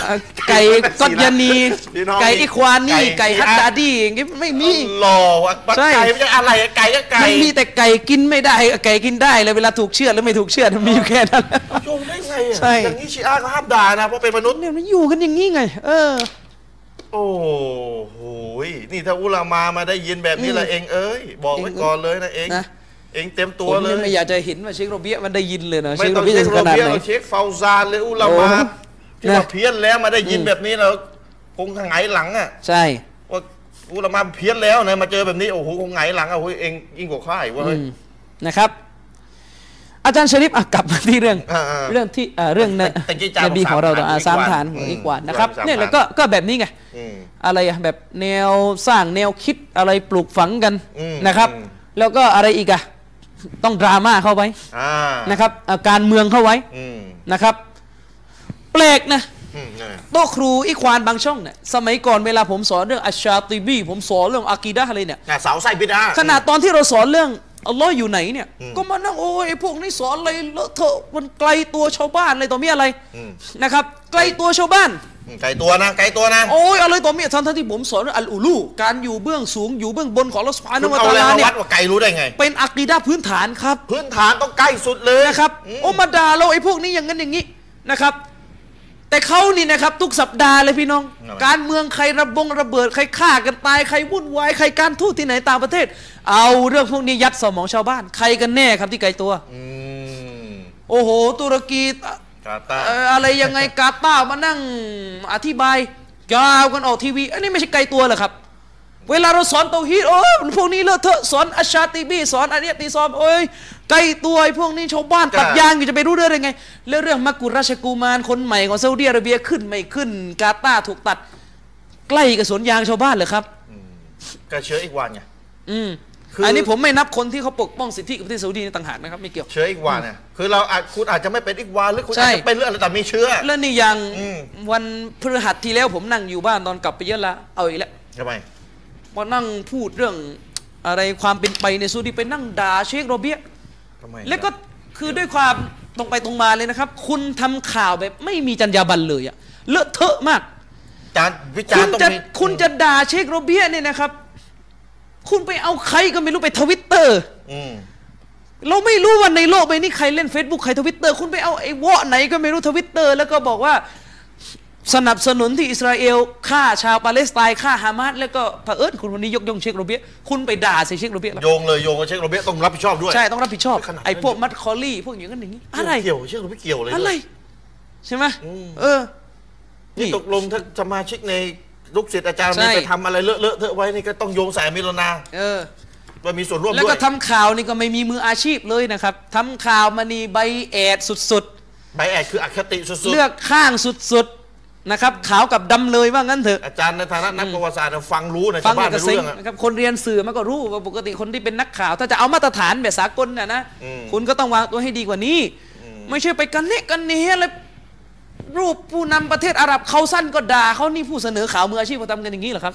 [SPEAKER 2] เอ่อไก่กัตยานี
[SPEAKER 1] พี่น้ง
[SPEAKER 2] ไก่อิควานี่ไก่ฮัต
[SPEAKER 1] อะห์
[SPEAKER 2] ตาดีอย่างงี้ไม่มี
[SPEAKER 1] หล่อว่ะปัก
[SPEAKER 2] ใช่
[SPEAKER 1] ไก่ไม่ใช่อะไรอะไก่ก็ไก่
[SPEAKER 2] มันมีแต่ไก่กินไม่ได้ไก่กินได้เลยเวลาถูกเชื่อดแล้วไม่ถูกเชื่อดมันมีอยู่แค่นั้น
[SPEAKER 1] โยงได้ไงอะ
[SPEAKER 2] ใช่
[SPEAKER 1] อย่างนี้ชีอาก็ห้ามด่านะเพราะเป็นมนุษย์
[SPEAKER 2] เนี่ยมันอยู่กันอย่างนี้ไง เออ
[SPEAKER 1] โอ้โหยนี่ถ้าอุลามามาได้ยินแบบนี้ละเองเอ้ยบอกไว้
[SPEAKER 2] เอง
[SPEAKER 1] ก่อนเลยนะเอง
[SPEAKER 2] นะ
[SPEAKER 1] เองเต็มตัว
[SPEAKER 2] ผม
[SPEAKER 1] เล
[SPEAKER 2] ยั
[SPEAKER 1] ย
[SPEAKER 2] งไม่อยากจะเห็นว่าเชคโรเบียมันได้ยินเลยนะเช
[SPEAKER 1] ไม่
[SPEAKER 2] ค
[SPEAKER 1] ต้
[SPEAKER 2] โร
[SPEAKER 1] อง
[SPEAKER 2] เบีย
[SPEAKER 1] เช็ค
[SPEAKER 2] จะ
[SPEAKER 1] โร
[SPEAKER 2] ขนาด
[SPEAKER 1] เบีย
[SPEAKER 2] ไหน
[SPEAKER 1] เราเช็คฟาวซานหรืออุลามา
[SPEAKER 2] โอ้
[SPEAKER 1] ที่ว่า
[SPEAKER 2] นะ
[SPEAKER 1] เพี้ยนแล้วมาได้ยินแบบนี้แล้วคงหงายหลังอ่ะ
[SPEAKER 2] ใช่
[SPEAKER 1] ว่าอุลามาเพี้ยนแล้วนะมาเจอแบบนี้โอ้โหคงหงายหลังอ่ะโอ้ยเองยิ่งกว่าข้าอีกเว่า
[SPEAKER 2] อืมนะครับ อาจารย์ชริปอ่ะกลับมาที่เรื่อง
[SPEAKER 1] อ่าอ่า
[SPEAKER 2] เรื่องที่อ่าเรื่องน
[SPEAKER 1] ตะกี้จาน
[SPEAKER 2] นบีของเรา
[SPEAKER 1] ของ
[SPEAKER 2] ต่ออ่ะ
[SPEAKER 1] สา
[SPEAKER 2] สาม ม
[SPEAKER 1] ฐา
[SPEAKER 2] ฐาน น
[SPEAKER 1] อื
[SPEAKER 2] ขอ
[SPEAKER 1] ม
[SPEAKER 2] งอีกวานนะครับ
[SPEAKER 1] สามฐาน
[SPEAKER 2] เนี่ยแล้วก็ก็แบบนี้ไง อะไรอะแบบแนวสร้างแนวคิดอะไรปลูกฝังกัน
[SPEAKER 1] อืม
[SPEAKER 2] นะครับ
[SPEAKER 1] อืม
[SPEAKER 2] แล้วก็อะไรอีกอะต้องดราม่าเข้าไว้
[SPEAKER 1] อ่านะ
[SPEAKER 2] นะครับอ่ะการเมืองเข้าไว้
[SPEAKER 1] อืม
[SPEAKER 2] นะครับ แปลกนะ
[SPEAKER 1] อืมนั่นแหละ
[SPEAKER 2] โต๊ะครูอีควานบางช่องเนี่ยสมัยก่อนเวลาผมสอนเรื่องอัชชาติบีผมสอนเรื่องอากีดะห์อะไรเนี่ย
[SPEAKER 1] อ่ะเสาไส้บิดา
[SPEAKER 2] ขนาดตอนที่เราสอนเรื่องอัลลอฮ์อยู่ไหนเนี่ย
[SPEAKER 1] อืม
[SPEAKER 2] ก็มานั่งโอ้ยไอ้พวกนี้สอนอะไรเลอะเทอะมันไกลตัวชาวบ้านอะไรต่อมีอะไร
[SPEAKER 1] อืม
[SPEAKER 2] นะครับ ไกลตัวชาวบ้าน
[SPEAKER 1] อืมไก่ตัวนะ ไก่ตัวนะ
[SPEAKER 2] โอ้ยอะไรต่อมีทั้งๆที่ผมสอนเรื่องอัลอูลูการอยู่เบื้องสูงอยู่เบื้องบนของอัลลอฮ์สุบฮา
[SPEAKER 1] คุ
[SPEAKER 2] นะ
[SPEAKER 1] ณ
[SPEAKER 2] ฮูวะ
[SPEAKER 1] เอา
[SPEAKER 2] ตะ
[SPEAKER 1] อะไร
[SPEAKER 2] อาลา
[SPEAKER 1] มา
[SPEAKER 2] เนี่
[SPEAKER 1] วั
[SPEAKER 2] ย
[SPEAKER 1] ดว่าไก่รู้ได้ไง
[SPEAKER 2] เป็นอากีดะห์พื้นฐานครับ
[SPEAKER 1] พื้นฐานต้องใกล้สุดเลย
[SPEAKER 2] นะครับโอ้มาด่าเราไอ้พวกนี้อย่างนั้นอย่างนี้นะครับ แต่เขานี่นะครับ ทุกสัปดาห์เลยพี่น้อง การเมืองใครระบงระเบิดใครฆ่ากันตายใครวุ่นวายใครการทูตที่ไหนต่างประเทศ เอาเรื่องพวกนี้ยัดสมองชาวบ้าน ใครกันแน่ครับที่ไกลตัว
[SPEAKER 1] อืม
[SPEAKER 2] โอ้โห ตุรกีอ่ะ
[SPEAKER 1] กาตาร์
[SPEAKER 2] เอ่ออะไรยังไงกาตาร์มานั่งอธิบายยาวกันออกทีวี อันนี้ไม่ใช่ไกลตัวเหรอครับ เวลาเราสอนเตาฮีดโอ้ยพวกนี้เลอะเทอะสอนอัชชาติบีสอนอันเนียติซอมโอ้ยไกลตัวไอ้พวกนี้ชาวบ้านตัดยางอยู่จะไปรู้เรื่องได้ไงแล้วเรื่องมักกุฎราชกุมารคนใหม่ของซาอุดิอาระเบียขึ้นไม่ขึ้น กาตาร์ถูกตัด ใกล้กับสวนยางชาวบ้านเหรอครับ
[SPEAKER 1] กระเชื้ออีกวันไง
[SPEAKER 2] อืม
[SPEAKER 1] คือ
[SPEAKER 2] อันนี้ผมไม่นับคนที่เขาปกป้องสิทธิกับประเทศซาอุดีในต่างหากนะครับไม่เกี่ยว
[SPEAKER 1] เชื้ออีกวันเนี่ยคือเราอาจคุณอาจจะไม่เป็นอีกวันหรือคุณ
[SPEAKER 2] ใช่
[SPEAKER 1] อาจจะเป็นเรื่องอะไรแต่มีเชื้อ
[SPEAKER 2] แล้วนี่ยัง
[SPEAKER 1] อืม
[SPEAKER 2] วันพฤหัสที่แล้วผมนั่งอยู่บ้านตอนกลับไปเยอะละเอาอีกแล้ว
[SPEAKER 1] ทำไม
[SPEAKER 2] มานั่งพูดเรื่องอะไรความเป็นไปในซาอุดีไปนั่งด่าเชคโรเบีย
[SPEAKER 1] ทำไม
[SPEAKER 2] แล้วก็คือด้วยความตรงไปตรงมาเลยนะครับ คุณทำข่าวแบบไม่มีจรรยาบรรณเลยอะเลอะเทอะมาก
[SPEAKER 1] จานวิจาร
[SPEAKER 2] คุณ
[SPEAKER 1] ณ์ต้อง
[SPEAKER 2] จะ
[SPEAKER 1] มี
[SPEAKER 2] คุณจะด่าเชคโรเบียเนี่ยนะครับ คุณไปเอาใครก็ไม่รู้ไปทวิตเตอร์
[SPEAKER 1] อืม
[SPEAKER 2] เราไม่รู้ว่าในโลกใบนี้ใครเล่น Facebook ใครทวิตเตอร์คุณไปเอาไอ้เวาะไหนก็ไม่รู้ทวิตเตอร์ แล้วก็บอกว่าสนับสนุนที่อิสราเอลฆ่าชาวปาเลสไตน์ฆ่าฮามาสแล้วก็เผอิญคุณวันนี้ยกย่องเชคโรเบียคุณไปด่าใส่เชคโรเบียแล้ว
[SPEAKER 1] โยงเลยโยงกับเช็คโรเบียต้องรับผิดชอบด้วย
[SPEAKER 2] ใช่ต้องรับผิดชอบ
[SPEAKER 1] ขนาดนั้น
[SPEAKER 2] ไอ้พวกมัดคอลลี่พวกอย่างนั้นอย่างนี้อะไร
[SPEAKER 1] เกี่ยวเชื่อโรเบียเกี่ยวเลย
[SPEAKER 2] อะไร ใช่ไหมเออ
[SPEAKER 1] นี่ตกลงถ้าสมาชิกในลูกศิษย์อาจารย์
[SPEAKER 2] ใช่
[SPEAKER 1] นี่ไปทำอะไรเลอะเลอะเทอะไว้นี่ก็ต้องโยงใส่มิลนา
[SPEAKER 2] เออ
[SPEAKER 1] ว่ามีส่วนร่วม
[SPEAKER 2] แล้ว
[SPEAKER 1] ด้วย
[SPEAKER 2] ก็ทำข่าวนี่ก็ไม่มีมืออาชีพเลยนะครับทำข่าวมานี่ใบแอดสุด
[SPEAKER 1] ใบแอดคืออคติสุ
[SPEAKER 2] ๆ
[SPEAKER 1] ด
[SPEAKER 2] เลือกข้างสุด นะครับขาวกับดำเลยว่างั้นเถอะ
[SPEAKER 1] อาจารย์ในฐานะนักประวัติศาสตร์น่ะฟังรู้นะ
[SPEAKER 2] ฟั
[SPEAKER 1] ชาง วบ้า
[SPEAKER 2] เอน ก
[SPEAKER 1] ไม่
[SPEAKER 2] สิ
[SPEAKER 1] รู้
[SPEAKER 2] ง
[SPEAKER 1] เรื่อ
[SPEAKER 2] ห์
[SPEAKER 1] งอะ
[SPEAKER 2] นะครับคนเรียนสื่อมันก็รู้ว่าปกติคนที่เป็นนักข่าว ถ้าจะเอามาตรฐานแบบสากลน่ะนะ
[SPEAKER 1] อืม
[SPEAKER 2] คุณก็ต้องวางตัวให้ดีกว่านี้ ไม่ใช่ไปกันเนะกันเนะแล้วรูปผู้นำประเทศอาหรับเขาสั้นก็ด่าเขานี่ผู้เสนอข่าวมืออาชีพเขาทำกันอย่างนี้เหรอ ครับ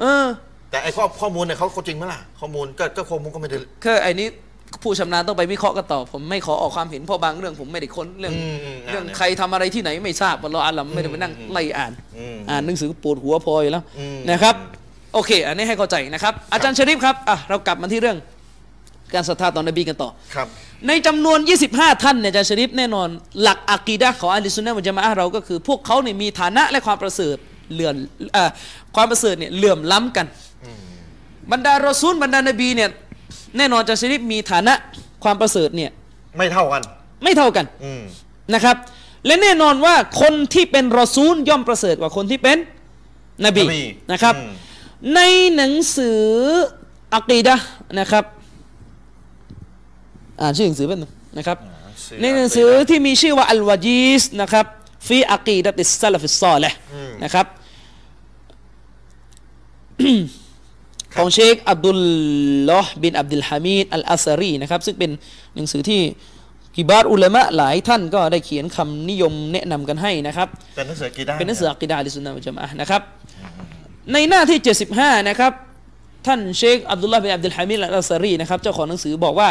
[SPEAKER 2] เออ
[SPEAKER 1] แต่ไอ้ข้อข้อมูลเนี่ยเขาจริงไหมล่ะ ข้อมูลก็ก็ข้อมูลก็ไม่ได้
[SPEAKER 2] คือไอ้นี้ผู้ชำนาญต้องไปวิเคราะห์กันต่อ ผมไม่ขอออกความเห็นเพราะบางเรื่องผมไม่ได้ค้นเรื่อง
[SPEAKER 1] อืมอืมอ่า
[SPEAKER 2] เรื่อง
[SPEAKER 1] เนี่ย
[SPEAKER 2] ใครทำอะไรที่ไหนไม่ทราบวันเราอาลัมไม่ได้ไปนั่งไล่อ่าน
[SPEAKER 1] อืม
[SPEAKER 2] อ่านหนังสือปวดหัวพออยแล้ว
[SPEAKER 1] อืม
[SPEAKER 2] นะครับ โอเค อันนี้ให้เข้าใจนะครับ อาจารย์ชริฟครับอ่ะเรากลับมาที่เรื่อง การศรัทธาต่อนบีกันต่อ
[SPEAKER 1] ครับ
[SPEAKER 2] ในจำนวน 25 ท่านเนี่ยอาจารย์ชริฟแน่นอน หลักอะกีดะห์ของอัลลิสุนนะห์วัลญะมาอะห์เราก็คือ พวกเขาเนี่ยมีฐานะและความประเสริฐเหลื่อนเอ่อความประเสริฐเนี่ยเหลื่อมล้ำกัน บรรดารอซูลบรรดานบีเนี่ยแน่นอนอาจารย์ชริฟมีฐานะความประเสริฐเนี่ย
[SPEAKER 1] ไม่เท่ากัน
[SPEAKER 2] ไม่เท่ากัน
[SPEAKER 1] อืม
[SPEAKER 2] นะครับ และแน่นอนว่าคนที่เป็นรอซูลย่อมประเสริฐกว่าคนที่เป็นนบีนะครับ
[SPEAKER 1] อืม
[SPEAKER 2] ในหนังสืออักีดะห์นะครับ อ่านชื่อหนังสือเป็นงนะครับ ในหนังสือที่มีชื่อว่าอัลวาจีสนะครับฟีอักีดะติสซาลฟิสซอลห์นะครับ ของเชคอับดุลลอฮ์บินอับดุลฮามิดอัลอาซารีนะครับ ซึ่งเป็นหนังสือที่กิบาร์อุลามะหลายท่านก็ได้เขียนคำนิยมแนะนำกันให้นะครับ
[SPEAKER 1] แต่หนังสือกีด้า
[SPEAKER 2] เป็นหนังสืออักีดะห์ลิสุนนะวัลจามะฮ์นะครับ ในหน้าที่ 75 นะครับ ท่านเชคอับดุลลาห์บินอับดุลฮามิดอัลซารีนะครับ เจ้าของหนังสือบอกว่า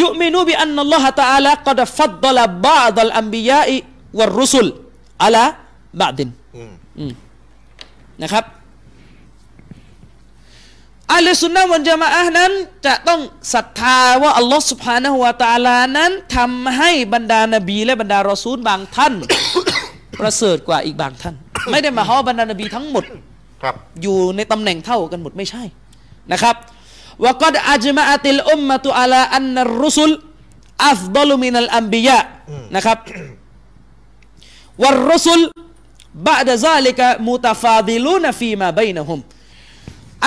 [SPEAKER 2] ยุมินูบิอันนัลลอฮะตะอาลากดฟัดดลบาดัลอัมบิยาอิวัรรุสุลอะลาบาดิน
[SPEAKER 1] อืม
[SPEAKER 2] นะครับอัลสุนนะวันจามะอะห์นั้นจะต้องศรัทธาว่าอัลลอฮ์สุบฮานะฮุวาตะอาลานั้นทำให้บรรดานบี และบรรดารอซูลบางท่าน ประเสริฐกว่าอีกบางท่าน ไม่ได้หมายความว่าบรรดานบีทั้งหมด
[SPEAKER 1] ครับ
[SPEAKER 2] อยู่ในตำแหน่งเท่ากันหมดไม่ใช่นะครับว่าก็อัจมาติลอุมมะตุอัลาอันนัรรุสุลอัฟดลุมินัลอัมบิยะนะครับวัรรุสุลบะดะซาลิกะมุตฟาดิลูนฟีมาบัยนะฮุม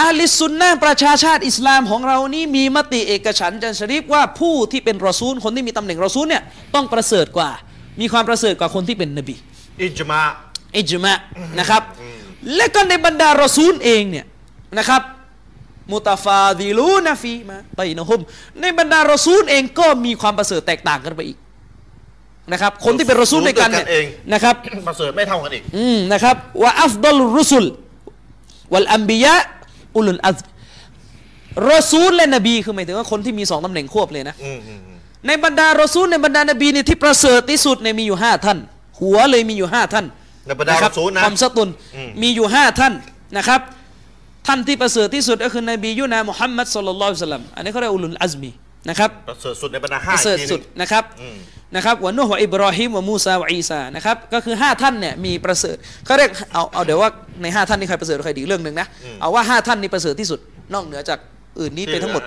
[SPEAKER 2] อาลิสซุนนะห์ประชาชาติอิสลามของเรานี่มีมติเอกฉันท์จันทร์ชะริฟว่าผู้ที่เป็นรอซูลคนที่มีตำแหน่งรอซูลเนี่ยต้องประเสริฐกว่า มีความประเสริฐกว่าคนที่เป็นนบี
[SPEAKER 1] อิจมา
[SPEAKER 2] อิจมะนะครับ และก็ในบรรดารอซูลเองเนี่ยนะครับมุตาฟาดิลูนาฟีมาไปนะฮุมในบรรดารอซูลเองก็มีความประเสริฐแตกต่างกันไปอีกนะครับ คนที่เป็นรอซูลด้วยกันเนี่ย
[SPEAKER 1] รู้ด้วยกันเอง
[SPEAKER 2] นะครับ
[SPEAKER 1] ประเสริฐไม่เท่ากันอีก
[SPEAKER 2] อืมนะครับว่าอัฟดลรุสุลวัลอัมบิยะอุลุลอัซมรอซูลและนบีคือหมายถึงว่าคนที่มีสองตำแหน่งควบเลยนะ
[SPEAKER 1] อืมอืมอืม
[SPEAKER 2] ในบรรดารอซูลในบรรดานบีเนี่ยที่ประเสริฐที่สุดเนี่ยมีอยู่ห้าท่าน หัวเลยมีอยู่ห้าท่าน
[SPEAKER 1] ในบรรดา
[SPEAKER 2] ค
[SPEAKER 1] ร
[SPEAKER 2] รั
[SPEAKER 1] อซูลนะ
[SPEAKER 2] ความสะตุน
[SPEAKER 1] อืม
[SPEAKER 2] มีอยู่ห้าท่านนะครับ ท่านที่ประเสริฐที่สุดก็คือนบียูนามุฮัมมัดสุลลัลลอฮุอะลัยฮิวะสัลลัมอันนี้เขาเรียกอุลุลอัซมีนะครับ
[SPEAKER 1] ประเสริฐสุดในบรรดาห้า
[SPEAKER 2] ประเสริฐ
[SPEAKER 1] อีกทีหนึ่ง
[SPEAKER 2] สุดนะครับ
[SPEAKER 1] อืม
[SPEAKER 2] นะครับวะนูฮ์วะอิบรอฮิมวะมูซาวะอีซานะครับก็คือห้าท่านเนี่ยมีประเสริฐเขาเรียกเอาเอาเดี๋ยวว่าในห้าท่านนี่ใครประเสริฐใครดีเรื่องหนึ่งนะเอาว่าห้าท่านนี่ประเสริฐที่สุดนอกเหนือจากอื่นนี้ไปทั้งหมด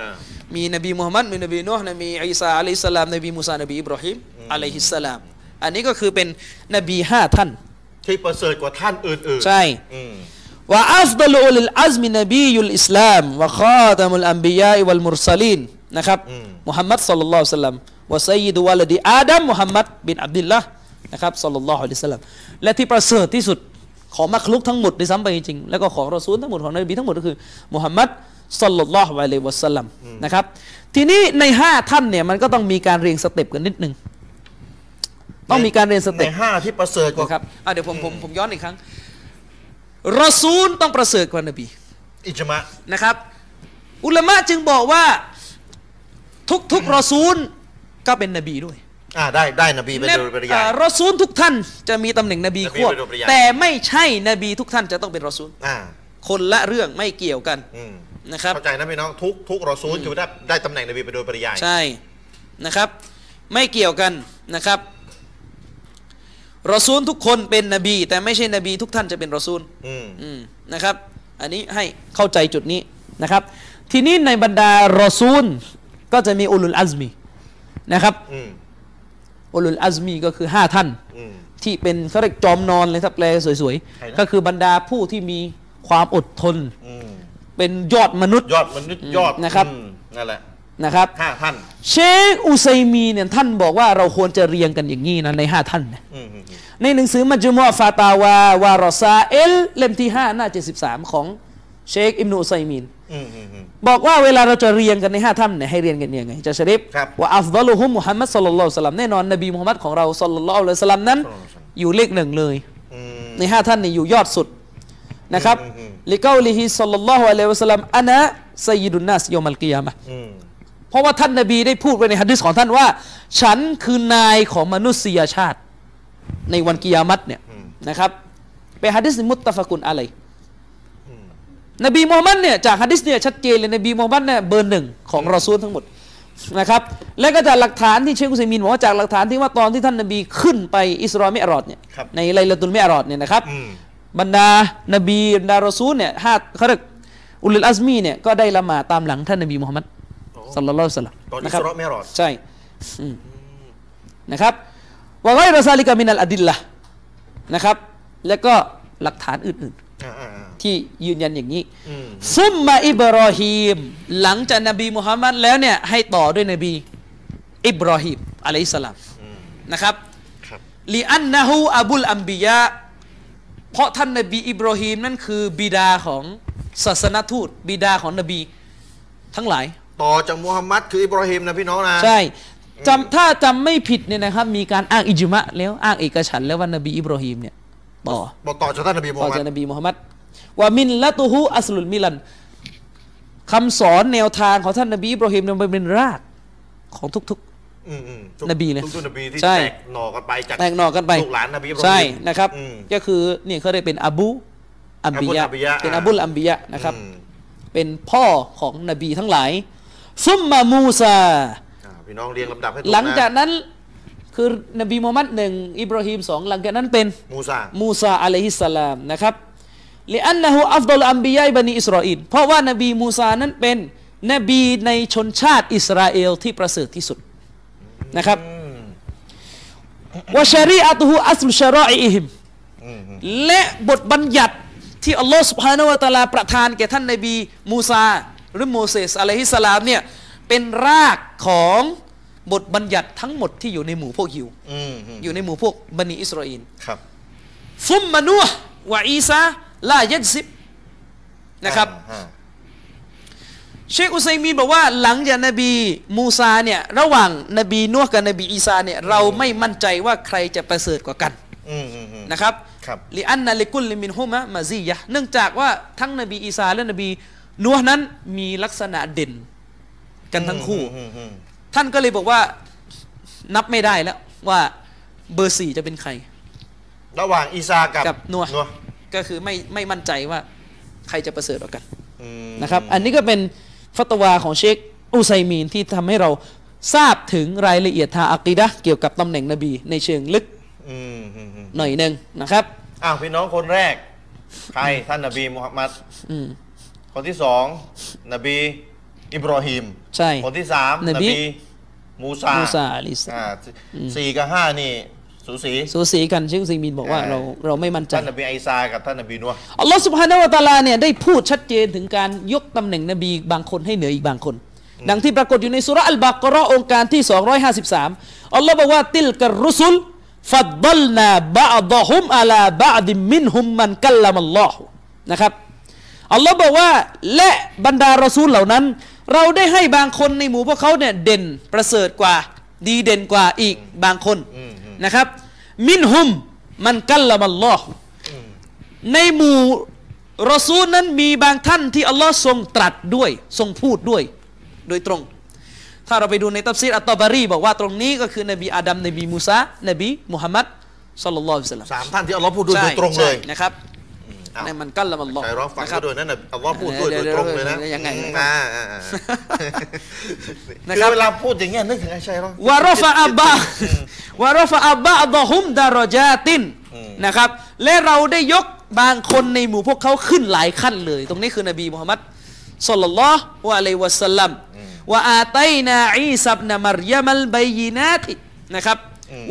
[SPEAKER 1] ที่เหลืออ่
[SPEAKER 2] มีนบีมูฮัมมัดมีนบีนูฮ์นบีอีซาอะลัยฮิสสลามนบีมูซานบีอิบรอฮิมอะลัยฮิสสลามอันนี้ก็คือเป็นนบีห้าท่าน
[SPEAKER 1] ที่ประเสริฐกว่าท่านอื่นๆ
[SPEAKER 2] ใช่
[SPEAKER 1] อืม
[SPEAKER 2] وأفضل أولي العزم نبي الإسلام وخاتم الأنبياء والمرسلين นะครับมุฮัมมัดสัลลัลลอฮุอะลัยฮิวะสัลลัมวะซัยยิดุวะลดีอาดัมมุฮัมมัดบินอับดุลละห์นะครับสัลลัลลอฮุอะลัยฮิวะสัลลัมและที่ประเสริฐที่สุดของมัคลุกทั้งหมดด้วยซ้ำไปจริงๆแล้วก็ของรอซูลทั้งหมดของนบีทั้งหมดก็คือมุฮัมมัดสัลลัลลอฮุอะลัยฮิวะสัลลัมนะครับทีนี้ในห้าท่านเนี่ยมันก็ต้องมีการเรียงสเต็ปกันนิดนึงต้องมีการเรียงสเต็ป
[SPEAKER 1] ในห้าที่ประเสริฐกว่า
[SPEAKER 2] นะครับอ่ะเดี๋ยวผมผมผมย้อนอีกครั้งรอซูลต้องประเสริฐกว่านบี
[SPEAKER 1] อิจมา
[SPEAKER 2] นะครับ อุลามะจึงบอกว่าทุกทุกรอซูลก็เป็นนบีด้วย
[SPEAKER 1] อ่าได้ได้นบีไป
[SPEAKER 2] และ
[SPEAKER 1] โดยปริยา
[SPEAKER 2] อ่าย รอซูลทุกท่านจะมีตำแหน่งนบี
[SPEAKER 1] นบี
[SPEAKER 2] ควบ
[SPEAKER 1] เป็นรอปริยา
[SPEAKER 2] แต่ไม่ใช่นบีทุกท่านจะต้องเป็นรอซูล
[SPEAKER 1] อ่า
[SPEAKER 2] คนละเรื่องไม่เกี่ยวกัน
[SPEAKER 1] อืม
[SPEAKER 2] นะครับ
[SPEAKER 1] เข้าใจนะพี่น้องทุกทุกรอซูลอยู่ได้ได้ตำแหน่งนบีไปโดยปริยาย
[SPEAKER 2] ใช่นะครับ ไม่เกี่ยวกันนะครับรอซูลทุกคนเป็นนบี แต่ไม่ใช่นบีทุกท่านจะเป็นรอซูล
[SPEAKER 1] อืม
[SPEAKER 2] อืมนะครับ อันนี้ให้เข้าใจจุดนี้นะครับ ทีนี้ในบรรดารอซูลก็จะมีอุลุลอัซมีนะครับ
[SPEAKER 1] อืม
[SPEAKER 2] อุลุลอัซมีก็คือ 5 ท่าน
[SPEAKER 1] อืม
[SPEAKER 2] ที่เป็นเขาเรียกจอมนอนเลยถ้าแปลสวย
[SPEAKER 1] ใครนะ
[SPEAKER 2] ๆ ก็คือบรรดาผู้ที่มีความอดทน
[SPEAKER 1] อืม
[SPEAKER 2] เป็นยอดมนุษย์
[SPEAKER 1] ยอดมนุษย์ยอด
[SPEAKER 2] นะครับ
[SPEAKER 1] อืมนั่นแหละ
[SPEAKER 2] นะครับ
[SPEAKER 1] ห้าท่าน
[SPEAKER 2] เชคอุซัยมีเนี่ยท่านบอกว่าเราควรจะเรียงกันอย่างนี้นะในห้าท่านนะ
[SPEAKER 1] อืมอืมอืม
[SPEAKER 2] ในหนังสือมัจมุอะฟาตาวาวารอซาเอลเล่มที่ห้าหน้า73 ของเชคอิมนุอุซัยมีน
[SPEAKER 1] อืมอืมอืม
[SPEAKER 2] บอกว่าเวลาเราจะเรียงกันในห้าท่านเนี่ยให้เรียงกันยังไงจะชริฟ
[SPEAKER 1] ครับ
[SPEAKER 2] ว่าอัฟดอลุฮุมมุฮัมมัดสัลลัลลอฮุอะลัยฮิวะสัลลัมแน่นอนนบีมุฮัมมัดของเราสัลลัลลอฮุอะลัยฮิวะสัลลัมนั้น
[SPEAKER 1] สัลลัลลอฮุอะลัยฮิวะสัลลัม
[SPEAKER 2] อยู่เลขหนึ่งเลย
[SPEAKER 1] อืม
[SPEAKER 2] ในห้าท่านเนี่ยอยู่ยอดสุดนะครับ
[SPEAKER 1] อืมอืม
[SPEAKER 2] ลิกาลิฮิสัลลัลลอฮุอะลัยฮิวะสัลลัมอันะซัยยิดุนนัสยอมัลกิยามะห์
[SPEAKER 1] อืม
[SPEAKER 2] เพราะว่าท่านนาบีได้พูดไว้ในฮะดิษของท่านว่า ฉันคือนายของมนุษยชาติ ในวันกิยามัตเนี่ยนะครับเป็นฮะดิษมุตตะฟะกุนอะไรนบีมูฮัมมัดเนี่ยจากฮะดิษเนี่ยชัดเจนเลยนบีมูฮัมมัดเนี่ยเบอร์หนึ่งของรอซูลทั้งหมดนะครับและก็จากหลักฐานที่เชคอุซัยมินบอกว่าจากหลักฐานที่ว่าตอนที่ท่านนบีขึ้นไปอิสรอมิอรอดเนี่ยในไลลาตุลมิอรอดเนี่ยนะครับ
[SPEAKER 1] อืม
[SPEAKER 2] บรรดานบีบรรดารอซูลเนี่ยห้าเขาเรียกอุลลอัซมีเนี่ยก็ได้ละหมาดตามหลังท่านนบีมูฮัมมัดสัลลัลลอฮุอะลัยฮิวะสัลลัม
[SPEAKER 1] ตอนอิ
[SPEAKER 2] นะครั
[SPEAKER 1] ส
[SPEAKER 2] บ
[SPEAKER 1] ราเอลไม่รอด
[SPEAKER 2] ใช่อืมนะครับวะไกรอซาลิกามินัลอดิลละห์นะครับ แล้วก็หลักฐานอื่น
[SPEAKER 1] อ่าอ่าอ่า
[SPEAKER 2] ๆ ที่ยืนยันอย่างนี้
[SPEAKER 1] อืม
[SPEAKER 2] ซุมมาอิบรอฮีม หลังจากนบีมุฮัมมัดแล้วเนี่ยให้ต่อด้วยนบี อิบรอฮีมอะลัยฮิสสลาม
[SPEAKER 1] อืม
[SPEAKER 2] นะครับ
[SPEAKER 1] ครับ
[SPEAKER 2] ลีอันนะฮูอับุลอัมบิยะเพราะท่านนบีอิบรอฮีมนั่นคือ บิดาของศาสนทูต บิดาของนบี ทั้งหลาย
[SPEAKER 1] ต่อจากมูฮัมมัดคืออิบราฮิมนะพี่น้องนะ
[SPEAKER 2] ใช่จำถ้าจำไม่ผิดเนี่ยนะครับ มีการอ้างอิจมะแล้วอ้างเอกฉันท์แล้วว่านบีอิบราฮิมเนี่ยต่อ
[SPEAKER 1] บอกต่อจากท่านนบีมู
[SPEAKER 2] ต่
[SPEAKER 1] ฮั
[SPEAKER 2] อ
[SPEAKER 1] มมัด
[SPEAKER 2] จากนบีมุฮัมมัดว่ามินละตูฮูอัสลุลมิลันคำสอนแนวทางของท่านนบีอิบราฮิมเนี่ยมันเป็นรากของทุก
[SPEAKER 1] อืมอืมทุก
[SPEAKER 2] นบีเลย
[SPEAKER 1] ทุกๆนบีที่
[SPEAKER 2] ใช่
[SPEAKER 1] แตกหน่อกันไปจาก
[SPEAKER 2] ๆ แตกหนอกกันไป
[SPEAKER 1] ลูกหลานนบีอิบราฮิม
[SPEAKER 2] ใช่นะครับ
[SPEAKER 1] อืม
[SPEAKER 2] ก็คือเนี่ยเขาเรียกเป็นอบูอัมบิยะ
[SPEAKER 1] อบูอัมบิยะ
[SPEAKER 2] เป็นอบุลอัมบิยะนะครับ
[SPEAKER 1] อืม
[SPEAKER 2] เป็นพ่อของนบีทั้งหลายซุมมามูซา
[SPEAKER 1] อ่าพี่น้องเรียงลำดับให้ถู
[SPEAKER 2] หลังจาก
[SPEAKER 1] นะ
[SPEAKER 2] นั้นคือนบีมูฮัมมัดหนึ่งอิบราฮิมสองหลังจากนั้นเป็น
[SPEAKER 1] มูซา
[SPEAKER 2] มูซาอะลัยฮิสสลามนะครับลิอันนะฮูอัฟดอลอัมบิยาอิบันีอิสราเอลเพราะว่านบีมูซานั้นเป็นนบีในชนชาติอิสราเอลที่ประเสริฐที่สุดนะครับวะชารีอะตุฮูอัสลชารออิฮิมและบทบัญญัติที่อัลลอฮ์สุบฮานาวะตะอาลาประทานแก่ท่านนบีมูซาหรือโมเสสอะลัยฮิสสลามเนี่ยเป็นรากของบทบัญญัติทั้งหมดที่อยู่ในหมู่พวกยิว
[SPEAKER 1] อืมอืม
[SPEAKER 2] อยู่ในหมู่พวกบันิอิสราเอล
[SPEAKER 1] ครับ
[SPEAKER 2] ฟุมมานัววะอีซาลาเยดซิบนะครับ
[SPEAKER 1] อ่าอ่า
[SPEAKER 2] เชคอุซัยมีนบอกว่าหลังจากนบีมูซาเนี่ยระหว่างนบีนัวกับนบีอีซาเนี่ยเราไม่มั่นใจว่าใครจะประเสริฐกว่ากัน
[SPEAKER 1] อืมอืมอืม
[SPEAKER 2] นะครับ
[SPEAKER 1] ครับ
[SPEAKER 2] ลิอันนาลิกุลลิมินฮุมะมาซียะห์เนื่องจากว่าทั้งนบีอีซาและนบีนัวนั้นมีลักษณะเด่นกันทั้งคู่
[SPEAKER 1] อืมอืม
[SPEAKER 2] ท่านก็เลยบอกว่านับไม่ได้แล้วว่าเบอร์สี่จะเป็นใคร
[SPEAKER 1] ระหว่างอีซากับ
[SPEAKER 2] กับนัว
[SPEAKER 1] นัว
[SPEAKER 2] ก็คือไม่ไม่มั่นใจว่าใครจะประเสริฐกว่ากัน
[SPEAKER 1] อืม
[SPEAKER 2] นะครับ อันนี้ก็เป็นฟัตวาของเชคอุไซมีนที่ทำให้เราทราบถึงรายละเอียดทางอะกีดะห์เกี่ยวกับตำแหน่งนบี ในเชิงลึก
[SPEAKER 1] อืมอืมอืม
[SPEAKER 2] หน่อยหนึ่งนะครับ
[SPEAKER 1] อ้าวพี่น้องคนแรก ใครท่านนบีมุฮัมมัด
[SPEAKER 2] อืม
[SPEAKER 1] คนที่สองนบีอิบรอฮิม
[SPEAKER 2] ใช่
[SPEAKER 1] คนที่สาม
[SPEAKER 2] น
[SPEAKER 1] น
[SPEAKER 2] บี
[SPEAKER 1] บีมูซา
[SPEAKER 2] มูซาอะลิสลาม
[SPEAKER 1] อ่าสี่กับห้านี่สูสี
[SPEAKER 2] สูสีกันเชคอุไซมีนบอกว่า
[SPEAKER 1] อ่า
[SPEAKER 2] เราเราไม่มั่นใจ
[SPEAKER 1] ท่านนบีอีซากับท่านนบีนัว
[SPEAKER 2] อัลลอฮ์สุบฮานาวะตะอาลาเนี่ยได้พูดชัดเจนถึงการยกตำแหน่งนบีบางคนให้เหนืออีกบางคน ดังที่ปรากฏอยู่ในสุราะห์อัลบากะเราะห์องค์การที่ 253 อัลลอฮ์บอกว่าติลกัรรุสุลฟัดดัลนาบะอดะฮุมอาลาบะอดิมินฮุมมันกัลลัมัลลอฮ์นะครับอัลลอฮ์บอกว่าและบรรดารอซูลเหล่านั้น เราได้ให้บางคนในหมู่พวกเขาเนี่ยเด่นประเสริฐกว่าดีเด่นกว่าอีกบางคนนะครับมินฮุมมันกัลลัมัลลอฮ์ ในหมู่รอซูลนั้นมีบางท่านที่อัลลอฮ์ทรงตรัสด้วย ทรงพูดด้วย โดยตรง ถ้าเราไปดูในตัฟซีรอัตตอบารีบอกว่าตรงนี้ก็คือนบีอาดัมนบีมูซานบีมุฮัมมัดสัลลัลลอฮุอะลัยฮิวะสัลลัม
[SPEAKER 1] สามท่านที่อัลลอฮ์พูดด้วยโดยตรงเลย
[SPEAKER 2] ใช่นะครับ
[SPEAKER 1] อ้าว
[SPEAKER 2] ในมันกัลละมัลลอฮ์
[SPEAKER 1] ใครร้องฟัง
[SPEAKER 2] นะค
[SPEAKER 1] ก็
[SPEAKER 2] รับ
[SPEAKER 1] ด้วยนั่นน่ะอัลลอฮ์พูดด้วยโดยตรงเลยนะ
[SPEAKER 2] เดี๋ยวๆๆยังไง
[SPEAKER 1] อืม
[SPEAKER 2] ยังไง
[SPEAKER 1] อ่าอ่าอ่า
[SPEAKER 2] นะค
[SPEAKER 1] คื
[SPEAKER 2] รับ
[SPEAKER 1] อเวลาพูดอย่างเงี้ยนึกถึงไอ้ชัยร้อง
[SPEAKER 2] วารฟะอับบะวารฟะอับบะดอฮุมดารอจาตินนะครับ และเราได้ยกบางคนในหมู่พวกเขาขึ้นหลายขั้นเลย ตรงนี้คือนบีมุฮัมมัดสุลลัลลอฮุอะลัยฮิวะสัลลัมว่าอาตัยนาอีซับนามารยามัลบัยยินาตินะครับ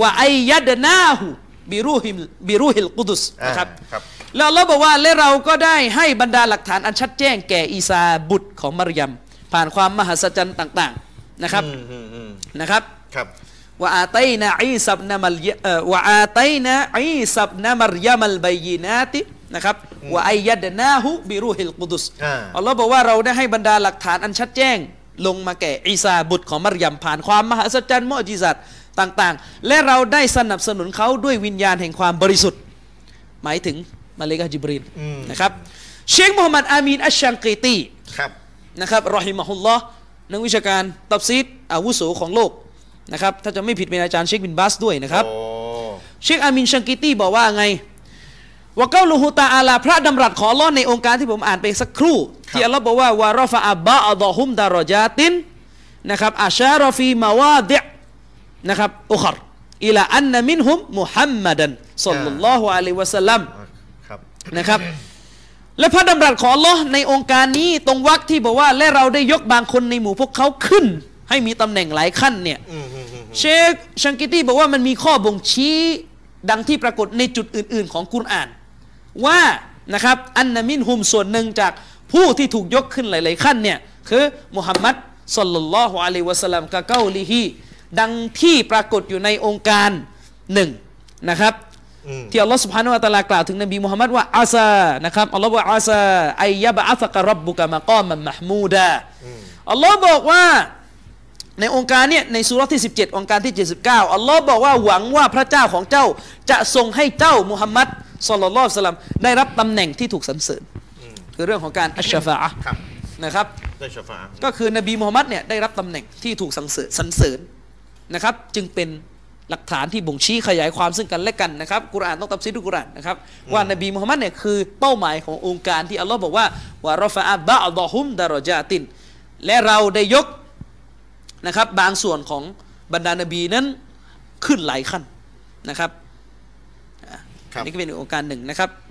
[SPEAKER 2] ว่าไอยัดนาหูบิรูฮิมบิรูฮิลกุดุส
[SPEAKER 1] อ่าน
[SPEAKER 2] นะครับ
[SPEAKER 1] ครับ
[SPEAKER 2] แล้วเราบอกว่าและเราก็ได้ให้บรรดาหลักฐานอันชัดแจ้งแก่อีซาบุตรของมารยมผ่านความมหัศจรรย์ต่าง ๆ นะครับ
[SPEAKER 1] อืมอืมอืม
[SPEAKER 2] นะครับ
[SPEAKER 1] ครับ
[SPEAKER 2] วะอาตัยนะอีสับนามัลยะเอ่อวะอาตัยนะอีสับนามัรยามัลบัยนาตินะครับวะอัยยัดนาหุบิรูฮิลกุดุส
[SPEAKER 1] อ่า
[SPEAKER 2] อัลลอฮ์บอกว่าเราได้ให้บรรดาหลักฐานอันชัดแจ้ง ลงมาแก่อีซาบุตรของมารยมผ่านความมหัศจรรย์มอจิสัตต่างๆ และเราได้สนับสนุนเขาด้วยวิญญาณแห่งความบริสุทธิ์ หมายถึงมาเลกาจิบรีน
[SPEAKER 1] อืม
[SPEAKER 2] นะครับเชคมูฮัมหมัดอามีนอัชชังกีตี
[SPEAKER 1] ครับ
[SPEAKER 2] นะครับรอฮิมะฮุลลอฮ์นักวิชาการตับซีดอาวุโสของโลกนะครับถ้าจะไม่ผิดเป็นอาจารย์เชคบินบาสด้วยนะครับ
[SPEAKER 1] โอ้
[SPEAKER 2] เชคอามินชังกิตี้บอกว่าไงว่าเกาลูฮูตาอาลา พระดำรัสของอัลลอฮ์ในองค์การที่ผมอ่านไปสักครู่ ที่อัลลอฮ์บอกว่าวารอฟะอับบะอัลลอฮุมดารอญาตินนะครับอาชารอฟีมาวาดิอนะครับอุครอิลาอันนมินฮุมมุฮัมมัดันสัลลัลลอฮุอะลัยฮิวะสัลลัม
[SPEAKER 1] ครับ
[SPEAKER 2] นะครับ และพระดำรัสของอัลลอฮ์ในองค์การนี้ตรงวรรคที่บอกว่าและเราได้ยกบางคนในหมู่พวกเขาขึ้น ให้มีตำแหน่งหลายขั้นเนี่ย
[SPEAKER 1] อืมอืมอืม
[SPEAKER 2] เชคชังกิตี้บอกว่ามันมีข้อบ่งชี้ดังที่ปรากฏในจุดอื่น ๆ ของกุรอาน ว่านะครับอันนามินฮุมส่วนหนึ่งจากผู้ที่ถูกยกขึ้นหลาย ๆ ขั้นเนี่ยคือมุฮัมมัดสลลัลลอฮุอะลัยฮิวะสัลลัมกะเกาลิฮีดังที่ปรากฏอยู่ในองค์การหนึ่งนะครับ
[SPEAKER 1] อืม
[SPEAKER 2] ที่อัลลอฮ์สุบฮานะฮูวะตะอาลากล่าวถึงนบีมุฮัมมัดว่าอาซานะครับอัลลอฮ์บอกอาซาไอยะบะอัสกะรับบุกะมะกอมันมะฮ์มูดาอัลลอฮ์บอกว่า ในองค์การเนี่ยในสุราะห์ที่ 17 องค์การที่ 79 อัลลอฮ์บอกว่าหวังว่าพระเจ้าของเจ้าจะทรงให้เจ้ามุฮัมมัดสลลัลลอฮุอะลัยฮิวะสลลัมได้รับตำแหน่งที่ถูกสรรเสริญคือเรื่องของการอัชชะฟาอะห์
[SPEAKER 1] ครับ
[SPEAKER 2] นะครับ
[SPEAKER 1] ได้ชะฟา
[SPEAKER 2] ก็คือนบีมูฮัมมัดเนี่ยได้รับตำแหน่งที่ถูกสรรเสริญสรรเสริญนะครับ จึงเป็นหลักฐานที่บ่งชี้ขยายความซึ่งกันและกันนะครับกุรอานต้องตับซีดวยกุรอานนะครับ ว่านบีมูฮัมมัดเนี่ยคือเป้าหมายขององค์การที่อัลลอฮ์บอกว่าวารอฟะอับบะอัลลอฮุมดารอญาติน และเราได้ยก นะครับบางส่วนของบรรดานบีนั้นขึ้นหลายขั้นนะครับอ่ะ
[SPEAKER 1] ครับ
[SPEAKER 2] นี่ก็เป็นอีกองค์การหนึ่งนะครับ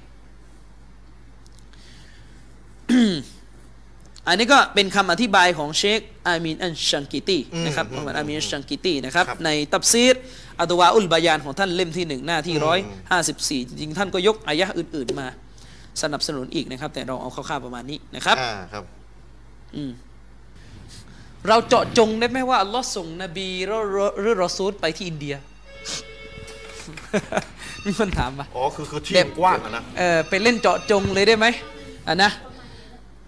[SPEAKER 2] อันนี้ก็เป็นคำอธิบายของเชคอามีนอันชังกิตีนะครับ
[SPEAKER 1] อืม
[SPEAKER 2] มุฮัมมัดอามีนอันชังกิตีนะครับ
[SPEAKER 1] ครับ
[SPEAKER 2] ในตับซีรอัตวาอุลบายานของท่านเล่มที่หนึ่งหน้าที่ร้อยห้าสิบสี่จริงๆท่านก็ยกอายะห์อื่น ๆ มา สนับสนุนอีกนะครับ แต่เราเอาคร่าวๆประมาณนี้นะครับ
[SPEAKER 1] ่าครับ
[SPEAKER 2] เราเจาะจงได้ไหมว่าอัลลอฮ์ส่งนบีหรือหรือรอซูลไปที่อินเดีย มีคนถามปะ
[SPEAKER 1] อ๋อ คือคือที่
[SPEAKER 2] เด็บ
[SPEAKER 1] กว้างอะนะ
[SPEAKER 2] เออไปเล่นเจาะจงเลยได้ไหมอ่ะนะ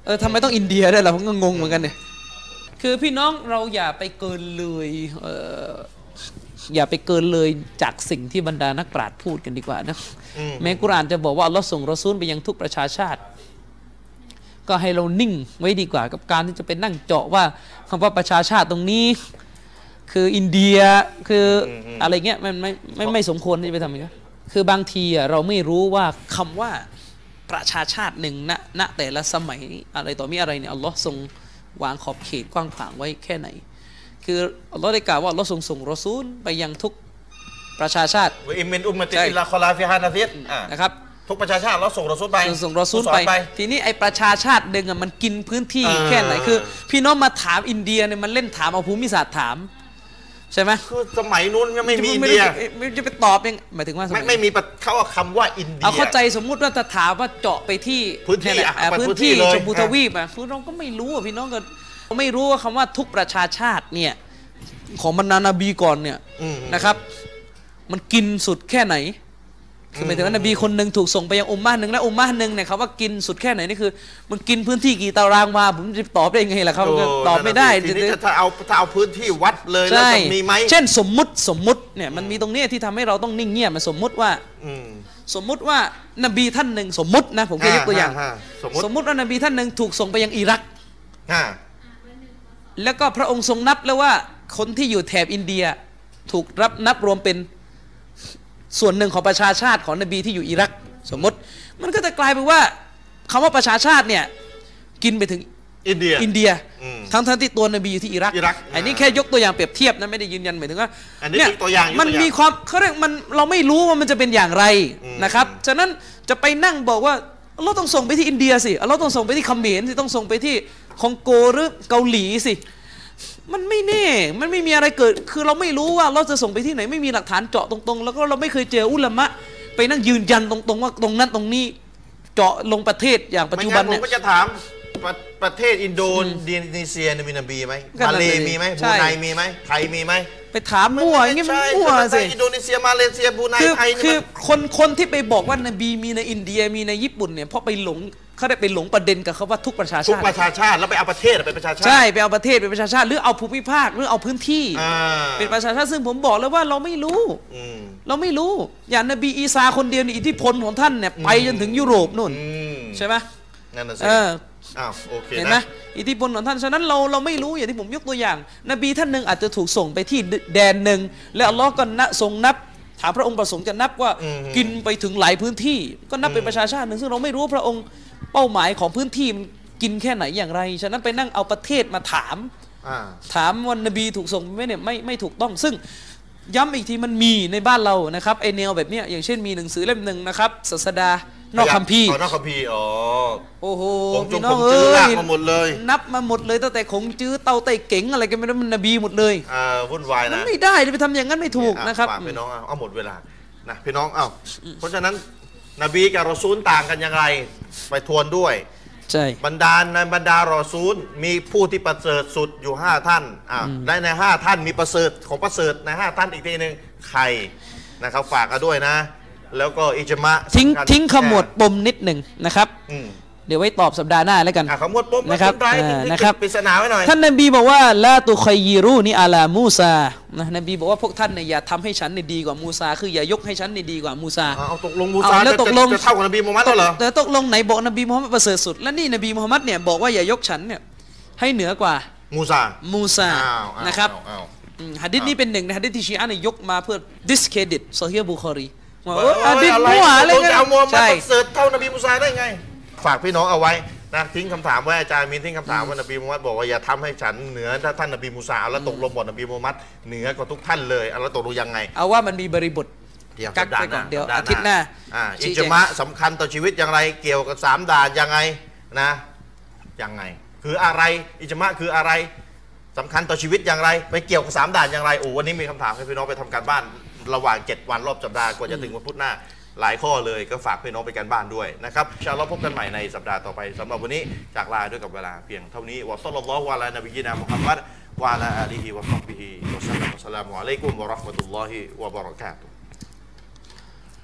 [SPEAKER 2] เออทำไมต้องอินเดียด้วยล่ะผมก็งงเหมือนกันเนี่ยคือพี่น้องเราอย่าไปเกินเลยเอออย่าไปเกินเลยจากสิ่งที่บรรดานักปราชญ์พูดกันดีกว่านะ
[SPEAKER 1] อืม
[SPEAKER 2] แม้กุรอานจะบอกว่าอัลลอฮ์ส่งรอซูลไปยังทุกประชาชาติ ก็ให้เรานิ่งไว้ดีกว่ากับการที่จะไปนั่งเจาะว่าคำว่าประชาชาติตรงนี้ คืออินเดียคือออะไรเงี้ยมันไม่ไม่ไม่สมควรที่จะไปทำอย่างนี้ยคือบางทีอะเราไม่รู้ว่าคำว่าประชาชาติหนึ่งณณแต่ละสมัยอะไรต่อมีอะไรเนี่ยอัลลอฮ์ทรงวางขอบเขตกว้างขวางไว้แค่ไหน คืออัลลอฮ์ได้กล่าวว่าอัลลอฮ์ทรงส่งรอซูลไปยังทุกประชาชาติ
[SPEAKER 1] วะอิมมินอุมมะติ
[SPEAKER 2] ใช่
[SPEAKER 1] อิลลาคอลาฟิฮานาซิดอ่า
[SPEAKER 2] นะครับ
[SPEAKER 1] ทุกประชาชาติเราส่งเราซูลไป
[SPEAKER 2] ส่งส่งรอซูลไป
[SPEAKER 1] สอน
[SPEAKER 2] ทีนี้ไอประชาชาติหนึ่งอะมันกินพื้นที่
[SPEAKER 1] เออ
[SPEAKER 2] แค่ไหนคือ พี่น้องมาถามอินเดียเนี่ยมันเล่นถามเอาภูมิศาสตร์ถาม ใช่ไหม
[SPEAKER 1] คือสมัยนู้นยังไม่มีอิน
[SPEAKER 2] ไม่
[SPEAKER 1] เดีย
[SPEAKER 2] รู้จะไม่รู้จะไปตอบยังหมายถึงว่าส
[SPEAKER 1] ไม่
[SPEAKER 2] ย
[SPEAKER 1] ไม่มีประเขาเอาคำว่าอินเดีย
[SPEAKER 2] เอาเข้าใจสมมุติว่าจะถามว่าเจาะไปที่
[SPEAKER 1] พื้นที่
[SPEAKER 2] แหละ
[SPEAKER 1] อะ
[SPEAKER 2] อ่ะ
[SPEAKER 1] ไปพื้
[SPEAKER 2] พื้
[SPEAKER 1] น
[SPEAKER 2] น
[SPEAKER 1] ที่
[SPEAKER 2] ที่
[SPEAKER 1] เลย
[SPEAKER 2] ชมพูทวีปอ่ะพี่น้องก็ไม่รู้อ่ะพี่น้องก็ไม่รู้ว่าคำว่าทุกประชาชาติเนี่ยของบรรดานาบีก่อนเนี่ย
[SPEAKER 1] อืมอืม
[SPEAKER 2] นะครับ มันกินสุดแค่ไหน คือหมายถึงว่านบีคนหนึ่งถูกส่งไปยังอุมมาหนึ่งและอุมมาหนึ่งเนี่ยเขาว่ากินสุดแค่ไหนนี่คือ มันกินพื้นที่กี่ตารางวาผมจะตอบได้ยังไงล่ะครับ
[SPEAKER 1] โ
[SPEAKER 2] ก็ตอบไม่ได้
[SPEAKER 1] นั่นน่ะสิทีนี้ถ้าเอาถ้าเอาพื้นที่วัดเลยแล้ว
[SPEAKER 2] ใช่
[SPEAKER 1] จะมีไหม
[SPEAKER 2] เช่นสมมุติสมมุติเนี่ยมันมีตรงเนี้ยที่ทำให้เราต้องนิ่งเงียบมาสมมุติว่า
[SPEAKER 1] อืม
[SPEAKER 2] สมมุติว่านบีท่านหนึ่งสมมุตินะผมเคยยกตัวอย่าง
[SPEAKER 1] ฮะฮะสมมติ
[SPEAKER 2] สมมุติว่านบีท่านหนึ่งถูกส่งไปยังอิรัก
[SPEAKER 1] ฮะ
[SPEAKER 2] แล้วก็พระองค์ทรงนับแล้วว่าคนที่อยู่แถบอินเดียถูกรับนับรวมเป็นส่วนหนึ่งของประชาชาติของนบีที่อยู่อิรัก สมมติ มันก็จะกลายเป็นว่าคำว่าประชาชาติเนี่ยกินไปถึง
[SPEAKER 1] อินเดีย
[SPEAKER 2] อินเดีย
[SPEAKER 1] อืม
[SPEAKER 2] ทั้งทั้งที่ตัวนบีอยู่ที่อิรัก
[SPEAKER 1] อิรัก
[SPEAKER 2] นนี้แค่ยกตัวอย่างเปรียบเทียบนะไม่ได้ยืนยันหมายถึงว่า
[SPEAKER 1] อันนี้ยกตัวอย่างยกตัวอย่าง
[SPEAKER 2] มันมีความเขาเรียกมันเราไม่รู้ว่ามันจะเป็นอย่างไร
[SPEAKER 1] อืม
[SPEAKER 2] นะครับฉะนั้นจะไปนั่งบอกว่าเราต้องส่งไปที่อินเดียสิเราต้องส่งไปที่เขมรสิต้องส่งไปที่คองโกหรือเกาหลีสิ มันไม่แน่ มันไม่มีอะไรเกิด คือเราไม่รู้ว่าเราจะส่งไปที่ไหน ไม่มีหลักฐานเจาะตรงๆ แล้วก็เราไม่เคยเจออุลามะ ไปนั่งยืนยันตรงๆ ว่าตรงนั้นตรงนี้ เจาะลงประเทศอย่างปัจ
[SPEAKER 1] ไม่
[SPEAKER 2] จุบั
[SPEAKER 1] งั้
[SPEAKER 2] น
[SPEAKER 1] นผ
[SPEAKER 2] เนี่
[SPEAKER 1] ม
[SPEAKER 2] ย
[SPEAKER 1] ก็จะถาม ประประเทศอินโดนีเซียเนี่ยมีนบีไหม
[SPEAKER 2] ก็นั่
[SPEAKER 1] มาน เล
[SPEAKER 2] น่ะดิ
[SPEAKER 1] มีไหม
[SPEAKER 2] ใช่
[SPEAKER 1] บูไนมีไหมไทยมีไหม
[SPEAKER 2] ไปถามมั่วอย่างงี้มัน
[SPEAKER 1] ใช่
[SPEAKER 2] มั่ว
[SPEAKER 1] ประเท
[SPEAKER 2] สิ
[SPEAKER 1] ศอินโดนีเซียมาเลเซียบูไน
[SPEAKER 2] คือ
[SPEAKER 1] ไทย
[SPEAKER 2] คื
[SPEAKER 1] นี่
[SPEAKER 2] อ
[SPEAKER 1] มัน
[SPEAKER 2] คนคนที่ไปบอกว่านบีมีในอินเดียมีในญี่ปุ่นเนี่ยเพราะไปหลงเขาได้ไปหลงประเด็นกับเขาว่าทุกประชา
[SPEAKER 1] ทุก
[SPEAKER 2] ชาติ
[SPEAKER 1] ประชาชาติแล้วไปเอาประเทศเป็นประชาชาติ
[SPEAKER 2] ใช่ไปเอาประเทศเป็นประชาชาติหรือเอาภูมิภาคหรือเอาพื้นที่
[SPEAKER 1] อ่า
[SPEAKER 2] เป็นประชาชาติซึ่งผมบอกแล้วว่าเราไม่รู้
[SPEAKER 1] อืม
[SPEAKER 2] เราไม่รู้อย่างนบีอีซาคนเดียวในอิทธิพลของท่านเนี่ยไปจนถึงยุโรปนู่น
[SPEAKER 1] อืม
[SPEAKER 2] ใช่ไหม
[SPEAKER 1] นั่นน่ะสิ
[SPEAKER 2] เออ
[SPEAKER 1] อ้าวโอเค
[SPEAKER 2] เห็นไหม
[SPEAKER 1] นะ
[SPEAKER 2] อิทธิพลของท่านฉะนั้นเราเราไม่รู้อย่างที่ผมยกตัวอย่าง นบีท่านหนึ่งอาจจะถูกส่งไปที่แดนหนึ่งแล้วอัลลอฮ์ก็นะทรงนับ ถามพระองค์ประสงค์จะนับว่ากินไปถึงหลายพื้นที่ ก็นับเป็นประชาชาติหนึ่งซึ่งเราไม่รู้ว่าพระองค์เป้าหมายของพื้นที่มันกินแค่ไหนอย่างไร ฉะนั้นไปนั่งเอาประเทศมาถาม
[SPEAKER 1] อ่า
[SPEAKER 2] ถามว่านบีถูกส่งไหมเนี่ยไม่ไม่ถูกต้อง ซึ่งย้ำอีกทีมันมีในบ้านเรานะครับไอแนวแบบเนี้ยอย่างเช่นมีหนังสือเล่มหนึ่งนะครับศาสดานอกคัมภีร์
[SPEAKER 1] อ๋อนอกคัมภีร์อ๋อ
[SPEAKER 2] โอ้โห
[SPEAKER 1] ผมจง
[SPEAKER 2] พี่น้อง
[SPEAKER 1] ผมจื้อลาก
[SPEAKER 2] เอ้ย
[SPEAKER 1] มาหมดเลย
[SPEAKER 2] นับมาหมดเลยตั้งแต่ขงจื้อเตาไต่เก๋งอะไรกันไม่รู้มันนบีหมดเลย
[SPEAKER 1] อ่าวุ่นวาย
[SPEAKER 2] มัน
[SPEAKER 1] นะ
[SPEAKER 2] ไม่ได้จะไปทำอย่างนั้นไม่ถูก
[SPEAKER 1] อ่
[SPEAKER 2] นะครับ
[SPEAKER 1] ฝากพี่น้องเอาเอาหมดเวลานะพี่น้องเอาเพราะฉะนั้นนบีกับรอซูลต่างกันอย่างไร ไปทวนด้วย
[SPEAKER 2] ใช่
[SPEAKER 1] บรรดาในบรรดารอซูลมีผู้ที่ประเสริฐสุดอยู่ห้าท่านอ่าและในห้าท่านมีประเสริฐของประเสริฐในห้าท่านอีกทีหนึ่งใครนะครับฝากกันด้วยนะ แล้วก็อิจมะ
[SPEAKER 2] ทิ้ง
[SPEAKER 1] สำญ
[SPEAKER 2] ทิ้งขมวดปมนิดหนึ่งนะครับ
[SPEAKER 1] อืม
[SPEAKER 2] เดี๋ยวไว้ตอบสัปดาห์หน้าแล้วกัน
[SPEAKER 1] อ่ะขมวดปุ๊บ
[SPEAKER 2] นะครับ
[SPEAKER 1] ไม่เป็ไร
[SPEAKER 2] เออ
[SPEAKER 1] นี่
[SPEAKER 2] นะครับ
[SPEAKER 1] ปริศนาไว้หน่อย
[SPEAKER 2] ท่านนบีบอกว่าลาตุคอยยีรูนี่อาลามูซานะนบีบอกว่าพวกท่านเนี่ยอย่าทำให้ฉันเนี่ยดีกว่ามูซา คืออย่ายกให้ฉันเนี่ยดีกว่ามูซา
[SPEAKER 1] เอาเอาตกลงมูซา
[SPEAKER 2] เอาแล้ว
[SPEAKER 1] จะ
[SPEAKER 2] ตกลง
[SPEAKER 1] จะจะเท่ากับนบีมูฮัมมัดแล้วเหรอ
[SPEAKER 2] แต่ตกลงไหนบอกนบีมูฮัมมัดประเสริฐสุด และนี่นบีมูฮัมมัดเนี่ยบอกว่าอย่ายกฉันเนี่ยให้เหนือกว่า
[SPEAKER 1] มูซา
[SPEAKER 2] มูซา
[SPEAKER 1] อ้าวอ้าว
[SPEAKER 2] นะครับ
[SPEAKER 1] อ้าวอ้าว
[SPEAKER 2] อืมหะดิษนี้เป็นหนึ่งในหะดิษที่ชีอะห์เนี่ยยกมาเพื่อ discredit ซอฮีฮ์บุคอรีว่า
[SPEAKER 1] เอ
[SPEAKER 2] เออหะดิษ
[SPEAKER 1] อะไร
[SPEAKER 2] มั่วอะไร
[SPEAKER 1] ตกลง
[SPEAKER 2] เงี้
[SPEAKER 1] จะ
[SPEAKER 2] ย
[SPEAKER 1] เอามัวมา
[SPEAKER 2] ใช่
[SPEAKER 1] ประเสริฐเท่านบีมูซาได้ไง ฝากพี่น้องเอาไว้นะทิ้งคำถามไว้อาจารย์มินทิ้งคำถามว่านบีมูฮัมมัดบอกว่าอย่าทำให้ฉันเหนือถ้าท่านนบีมูซาเอาแล้วตกลงบอกนบีมูฮัมมัดเหนือกว่าทุกท่านเลยเอาแล้วตกลงยังไง
[SPEAKER 2] เอาว่ามันมีบริบท
[SPEAKER 1] เดี๋ยว
[SPEAKER 2] กั
[SPEAKER 1] สั
[SPEAKER 2] ก
[SPEAKER 1] ป
[SPEAKER 2] ไป
[SPEAKER 1] ดาห์หน้า
[SPEAKER 2] ก่อนเดี๋ยว
[SPEAKER 1] สัป
[SPEAKER 2] อาทิตย์หน้า
[SPEAKER 1] อ่า
[SPEAKER 2] ชี้
[SPEAKER 1] อิ
[SPEAKER 2] แจง
[SPEAKER 1] จมะสำคัญต่อชีวิตอย่างไรเกี่ยวกับสามด่านยังไงนะยังไง คืออะไรอิจมะคืออะไรสำคัญต่อชีวิตอย่างไร ไปเกี่ยวกับสามด่านอย่างไรโอ้วันนี้มีคำถามให้พี่น้องไปทำการบ้าน ระหว่าง 7 วันรอบสัปดาห์กว่าจะถึงวันพุธหน้า หลายข้อเลยก็ฝากพี่น้องไปการบ้านด้วยนะครับอินชาเราพบกันใหม่ในสัปดาห์ต่อไปสำหรับวันนี้จากลาด้วยกับเวลาเพียงเท่านี้วะซัลลัลลอฮุอะลานบียนามุฮัมมัดวะอะลาอาลีฮิวะซับบิฮิวะซัลลัมวะสลามุอะลัยกุมวะเราะห์มะตุลลอฮิวะบะเราะกาตุฮ์